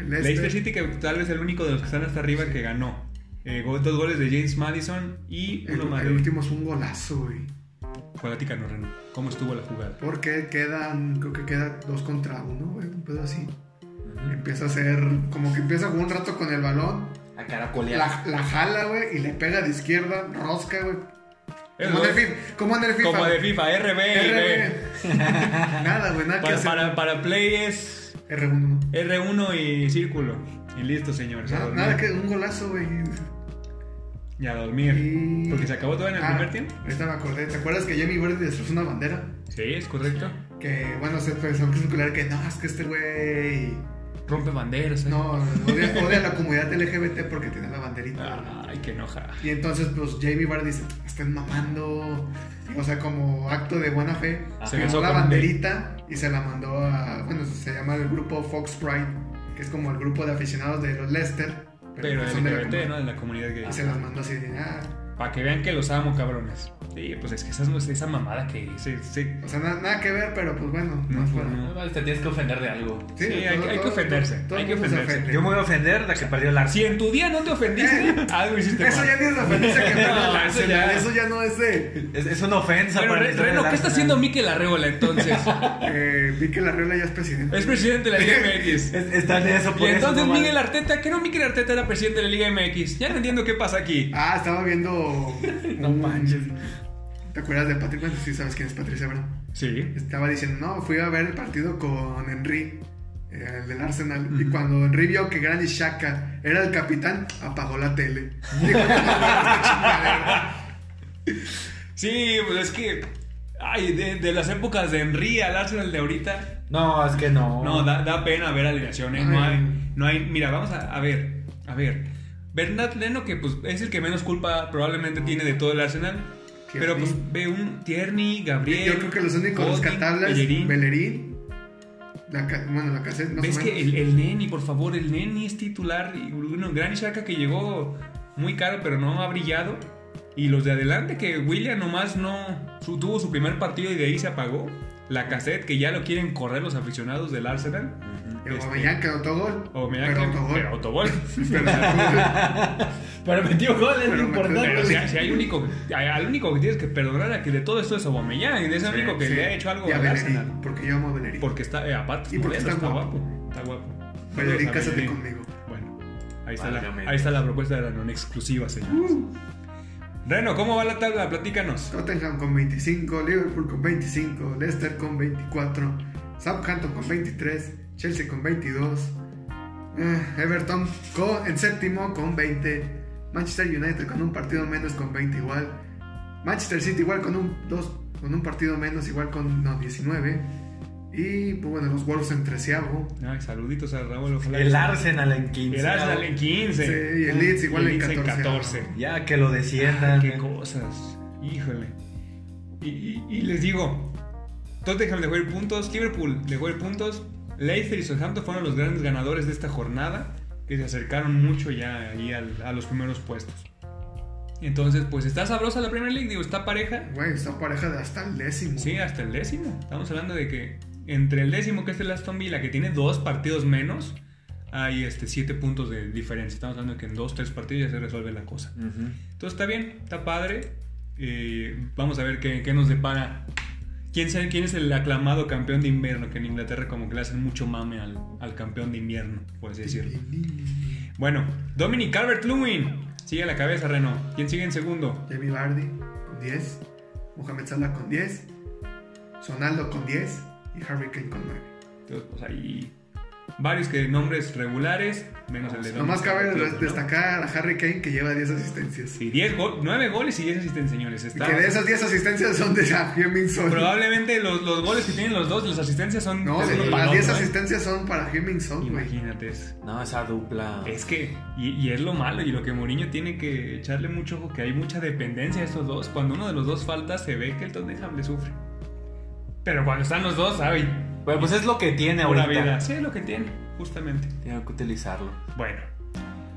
Speaker 2: este,
Speaker 3: Leicester
Speaker 2: Leicester.
Speaker 3: City, que tal vez el único de los que están hasta arriba que ganó. Eh, go- dos goles de James Madison y
Speaker 2: El,
Speaker 3: uno más
Speaker 2: el
Speaker 3: de
Speaker 2: último es un golazo, güey.
Speaker 3: Platícanos, Ren, ¿Cómo estuvo la jugada?
Speaker 2: Porque quedan, creo que queda dos contra uno, güey. Un pedo así. Empieza a hacer, como que empieza a jugar un rato con el balón.
Speaker 4: A caracolear.
Speaker 2: La, la jala, güey, y le pega de izquierda, rosca, güey.
Speaker 3: Es
Speaker 2: Como, en el
Speaker 3: gol.
Speaker 2: FIFA, como en el FIFA.
Speaker 3: Como de FIFA, RB.
Speaker 2: RB. (laughs) nada, güey, nada que
Speaker 3: Para,
Speaker 2: hacer.
Speaker 3: para, para Play es
Speaker 2: R1, no.
Speaker 3: R1 y círculo. Y listo, señores. a
Speaker 2: Nada,
Speaker 3: dormir.
Speaker 2: nada que un golazo, güey.
Speaker 3: Y a dormir.
Speaker 2: Y-
Speaker 3: Porque se acabó todo en el
Speaker 2: Ah,
Speaker 3: primer tiempo.
Speaker 2: Ahorita me acordé. ¿Te acuerdas que Jamie Vardy destrozó una bandera?
Speaker 3: Sí, es correcto.
Speaker 2: Que, bueno, se empezó a circular que no, es que este güey.
Speaker 3: Rompe banderas. ¿eh?
Speaker 2: No, odia, odia a la comunidad LGBT porque tiene la banderita.
Speaker 3: Ay, qué enoja.
Speaker 2: Y entonces, pues, Jamie Vardy dice, estén mamando. O sea, como acto de buena fe,
Speaker 3: Ajá.
Speaker 2: se
Speaker 3: Ah. Se besó
Speaker 2: la
Speaker 3: con
Speaker 2: banderita y se la mandó a, bueno, se llama el grupo Fox Pride, que es como el grupo de aficionados de los Lester.
Speaker 3: Pero
Speaker 2: son de la
Speaker 3: LGBT, ¿no?
Speaker 2: comunidad.
Speaker 3: De la comunidad gay.
Speaker 2: Y se las mandó así de, ah,
Speaker 3: Para que vean que los amo, cabrones. Sí, pues es que esa, esa mamada que se- se-
Speaker 2: o sea, na- nada que ver, pero pues bueno,
Speaker 3: No,
Speaker 2: más
Speaker 3: pues,
Speaker 2: fuera.
Speaker 3: no.
Speaker 5: Te tienes que ofender de algo.
Speaker 3: Sí, hay, que- hay que ofenderse.
Speaker 2: todo
Speaker 3: hay
Speaker 2: el
Speaker 3: que
Speaker 2: mundo se
Speaker 3: ofenderse.
Speaker 2: ofende.
Speaker 4: Yo me voy a ofender la que perdió el
Speaker 3: Si
Speaker 4: Arsenal.
Speaker 3: en tu día no te ofendiste, algo hiciste
Speaker 2: Eso
Speaker 3: mal.
Speaker 2: ya ni es la ofensa que me
Speaker 3: No,
Speaker 2: da la
Speaker 3: eso
Speaker 2: Arsenal,
Speaker 3: ya.
Speaker 2: Eso ya no es de.
Speaker 4: Es, es una ofensa
Speaker 3: Pero,
Speaker 4: para la
Speaker 3: Re-
Speaker 4: historia
Speaker 3: Reno,
Speaker 4: del
Speaker 3: ¿qué está
Speaker 4: Arsenal.
Speaker 3: haciendo Mikel Arreola entonces?
Speaker 2: Eh, vi que la regla ya es presidente.
Speaker 3: es presidente de la Liga
Speaker 2: (laughs)
Speaker 3: MX.
Speaker 4: Es- está en eso
Speaker 3: Y
Speaker 4: por eso,
Speaker 3: entonces
Speaker 4: no vale.
Speaker 3: Miguel Arteta, que no Miguel Arteta era presidente de la Liga MX. Ya no entiendo qué pasa aquí.
Speaker 2: Ah, estaba viendo. no manches. ¿Te acuerdas de Patrick? Bueno, sí sabes quién es Patrick Sebra.
Speaker 3: Sí.
Speaker 2: Estaba diciendo, no, fui a ver el partido con Henry, eh, el del Arsenal. Y
Speaker 3: Ujú.
Speaker 2: cuando Henry vio que Granit Xhaka era el capitán, apagó la tele. Dijo, "No, no, esta chingadera".
Speaker 3: Sí, pues es que. Ay, de, de las épocas de Henry al Arsenal de ahorita.
Speaker 5: No, es que no.
Speaker 3: No, da, da pena ver alineaciones. ¿eh? No hay, no hay. Mira, vamos a, a ver. A ver. Bernat Leno, que pues es el que menos culpa probablemente tiene de todo el Arsenal. Pero pues ve un Tierney, Gabriel.
Speaker 2: Yo creo que los únicos
Speaker 3: Godin,
Speaker 2: rescatables,
Speaker 3: Bellerín.
Speaker 2: Bellerín, la ca- bueno, la cassette, más
Speaker 3: ¿Ves
Speaker 2: o
Speaker 3: que
Speaker 2: menos.
Speaker 3: el, el Neni, por favor, el Neni es titular? Y bueno, Gran Shaka que llegó muy caro, pero no ha brillado. Y los de adelante, que William nomás no su- tuvo su primer partido y de ahí se apagó. La cassette, que ya lo quieren correr los aficionados del Arsenal.
Speaker 2: El
Speaker 3: Este,
Speaker 2: Aubameyang que anotó gol.
Speaker 3: Aubameyang,
Speaker 2: pero
Speaker 3: que-
Speaker 2: autogol.
Speaker 3: pero
Speaker 2: (laughs)
Speaker 3: autogol. (laughs)
Speaker 5: Pero metió gol, es
Speaker 2: Pero
Speaker 5: lo
Speaker 3: Pero si,
Speaker 5: importante.
Speaker 3: hay- si hay único, hay- al único que tienes que perdonar a que de todo esto es Aubameyang, es el único que
Speaker 2: Sí,
Speaker 3: le ha hecho algo
Speaker 2: y a
Speaker 3: al
Speaker 2: Bellerín,
Speaker 3: Arsenal.
Speaker 2: Porque yo amo a Bellerín.
Speaker 3: Porque está, eh, aparte,
Speaker 2: Y porque
Speaker 3: modelo,
Speaker 2: está
Speaker 3: está
Speaker 2: guapo.
Speaker 3: guapo. Está guapo.
Speaker 2: Bellerín,
Speaker 3: Saludos a
Speaker 2: cásate
Speaker 3: Bellerín.
Speaker 2: conmigo.
Speaker 3: Bueno, ahí está, la,
Speaker 4: Válgame.
Speaker 3: ahí está la propuesta de la non exclusiva, señores. Reno, ¿cómo va la tabla? Platícanos.
Speaker 2: Tottenham con 25, Liverpool con 25, Leicester con 24, Southampton con 23, Chelsea con 22, eh, Everton con, en séptimo con 20, Manchester United con un partido menos con 20 igual, Manchester City igual con un, dos, con un partido menos igual con no, 19 y pues bueno, los Wolves en treceavo.
Speaker 3: Ay, saluditos a Raúl. Ojalá
Speaker 4: El Arsenal en 15.
Speaker 3: El Arsenal en 15.
Speaker 2: Sí, y el Leeds igual
Speaker 3: Y el
Speaker 2: en
Speaker 3: Leeds
Speaker 2: 14.
Speaker 4: Ya que lo
Speaker 3: Ah,
Speaker 4: desciendan.
Speaker 3: qué cosas. Híjole. Y, y- y les digo, Tottenham dejó ir puntos, Liverpool dejó ir puntos, Leicester y Southampton fueron los grandes ganadores de esta jornada, que se acercaron mucho ya ahí al- a los primeros puestos. Entonces, pues está sabrosa la Premier League, digo, está pareja.
Speaker 2: Güey, está pareja de hasta el décimo.
Speaker 3: Sí, hasta el décimo. Estamos hablando de que entre el décimo, que es el Aston Villa, que tiene dos partidos menos, hay este, siete puntos de diferencia. Estamos hablando de que en dos, tres partidos ya se resuelve la cosa.
Speaker 4: Ujú.
Speaker 3: Entonces está bien, está padre. Eh, vamos a ver qué, qué nos depara. ¿Quién, sabe quién es el aclamado campeón de invierno? Que en Inglaterra como que le hacen mucho mame al, al campeón de invierno, por así decirlo. Bueno, Dominic Calvert-Lewin sigue a la cabeza, Reno. ¿Quién sigue en segundo?
Speaker 2: Jamie Vardy con 10, Mohamed Salah con 10, Sonaldo con 10 y Harry Kane con 9.
Speaker 3: Entonces, pues hay varios que nombres regulares, menos el de
Speaker 2: Nomás
Speaker 3: Dominic
Speaker 2: cabe
Speaker 3: Calvert-Lewin, ¿no?
Speaker 2: destacar a Harry Kane que lleva 10 asistencias.
Speaker 3: Sí, 10 go- nueve goles y 10 asistencias, señores.
Speaker 2: Y
Speaker 3: Está-
Speaker 2: que de esas 10 asistencias son de Heung-Min Son.
Speaker 3: Probablemente los, los goles que tienen los dos, las asistencias son...
Speaker 2: No,
Speaker 3: es
Speaker 2: de-
Speaker 3: uno para
Speaker 2: las
Speaker 3: otro,
Speaker 2: 10
Speaker 3: ¿eh?
Speaker 2: asistencias son para Heung-Min Son, güey.
Speaker 3: Imagínate, es-
Speaker 5: No, esa dupla.
Speaker 3: Es que, y, y es lo malo, y lo que Mourinho tiene que echarle mucho ojo, que hay mucha dependencia a estos dos. Cuando uno de los dos falta, se ve que el Tottenham le sufre. Pero cuando están los dos, sabe.
Speaker 5: Bueno, pues es lo que tiene
Speaker 3: Una
Speaker 5: ahorita.
Speaker 3: vida. Sí, es lo que tiene, justamente.
Speaker 5: Tiene que utilizarlo.
Speaker 3: Bueno,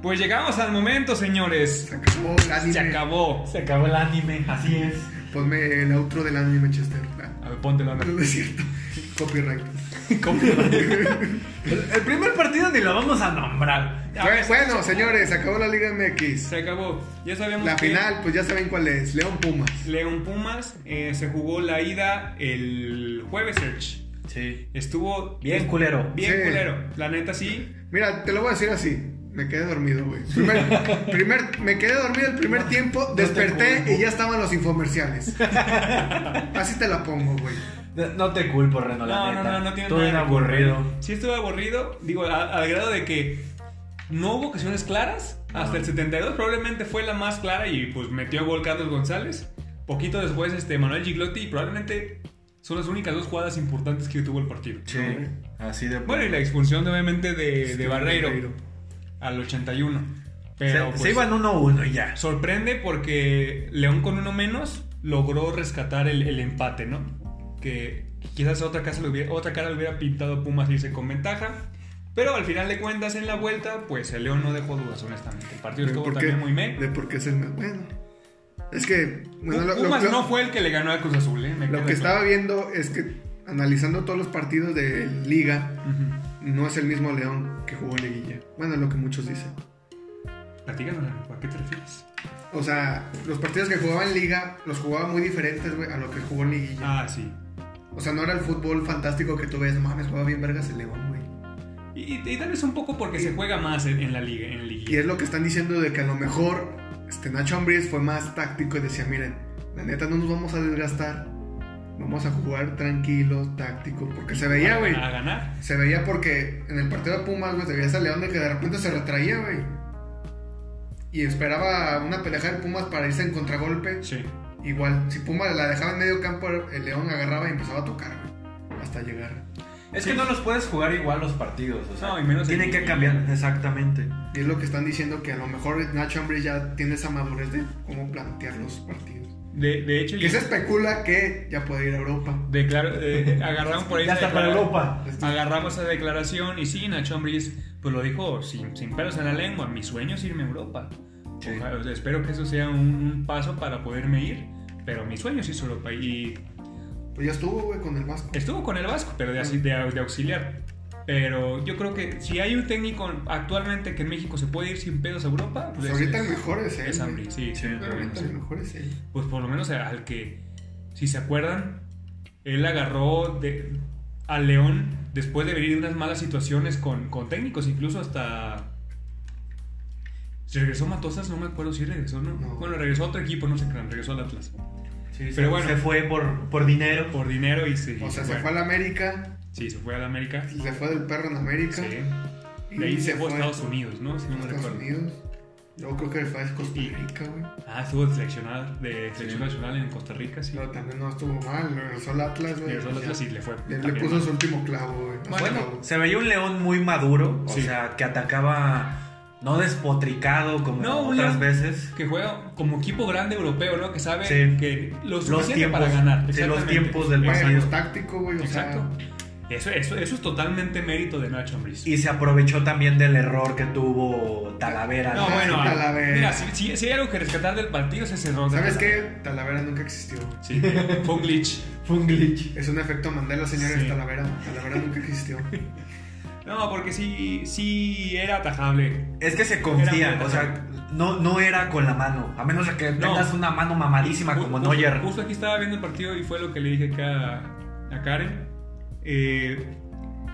Speaker 3: pues llegamos al momento, señores.
Speaker 2: Se acabó el
Speaker 3: Se
Speaker 2: anime.
Speaker 3: acabó.
Speaker 5: Se acabó el anime, así es.
Speaker 2: Ponme el outro del anime Manchester.
Speaker 3: A ver,
Speaker 2: (laughs)
Speaker 3: Ponte la
Speaker 2: No es cierto. Copyright.
Speaker 5: El, el primer partido ni lo vamos a nombrar. Ya
Speaker 2: Bueno,
Speaker 5: ves.
Speaker 2: bueno, señores, acabó la Liga MX.
Speaker 3: Se acabó. Ya sabemos
Speaker 2: La
Speaker 3: que
Speaker 2: final, pues ya saben cuál es. León Pumas.
Speaker 3: León Pumas eh, se jugó la ida el jueves, Serge.
Speaker 4: Sí.
Speaker 3: Estuvo
Speaker 4: Bien
Speaker 3: bien,
Speaker 4: culero.
Speaker 3: bien
Speaker 2: Sí.
Speaker 3: culero. La neta sí.
Speaker 2: Mira, te lo voy a decir así. Me quedé dormido, güey.
Speaker 3: (laughs)
Speaker 2: Primer, primer- me quedé dormido el primer tiempo,
Speaker 5: no te
Speaker 2: desperté
Speaker 5: culpo.
Speaker 2: y ya estaban los
Speaker 3: (laughs)
Speaker 2: infomerciales. Así te la pongo, güey.
Speaker 5: No, no te culpo, Reno, la
Speaker 3: No, no,
Speaker 5: neta.
Speaker 3: no, no tiene
Speaker 5: Todo
Speaker 3: nada
Speaker 5: era
Speaker 3: de culpa.
Speaker 5: aburrido.
Speaker 3: Sí estuvo aburrido, digo, a- al grado de que no hubo ocasiones claras. Hasta el 72 probablemente fue la más clara y pues metió gol Carlos González. Poquito después este Manuel Giglotti y probablemente son las únicas dos jugadas importantes que tuvo el partido.
Speaker 4: Sí. Así de.
Speaker 3: Bueno, y la expulsión obviamente de, de
Speaker 2: Este,
Speaker 3: Barreiro
Speaker 2: Barreiro.
Speaker 3: al 81.
Speaker 4: se,
Speaker 3: Pero
Speaker 4: se
Speaker 3: pues,
Speaker 4: iban 1-1 y ya.
Speaker 3: Sorprende porque León con uno menos logró rescatar el, el empate, ¿no? Que quizás otra, casa le hubiera, otra cara le hubiera pintado a Pumas irse con ventaja. Pero al final de cuentas, en la vuelta, pues el León no dejó dudas, honestamente. El partido
Speaker 2: De
Speaker 3: estuvo
Speaker 2: por qué-
Speaker 3: también muy me.
Speaker 2: de por qué es el me- Bueno. Es que. Bueno, lo, lo-
Speaker 3: Pumas
Speaker 2: lo-
Speaker 3: no fue el que le ganó a Cruz Azul, ¿eh? Me
Speaker 2: lo
Speaker 3: queda
Speaker 2: que
Speaker 3: claro.
Speaker 2: estaba viendo es que analizando todos los partidos de Liga,
Speaker 3: Ujú.
Speaker 2: no es el mismo León que jugó en Liguilla. Bueno, es lo que muchos dicen.
Speaker 3: Platícanos, ¿a qué te refieres?
Speaker 2: O sea, los partidos que jugaba en Liga los jugaba muy diferentes, güey, a lo que jugó en Liguilla.
Speaker 3: Ah, sí.
Speaker 2: O sea, no era el fútbol fantástico que tú ves, no mames, juega bien vergas el León, güey.
Speaker 3: Y, y- y tal vez un poco porque se juega más en, en la liga. En la
Speaker 2: Y
Speaker 3: liga.
Speaker 2: es lo que están diciendo de que a lo mejor este Nacho Ambriz fue más táctico y decía, miren, la neta no nos vamos a desgastar, vamos a jugar tranquilo, táctico, porque se veía, güey.
Speaker 3: A ganar.
Speaker 2: Se veía porque en el partido de Pumas, güey, se veía ese León de que de repente se retraía, güey. Y esperaba una peleja de Pumas para irse en contragolpe.
Speaker 3: Sí.
Speaker 2: Igual, si Pumas la dejaba en medio campo, el León agarraba y empezaba a tocar, güey. Hasta llegar.
Speaker 4: Es que no los puedes jugar igual los partidos. O sea,
Speaker 3: No, y menos en-
Speaker 4: tienen que cambiar. Exactamente.
Speaker 2: Y es lo que están diciendo que a lo mejor Nacho Ambriz ya tiene esa madurez de cómo plantear los partidos.
Speaker 3: De, de hecho,
Speaker 2: Que
Speaker 3: ya-
Speaker 2: se especula que ya puede ir a Europa.
Speaker 3: declaró- eh,
Speaker 4: (laughs)
Speaker 3: agarraron por ahí.
Speaker 5: Ya
Speaker 3: se
Speaker 5: está para
Speaker 3: declaró-
Speaker 5: Europa.
Speaker 3: Agarramos esa declaración y sí, Nacho Ambriz pues lo dijo sin, sin pelos en la lengua, mi sueño es irme a Europa.
Speaker 4: Sí.
Speaker 3: Ojalá- o sea, espero que eso sea un, un paso para poderme ir, pero mi sueño es irse a Europa. Y
Speaker 2: Pues ya estuvo, güey, con el Vasco.
Speaker 3: estuvo con el Vasco, pero de, así- de, de auxiliar. Pero yo creo que si hay un técnico actualmente que en México se puede ir sin pedos a Europa,
Speaker 2: Pues
Speaker 3: es-
Speaker 2: ahorita
Speaker 3: es-
Speaker 2: el mejor es él.
Speaker 3: es
Speaker 2: güey.
Speaker 3: Ambriz, sí.
Speaker 4: Sí,
Speaker 2: Ahorita
Speaker 4: realmente.
Speaker 2: el mejor es él.
Speaker 3: Pues por lo menos al que, si se acuerdan, él agarró de, al León después de venir de unas malas situaciones con, con técnicos, incluso hasta... ¿Se regresó Matosas? No me acuerdo si regresó, ¿no?
Speaker 2: No.
Speaker 3: Bueno, regresó a otro equipo, no sé qué, regresó al Atlas.
Speaker 4: Sí,
Speaker 3: Pero
Speaker 4: se,
Speaker 3: bueno.
Speaker 4: se fue por, por dinero.
Speaker 3: Por dinero y se...
Speaker 2: O sea, se
Speaker 3: bueno,
Speaker 2: fue a la América,
Speaker 3: Sí, se fue a la América.
Speaker 2: se fue del perro en América.
Speaker 3: Sí. De ahí se fue a Estados Unidos, ¿no? Si no me
Speaker 2: Estados
Speaker 3: recuerdo.
Speaker 2: Unidos. Luego creo que fue a Costa Rica, güey.
Speaker 3: Ah, estuvo de seleccionado de selección nacional en Costa Rica, sí.
Speaker 2: Pero también no estuvo mal. Regresó al Atlas, güey.
Speaker 3: Regresó al Atlas y le fue.
Speaker 2: Le, le
Speaker 3: también
Speaker 2: puso
Speaker 3: mal.
Speaker 2: su último clavo, güey. Hasta
Speaker 4: Bueno,
Speaker 2: luego.
Speaker 4: se veía un león muy maduro,
Speaker 3: Sí.
Speaker 4: o sea, que atacaba no despotricado como
Speaker 3: No, un
Speaker 4: otras
Speaker 3: león.
Speaker 4: veces.
Speaker 3: que juega como equipo grande europeo, ¿no? Que sabe
Speaker 4: Sí.
Speaker 3: que lo
Speaker 4: Los
Speaker 3: suficiente
Speaker 4: tiempos,
Speaker 3: para ganar.
Speaker 4: sí, los
Speaker 3: Exactamente.
Speaker 4: tiempos del
Speaker 2: Bueno,
Speaker 4: partido.
Speaker 2: es táctico, güey. O
Speaker 3: Exacto. Eso, eso, eso es totalmente mérito de Nacho Ambriz.
Speaker 4: Y se aprovechó también del error que tuvo Talavera.
Speaker 3: No,
Speaker 2: Ah,
Speaker 3: bueno,
Speaker 2: sí,
Speaker 3: ah,
Speaker 2: Talavera.
Speaker 3: mira, si, si- si hay algo que rescatar del partido es ese error.
Speaker 2: sea,
Speaker 3: de
Speaker 2: ¿sabes
Speaker 3: Talavera.
Speaker 2: qué? Talavera nunca existió.
Speaker 3: Sí, fue un glitch.
Speaker 5: Fue un glitch.
Speaker 2: Es un efecto Mandela, señores.
Speaker 3: Sí.
Speaker 2: Talavera. Talavera nunca existió.
Speaker 3: No, porque sí, sí era atajable.
Speaker 4: Es que se
Speaker 3: Era
Speaker 4: confía,
Speaker 3: muy
Speaker 4: o sea, no, no era con la mano, a menos de que
Speaker 3: No.
Speaker 4: tengas una mano mamadísima
Speaker 3: Ju-
Speaker 4: Ah, como
Speaker 3: justo-
Speaker 4: Neuer.
Speaker 3: Justo aquí estaba viendo el partido y fue lo que le dije acá a, a Karen. Eh,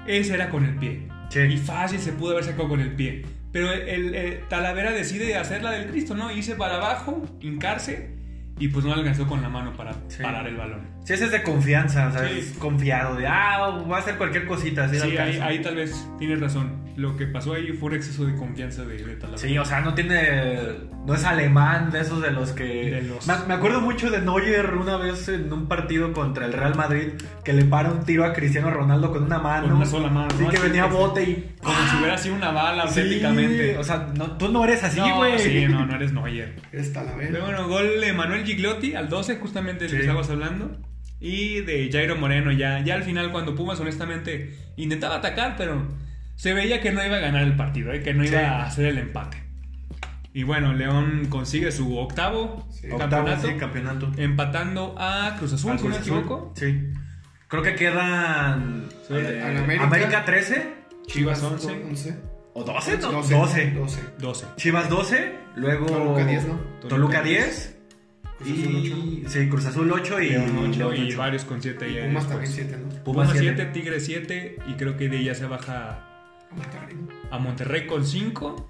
Speaker 3: ese era con el pie.
Speaker 4: Sí.
Speaker 3: Y fácil se pudo haber sacado con el pie. Pero el, el- el Talavera decide hacer la del Cristo, ¿no? Irse para abajo, hincarse y pues no alcanzó con la mano para
Speaker 4: Sí.
Speaker 3: parar el balón.
Speaker 4: Si ese es de confianza, o sea,
Speaker 3: Sí.
Speaker 4: es confiado, de, ah, va a hacer cualquier cosita, así
Speaker 3: Sí,
Speaker 4: le
Speaker 3: ahí,
Speaker 4: alcanza".
Speaker 3: ahí tal vez tienes razón. Lo que pasó ahí fue un exceso de confianza de, de Talavera.
Speaker 4: Sí, o sea, no tiene. No es alemán de esos de los que.
Speaker 3: De los-
Speaker 4: Me, me acuerdo mucho de Neuer una vez en un partido contra el Real Madrid que le para un tiro a Cristiano Ronaldo con una mano.
Speaker 3: con una sola mano.
Speaker 4: Así
Speaker 3: ¿no?
Speaker 4: que
Speaker 3: Así
Speaker 4: venía
Speaker 3: que-
Speaker 4: bote y. ¡Ah!
Speaker 3: Como si hubiera sido una bala,
Speaker 4: Sí,
Speaker 3: prácticamente.
Speaker 4: O sea, no- tú no eres así,
Speaker 3: No,
Speaker 4: güey.
Speaker 3: sí, no, no eres Neuer.
Speaker 2: Eres Talavera.
Speaker 3: Pero bueno, gol de Manuel Giglotti al 12, justamente del
Speaker 4: Sí.
Speaker 3: que estabas hablando. Y de Jairo Moreno, ya, ya al final, cuando Pumas, honestamente, intentaba atacar, pero se veía que no iba a ganar el partido, ¿eh? que no iba
Speaker 4: Sí.
Speaker 3: a hacer el empate. Y bueno, León consigue su octavo
Speaker 2: Sí.
Speaker 4: Octavo,
Speaker 3: campeonato,
Speaker 4: sí, campeonato.
Speaker 3: empatando a Cruz Azul,
Speaker 4: Al
Speaker 3: si no me
Speaker 4: Cruz Azul.
Speaker 3: equivoco.
Speaker 4: Sí. Creo que quedan.
Speaker 3: Sí,
Speaker 4: eh,
Speaker 2: al
Speaker 4: América.
Speaker 2: América.
Speaker 4: 13
Speaker 3: Chivas 11,
Speaker 2: 11.
Speaker 4: o 12, ¿no? 12.
Speaker 2: 12. 12.
Speaker 3: 12.
Speaker 4: Chivas 12, luego.
Speaker 2: Toluca 10, ¿no?
Speaker 4: Toluca 10.
Speaker 2: Cruz Azul
Speaker 4: Y, sí, Cruz Azul 8 y.
Speaker 3: León ocho
Speaker 4: León
Speaker 3: y
Speaker 4: ocho.
Speaker 3: varios con 7
Speaker 2: Y
Speaker 3: ya.
Speaker 2: Pumas
Speaker 3: después.
Speaker 2: también 7, ¿no?
Speaker 3: Pumas
Speaker 4: siete.
Speaker 3: 7, Tigre 7 y creo que de ahí ya se baja
Speaker 2: Monterrey.
Speaker 3: a Monterrey con 5.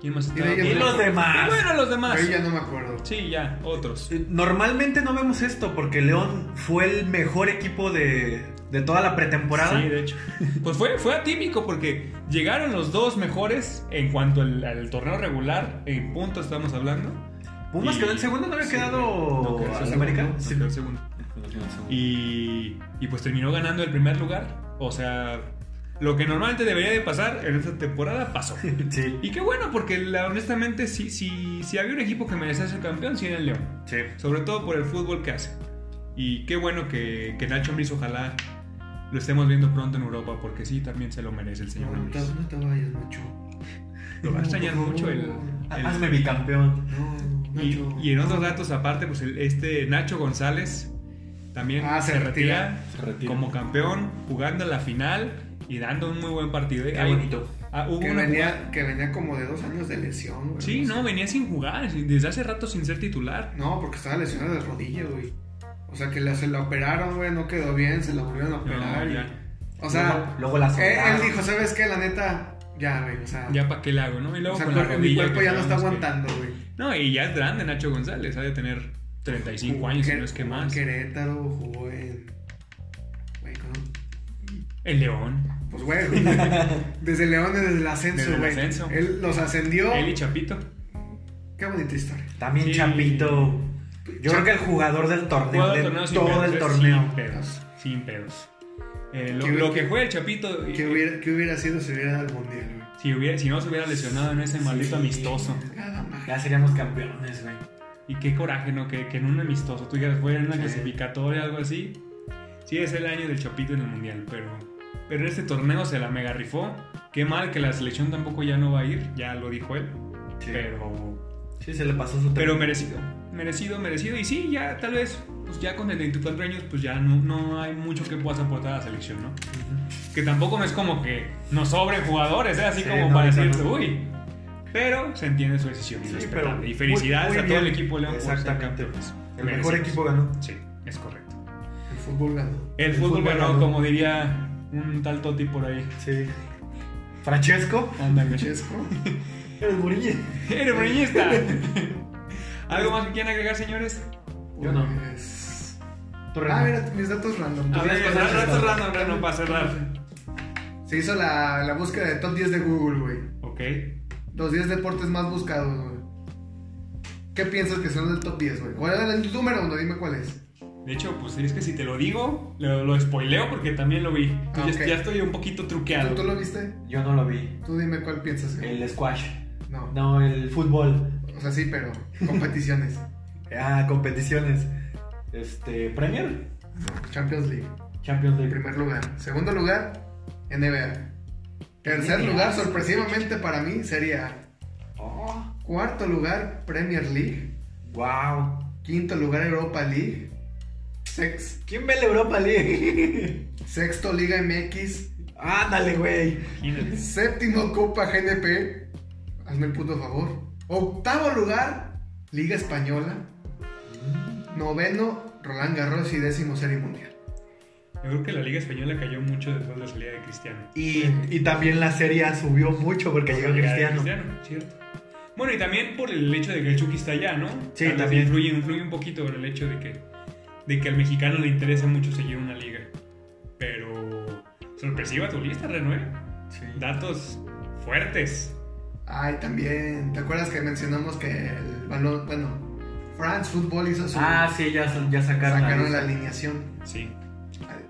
Speaker 3: ¿Quién más
Speaker 2: Y
Speaker 3: está?
Speaker 2: de ahí ya
Speaker 5: Y los demás.
Speaker 3: Y bueno, los demás.
Speaker 2: Ahí ya no me acuerdo.
Speaker 3: Sí, ya, otros.
Speaker 4: Normalmente no vemos esto porque León fue el mejor equipo de, de toda la pretemporada.
Speaker 3: Sí, de hecho. Pues fue, fue atípico porque llegaron los dos mejores en cuanto al, al torneo regular, en puntos estamos hablando.
Speaker 4: Pumas
Speaker 3: Y-
Speaker 4: quedó en segundo, no había
Speaker 3: sí,
Speaker 4: quedado
Speaker 3: no quedó en
Speaker 4: al
Speaker 3: segundo,
Speaker 4: Oh, América.
Speaker 3: no
Speaker 4: Sí.
Speaker 3: quedó en segundo. Y, y pues terminó ganando el primer lugar. O sea, lo que normalmente debería de pasar en esta temporada pasó.
Speaker 4: Sí,
Speaker 3: Y qué bueno, porque la- honestamente, si, si, si había un equipo que merecía ser campeón, sí era el León.
Speaker 4: sí.
Speaker 3: Sobre todo por el fútbol que hace. Y qué bueno que, que Nacho Ambriz, ojalá lo estemos viendo pronto en Europa, porque sí, también se lo merece el señor
Speaker 2: No, no te,
Speaker 3: Ambriz.
Speaker 2: no te vayas, Nacho.
Speaker 3: Lo va a extrañar
Speaker 2: No, por
Speaker 3: mucho el...
Speaker 2: favor.
Speaker 3: el-
Speaker 4: Hazme bicampeón.
Speaker 2: No,
Speaker 3: y,
Speaker 2: Nacho.
Speaker 3: y en otros datos aparte, pues el- este Nacho González también
Speaker 2: Ah,
Speaker 3: se,
Speaker 2: se
Speaker 3: retira,
Speaker 2: retira.
Speaker 5: Se retira.
Speaker 3: como campeón, jugando la final y dando un muy buen partido. ¿eh?
Speaker 4: Qué
Speaker 3: Ahí-
Speaker 4: bonito.
Speaker 3: ah, hubo
Speaker 2: Que
Speaker 3: una
Speaker 2: venía, que venía como de dos años de lesión,
Speaker 3: jugada-
Speaker 2: güey.
Speaker 3: Sí,
Speaker 2: sé.
Speaker 3: no, venía sin jugar, sin- desde hace rato sin ser titular.
Speaker 2: No, porque estaba lesionado de rodilla, güey. O sea, que la- se la operaron, güey, no quedó bien, se la volvieron a operar.
Speaker 3: No,
Speaker 2: y-
Speaker 3: ya,
Speaker 2: O sea,
Speaker 4: luego, luego la
Speaker 2: él, él
Speaker 4: soltaron.
Speaker 2: dijo, ¿sabes qué? La neta, ya, güey, o sea...
Speaker 3: ya para qué le hago, ¿no? Y luego
Speaker 2: o sea,
Speaker 3: con la
Speaker 2: cuerpo- mi
Speaker 3: rodilla
Speaker 2: cuerpo
Speaker 3: que
Speaker 2: ya no está
Speaker 3: sabemos que-
Speaker 2: aguantando, güey.
Speaker 3: No, y ya es grande Nacho González, ha de tener 35
Speaker 2: Jugó en
Speaker 3: años, si
Speaker 2: Quer-
Speaker 3: no es que
Speaker 2: jugó en
Speaker 3: más.
Speaker 2: Querétaro jugó en... Güey, ¿no?
Speaker 3: El León.
Speaker 2: Pues, güey,
Speaker 3: (laughs)
Speaker 2: güey, desde León, desde el ascenso,
Speaker 3: Desde el
Speaker 2: güey.
Speaker 3: ascenso.
Speaker 2: Él los ascendió.
Speaker 3: Él y Chapito.
Speaker 2: Qué bonita historia.
Speaker 4: También
Speaker 3: Sí.
Speaker 4: Chapito.
Speaker 2: Chap-
Speaker 4: Yo creo que el jugador del torneo,
Speaker 3: Todo
Speaker 4: de
Speaker 3: el torneo sin
Speaker 4: todo
Speaker 3: pedos,
Speaker 4: el
Speaker 3: eh,
Speaker 4: torneo.
Speaker 3: Sin pedos. Sin pedos. Eh, lo,
Speaker 2: Que-
Speaker 3: lo que fue el Chapito, y-
Speaker 2: ¿Qué hubiera, qué hubiera sido si hubiera dado el mundial, güey?
Speaker 3: si, hubiera, si no se hubiera lesionado en ese maldito amistoso.
Speaker 2: Nada más.
Speaker 4: Ya seríamos campeones, güey.
Speaker 3: Y qué coraje, ¿no? Que, que en un amistoso, tú digas, fue en una
Speaker 4: Sí.
Speaker 3: clasificatoria o algo así. Sí, es el año del Chapito en el Mundial, pero, pero en este torneo se la mega rifó. Qué mal que la selección tampoco ya no va a ir, ya lo dijo él.
Speaker 4: Sí.
Speaker 3: Pero
Speaker 4: Sí, se le pasó su
Speaker 3: Pero
Speaker 4: tren.
Speaker 3: merecido, merecido, merecido. Y sí, ya tal vez, pues ya con 74 años, pues ya no, no hay mucho que puedas aportar a la selección, ¿no? Que tampoco no es como que nos sobren jugadores, ¿eh? Así
Speaker 4: Sí,
Speaker 3: como
Speaker 4: no,
Speaker 3: para
Speaker 4: no,
Speaker 3: decir,
Speaker 4: no.
Speaker 3: uy. Pero se entiende su decisión y
Speaker 4: Sí,
Speaker 3: respetable.
Speaker 4: pero
Speaker 3: Y felicidades
Speaker 4: muy- muy
Speaker 3: a todo el
Speaker 4: bien.
Speaker 3: equipo de León por ser
Speaker 4: Exactamente.
Speaker 3: campeones.
Speaker 4: El mejor
Speaker 3: Merecidos.
Speaker 4: equipo ganó.
Speaker 3: Sí, es correcto.
Speaker 2: El fútbol ganó.
Speaker 3: El,
Speaker 4: El
Speaker 3: fútbol,
Speaker 4: fútbol
Speaker 3: ganó,
Speaker 4: ganó.
Speaker 3: como diría un tal Toti por ahí.
Speaker 4: Sí. Francesco. (laughs)
Speaker 3: Ándale.
Speaker 2: Chesco.
Speaker 4: El Muriñe.
Speaker 3: (laughs)
Speaker 4: (laughs)
Speaker 3: ¡Eres breñista! ¿Algo más que quieran agregar, señores?
Speaker 4: Yo no.
Speaker 2: Pues- Ah, mira, mis datos random.
Speaker 3: A
Speaker 4: Tú
Speaker 3: ver,
Speaker 4: tienes cosas
Speaker 3: rato,
Speaker 4: raras.
Speaker 3: rato, rato, para cerrar.
Speaker 2: Se hizo la, la búsqueda de top 10 de Google, güey.
Speaker 3: Ok.
Speaker 2: Los 10 deportes más buscados, güey. ¿Qué piensas que son el top 10, güey? ¿Cuál era el número uno? Dime cuál es.
Speaker 3: De hecho, pues es que si te lo digo, lo, lo spoileo porque también lo vi.
Speaker 2: Ah,
Speaker 3: Entonces,
Speaker 2: ok.
Speaker 3: ya estoy un poquito
Speaker 2: ¿Tú,
Speaker 3: truqueado.
Speaker 2: tú lo viste?
Speaker 4: Yo no lo vi.
Speaker 2: Tú dime cuál piensas. güey.
Speaker 4: El squash.
Speaker 2: No.
Speaker 4: No, el fútbol.
Speaker 2: O sea, sí, pero competiciones.
Speaker 4: Ah, competiciones. Este, Premier,
Speaker 2: Champions League.
Speaker 4: Champions League.
Speaker 2: Primer lugar. Segundo lugar, NBA. Tercer
Speaker 4: NBA.
Speaker 2: lugar, sorpresivamente para mí, sería A.
Speaker 4: Oh,
Speaker 2: Cuarto lugar, Premier League.
Speaker 4: wow.
Speaker 2: Quinto lugar, Europa League. Sex-
Speaker 4: ¿Quién ve la Europa League? (laughs)
Speaker 2: sexto, Liga MX.
Speaker 4: Ándale, güey.
Speaker 3: Imagínate.
Speaker 2: Séptimo, Copa GNP. Hazme el puto favor. Octavo lugar, Liga Española. Noveno, Roland Garros. Y décimo, Serie Mundial.
Speaker 3: Yo creo que la Liga Española cayó mucho después de la salida de Cristiano.
Speaker 4: Y, y también la serie A subió mucho porque llegó
Speaker 3: La llegada de
Speaker 4: Cristiano.
Speaker 3: Cristiano, cierto. Bueno, y también por el hecho de que el Chucky está allá, ¿no?
Speaker 4: Sí,
Speaker 3: Tal vez
Speaker 4: también.
Speaker 3: Influye, influye un poquito por el hecho de que, de que al mexicano le interesa mucho seguir una liga. Pero. Sorpresiva tu lista, Renueve.
Speaker 4: Sí.
Speaker 3: Datos fuertes.
Speaker 2: Ay, también. ¿Te acuerdas que mencionamos que el balón. Bueno, France Football hizo su.
Speaker 4: Ah, sí, ya, son- ya sacaron,
Speaker 2: sacaron la
Speaker 4: lista.
Speaker 2: alineación.
Speaker 3: Sí.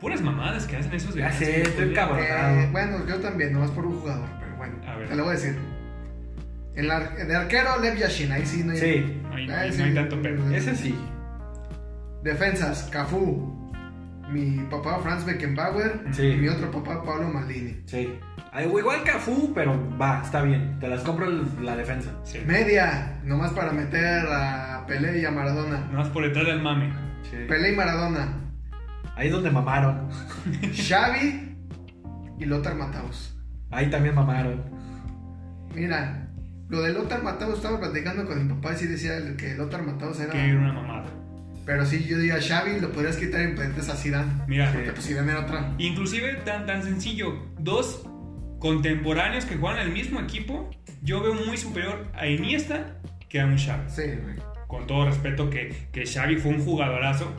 Speaker 3: Puras mamadas que hacen esos de.
Speaker 4: Ya sé, estoy cabrón.
Speaker 2: Eh, bueno, yo también, nomás por un jugador, pero bueno,
Speaker 3: A ver.
Speaker 2: te lo voy a decir. En la, de arquero, Lev Yashin, ahí sí no hay.
Speaker 4: Sí,
Speaker 3: No hay, no
Speaker 2: Ah,
Speaker 3: hay-
Speaker 2: sí.
Speaker 3: no hay tanto pedo.
Speaker 4: ese sí.
Speaker 2: Defensas, Cafú. Mi papá, Franz Beckenbauer.
Speaker 4: Sí.
Speaker 2: Y mi otro papá, Pablo Maldini.
Speaker 4: Sí. Ay, güey, igual Cafú, pero va, está bien. Te las compro el- la defensa.
Speaker 3: Sí.
Speaker 2: Media, nomás para meter a Pelé y a Maradona.
Speaker 3: Nomás por detrás del mame.
Speaker 4: Sí.
Speaker 2: Pelé y Maradona.
Speaker 5: Ahí es donde mamaron.
Speaker 2: Xavi y Lothar Mataus.
Speaker 5: Ahí también mamaron.
Speaker 2: Mira, lo de Lothar Mataus estaba platicando con mi papá y sí decía el- que Lothar Mataus era.
Speaker 3: Que era una mamada.
Speaker 2: Pero sí, yo diría Xavi, lo podrías quitar en paréntesis a Zidane.
Speaker 3: Mira,
Speaker 2: Porque pues Zidane era otra.
Speaker 3: Inclusive tan, tan sencillo, dos contemporáneos que juegan en el mismo equipo, yo veo muy superior a Iniesta que a un Xavi.
Speaker 2: Sí, güey.
Speaker 3: Con todo respeto que, que Xavi fue un jugadorazo,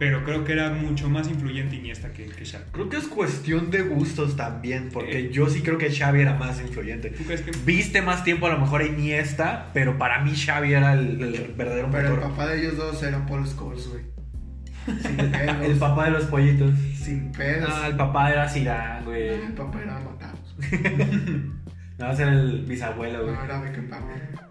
Speaker 3: pero creo que era mucho más influyente Iniesta que, que Xavi.
Speaker 5: Creo que es cuestión de gustos también, porque
Speaker 3: Eh.
Speaker 5: yo sí creo que Xavi era más influyente.
Speaker 4: (laughs)
Speaker 3: ¿Tú crees que
Speaker 5: Viste más tiempo a lo mejor a Iniesta, pero para mí Xavi era el, el verdadero
Speaker 2: Pero el
Speaker 5: motor.
Speaker 2: papá de ellos dos era Paul Scholes, güey. Sin pedos.
Speaker 5: El papá de los pollitos.
Speaker 2: Sin pedos.
Speaker 4: Ah,
Speaker 5: No, el papá era Zidane, güey.
Speaker 2: El papá era Mataus.
Speaker 5: No, ese era el bisabuelo, güey.
Speaker 2: No era
Speaker 3: (laughs)
Speaker 2: Beckenbauer.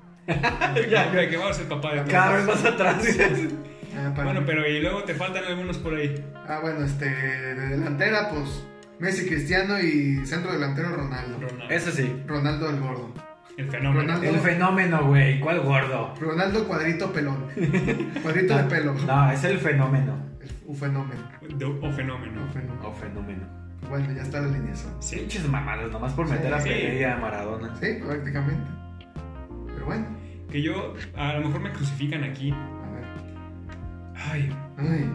Speaker 5: Ya, ya.
Speaker 3: que vas el papá de todos?
Speaker 5: Cada vez más atrás.
Speaker 4: (laughs)
Speaker 5: dices.
Speaker 2: Ah, para
Speaker 3: Bueno,
Speaker 2: mí.
Speaker 3: pero y luego te faltan algunos por ahí.
Speaker 2: Ah, bueno, este, de delantera, pues Messi Cristiano y centro delantero Ronaldo.
Speaker 3: Ronaldo,
Speaker 5: Eso sí.
Speaker 2: Ronaldo el gordo.
Speaker 3: el fenómeno.
Speaker 2: Ronaldo.
Speaker 5: El fenómeno, güey. ¿Cuál gordo?
Speaker 2: Ronaldo cuadrito
Speaker 3: (laughs)
Speaker 2: pelón. cuadrito
Speaker 3: Ah.
Speaker 2: de pelo.
Speaker 5: No, es el fenómeno.
Speaker 2: Un fenómeno.
Speaker 3: De- o
Speaker 2: Un
Speaker 3: fenómeno.
Speaker 2: fenómeno.
Speaker 5: O fenómeno.
Speaker 2: Bueno, ya está la alineación.
Speaker 3: Sí.
Speaker 5: Pinches mamadas, nomás por meter a
Speaker 3: Sí.
Speaker 5: Pelé y a Maradona.
Speaker 2: Sí, prácticamente. Pero bueno,
Speaker 3: Que yo, a lo mejor me crucifican aquí.
Speaker 2: a ver.
Speaker 3: Ay,
Speaker 2: Ay,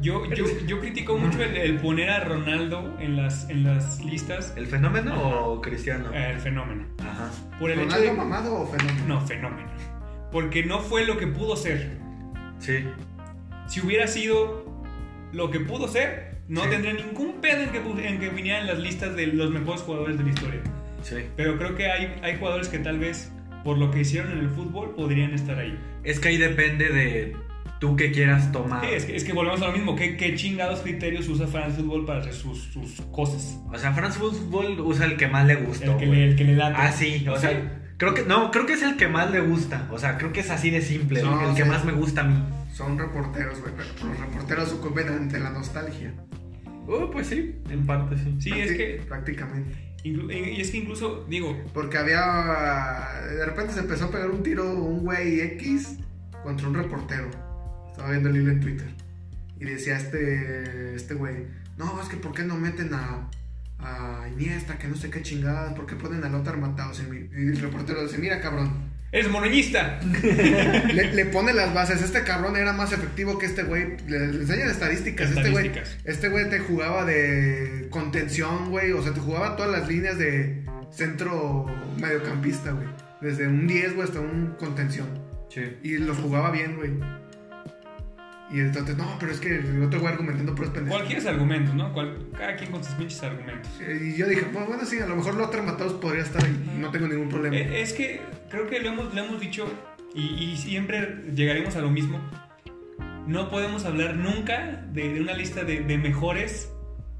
Speaker 3: Yo, yo, yo critico mucho el, el poner a Ronaldo en las, en las listas,
Speaker 4: ¿El fenómeno o Cristiano?
Speaker 3: eh, el fenómeno.
Speaker 4: Ajá.
Speaker 3: Por el
Speaker 2: ¿Ronaldo
Speaker 3: hecho de...
Speaker 2: mamado o fenómeno?
Speaker 3: No, fenómeno. Porque no fue lo que pudo ser.
Speaker 4: Sí.
Speaker 3: Si hubiera sido lo que pudo ser, no
Speaker 2: Sí.
Speaker 3: tendría ningún pedo en que, pu- en que viniera en las listas de los mejores jugadores de la historia.
Speaker 4: Sí.
Speaker 3: Pero creo que hay, hay jugadores que tal vez, por lo que hicieron en el fútbol, podrían estar ahí.
Speaker 4: Es que ahí depende de tú que quieras tomar.
Speaker 3: Sí, es, que, es que volvemos a lo mismo. ¿Qué, qué chingados criterios usa France Football para hacer sus, sus cosas?
Speaker 4: O sea, France Football usa el que más le gustó.
Speaker 3: El que,
Speaker 4: güey.
Speaker 3: le, el que le late.
Speaker 4: Ah, sí. O sea, creo que no, creo que es el que más le gusta. O sea, creo que es así de simple.
Speaker 2: No,
Speaker 4: el que
Speaker 2: sí.
Speaker 4: más me gusta a mí.
Speaker 2: Son reporteros, güey, pero los reporteros sucumben ante la nostalgia.
Speaker 4: Oh, pues sí, en parte sí.
Speaker 3: Sí, es
Speaker 2: Prácti-
Speaker 3: que
Speaker 2: Prácticamente.
Speaker 3: Inclu- y es que incluso, digo,
Speaker 2: Porque había... De repente se empezó a pegar un tiro un güey X contra un reportero. Estaba viendo el hilo en Twitter. Y decía este este güey, no, es que ¿por qué no meten a, a Iniesta, que no sé qué chingada? ¿Por qué ponen a Lothar Mataos? Y mi- y el reportero dice, mira cabrón,
Speaker 3: eres moreñista.
Speaker 2: le, le pone las bases, este cabrón era más efectivo que este güey, le, le enseñan estadísticas, este güey
Speaker 3: Estadísticas.
Speaker 2: este güey te jugaba de contención, güey. O sea, te jugaba todas las líneas de centro mediocampista, güey. Desde un 10, güey, hasta un contención.
Speaker 4: Sí.
Speaker 2: Y los jugaba bien, güey. Y entonces, no, pero es que el otro güey argumentando por pendejadas.
Speaker 3: Cualquier argumento, ¿no? Cual- cada quien con sus pinches argumentos.
Speaker 2: Y yo dije, pues bueno, sí, a lo mejor los otros matados podría estar ahí. No tengo ningún problema.
Speaker 3: Eh, Es que creo que lo hemos, lo hemos dicho y, y siempre llegaremos a lo mismo. No podemos hablar nunca de, de una lista de, de mejores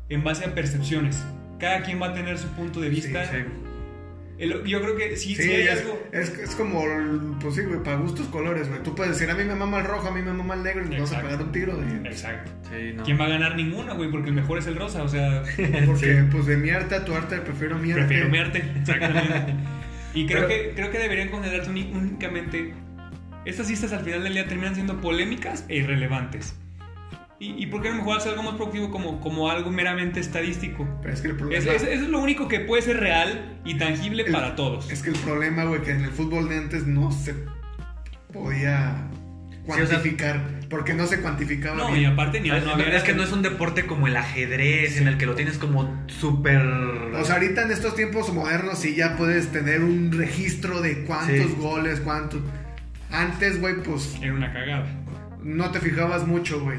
Speaker 3: en base a percepciones. Cada quien va a tener su punto de vista.
Speaker 4: Sí.
Speaker 3: El- yo creo que sí,
Speaker 2: Sí,
Speaker 3: sí, hay
Speaker 2: es,
Speaker 3: algo.
Speaker 2: es, es como, el- pues sí, güey, para gustos colores, güey. Tú puedes decir, a mí me mama el rojo, a mí me mama el negro, y nos vas a
Speaker 3: Exacto.
Speaker 2: pegar un tiro. De...
Speaker 3: Exacto.
Speaker 4: Sí, no.
Speaker 3: ¿Quién va a ganar ninguno, güey? Porque el mejor es el rosa,
Speaker 4: (laughs)
Speaker 3: o sea.
Speaker 2: Porque, pues de mi arte a tu arte, prefiero mi arte.
Speaker 3: Prefiero mi arte. Exactamente. y creo,
Speaker 2: Pero-
Speaker 3: que, creo que deberían considerarse uni- únicamente. Estas listas al final del día terminan siendo polémicas e irrelevantes. ¿Y, y por qué no mejor hacer algo más productivo como, como algo meramente estadístico?
Speaker 2: Pero es que el problema es,
Speaker 3: Es- es- eso es lo único que puede ser real y tangible
Speaker 2: El-
Speaker 3: para todos.
Speaker 2: que el problema, güey, que en el fútbol de antes no se podía
Speaker 4: Sí, o sea-
Speaker 2: cuantificar, porque no se cuantificaba
Speaker 3: No, y
Speaker 2: bien.
Speaker 3: aparte ni
Speaker 4: No,
Speaker 3: no
Speaker 4: la
Speaker 3: había.
Speaker 4: verdad es que no es un deporte como el ajedrez, en el que lo tienes como súper.
Speaker 2: O sea, ahorita en estos tiempos modernos sí ya puedes tener un registro de cuántos
Speaker 4: Sí.
Speaker 2: goles, cuántos. Antes, güey, pues
Speaker 3: Era una cagada.
Speaker 2: no te fijabas mucho, güey.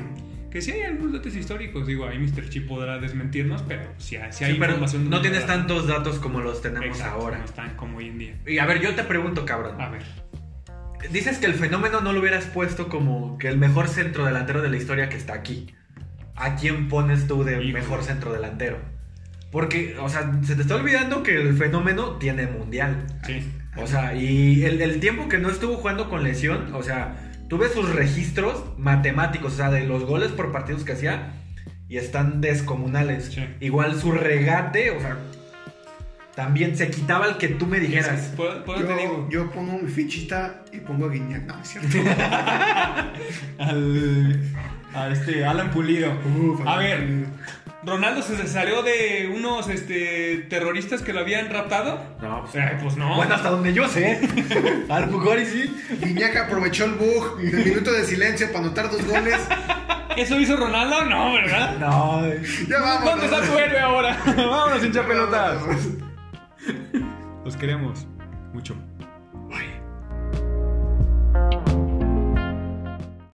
Speaker 3: Que sí hay algunos datos históricos, digo, ahí Mr. Chip podrá desmentirnos, pero si hay, sí
Speaker 4: Sí,
Speaker 3: hay
Speaker 4: pero
Speaker 3: información.
Speaker 4: no tienes
Speaker 3: documentada.
Speaker 4: tantos datos como los tenemos
Speaker 3: Exacto, Ah.
Speaker 4: ahora.
Speaker 3: No están como hoy en día.
Speaker 4: Y a ver, yo te pregunto, cabrón.
Speaker 3: A ver.
Speaker 4: Dices que el fenómeno no lo hubieras puesto como que el mejor centro delantero de la historia que está aquí. ¿A quién pones tú de
Speaker 3: Híjole.
Speaker 4: mejor centro delantero? Porque, o sea, se te está olvidando que el fenómeno tiene mundial.
Speaker 3: Sí.
Speaker 4: O sea, y el, el tiempo que no estuvo jugando con lesión, o sea, tuve sus registros matemáticos, o sea, de los goles por partidos que hacía, y están descomunales.
Speaker 3: Sí.
Speaker 4: Igual su regate, o sea, también se quitaba el que tú me dijeras.
Speaker 3: ¿Puedo, puedo te digo?
Speaker 2: Yo, yo pongo mi fichita y pongo a Guiñac, no, es cierto.
Speaker 3: Al, a este Alan Pulido.
Speaker 2: Uf,
Speaker 3: a ver, Ronaldo se salió de unos este, terroristas que lo habían raptado.
Speaker 5: No, pues,
Speaker 3: Ay, pues no.
Speaker 5: Bueno, hasta donde yo
Speaker 4: (laughs)
Speaker 3: (laughs)
Speaker 5: sé. A lo mejor y sí.
Speaker 2: Guiñac aprovechó el bug del minuto de silencio para anotar dos goles.
Speaker 3: ¿Eso hizo Ronaldo? No, ¿verdad?
Speaker 5: No,
Speaker 2: Ya vamos.
Speaker 3: ¿Dónde está tu héroe (laughs) ahora? Vámonos, hincha pelotas. Los queremos mucho.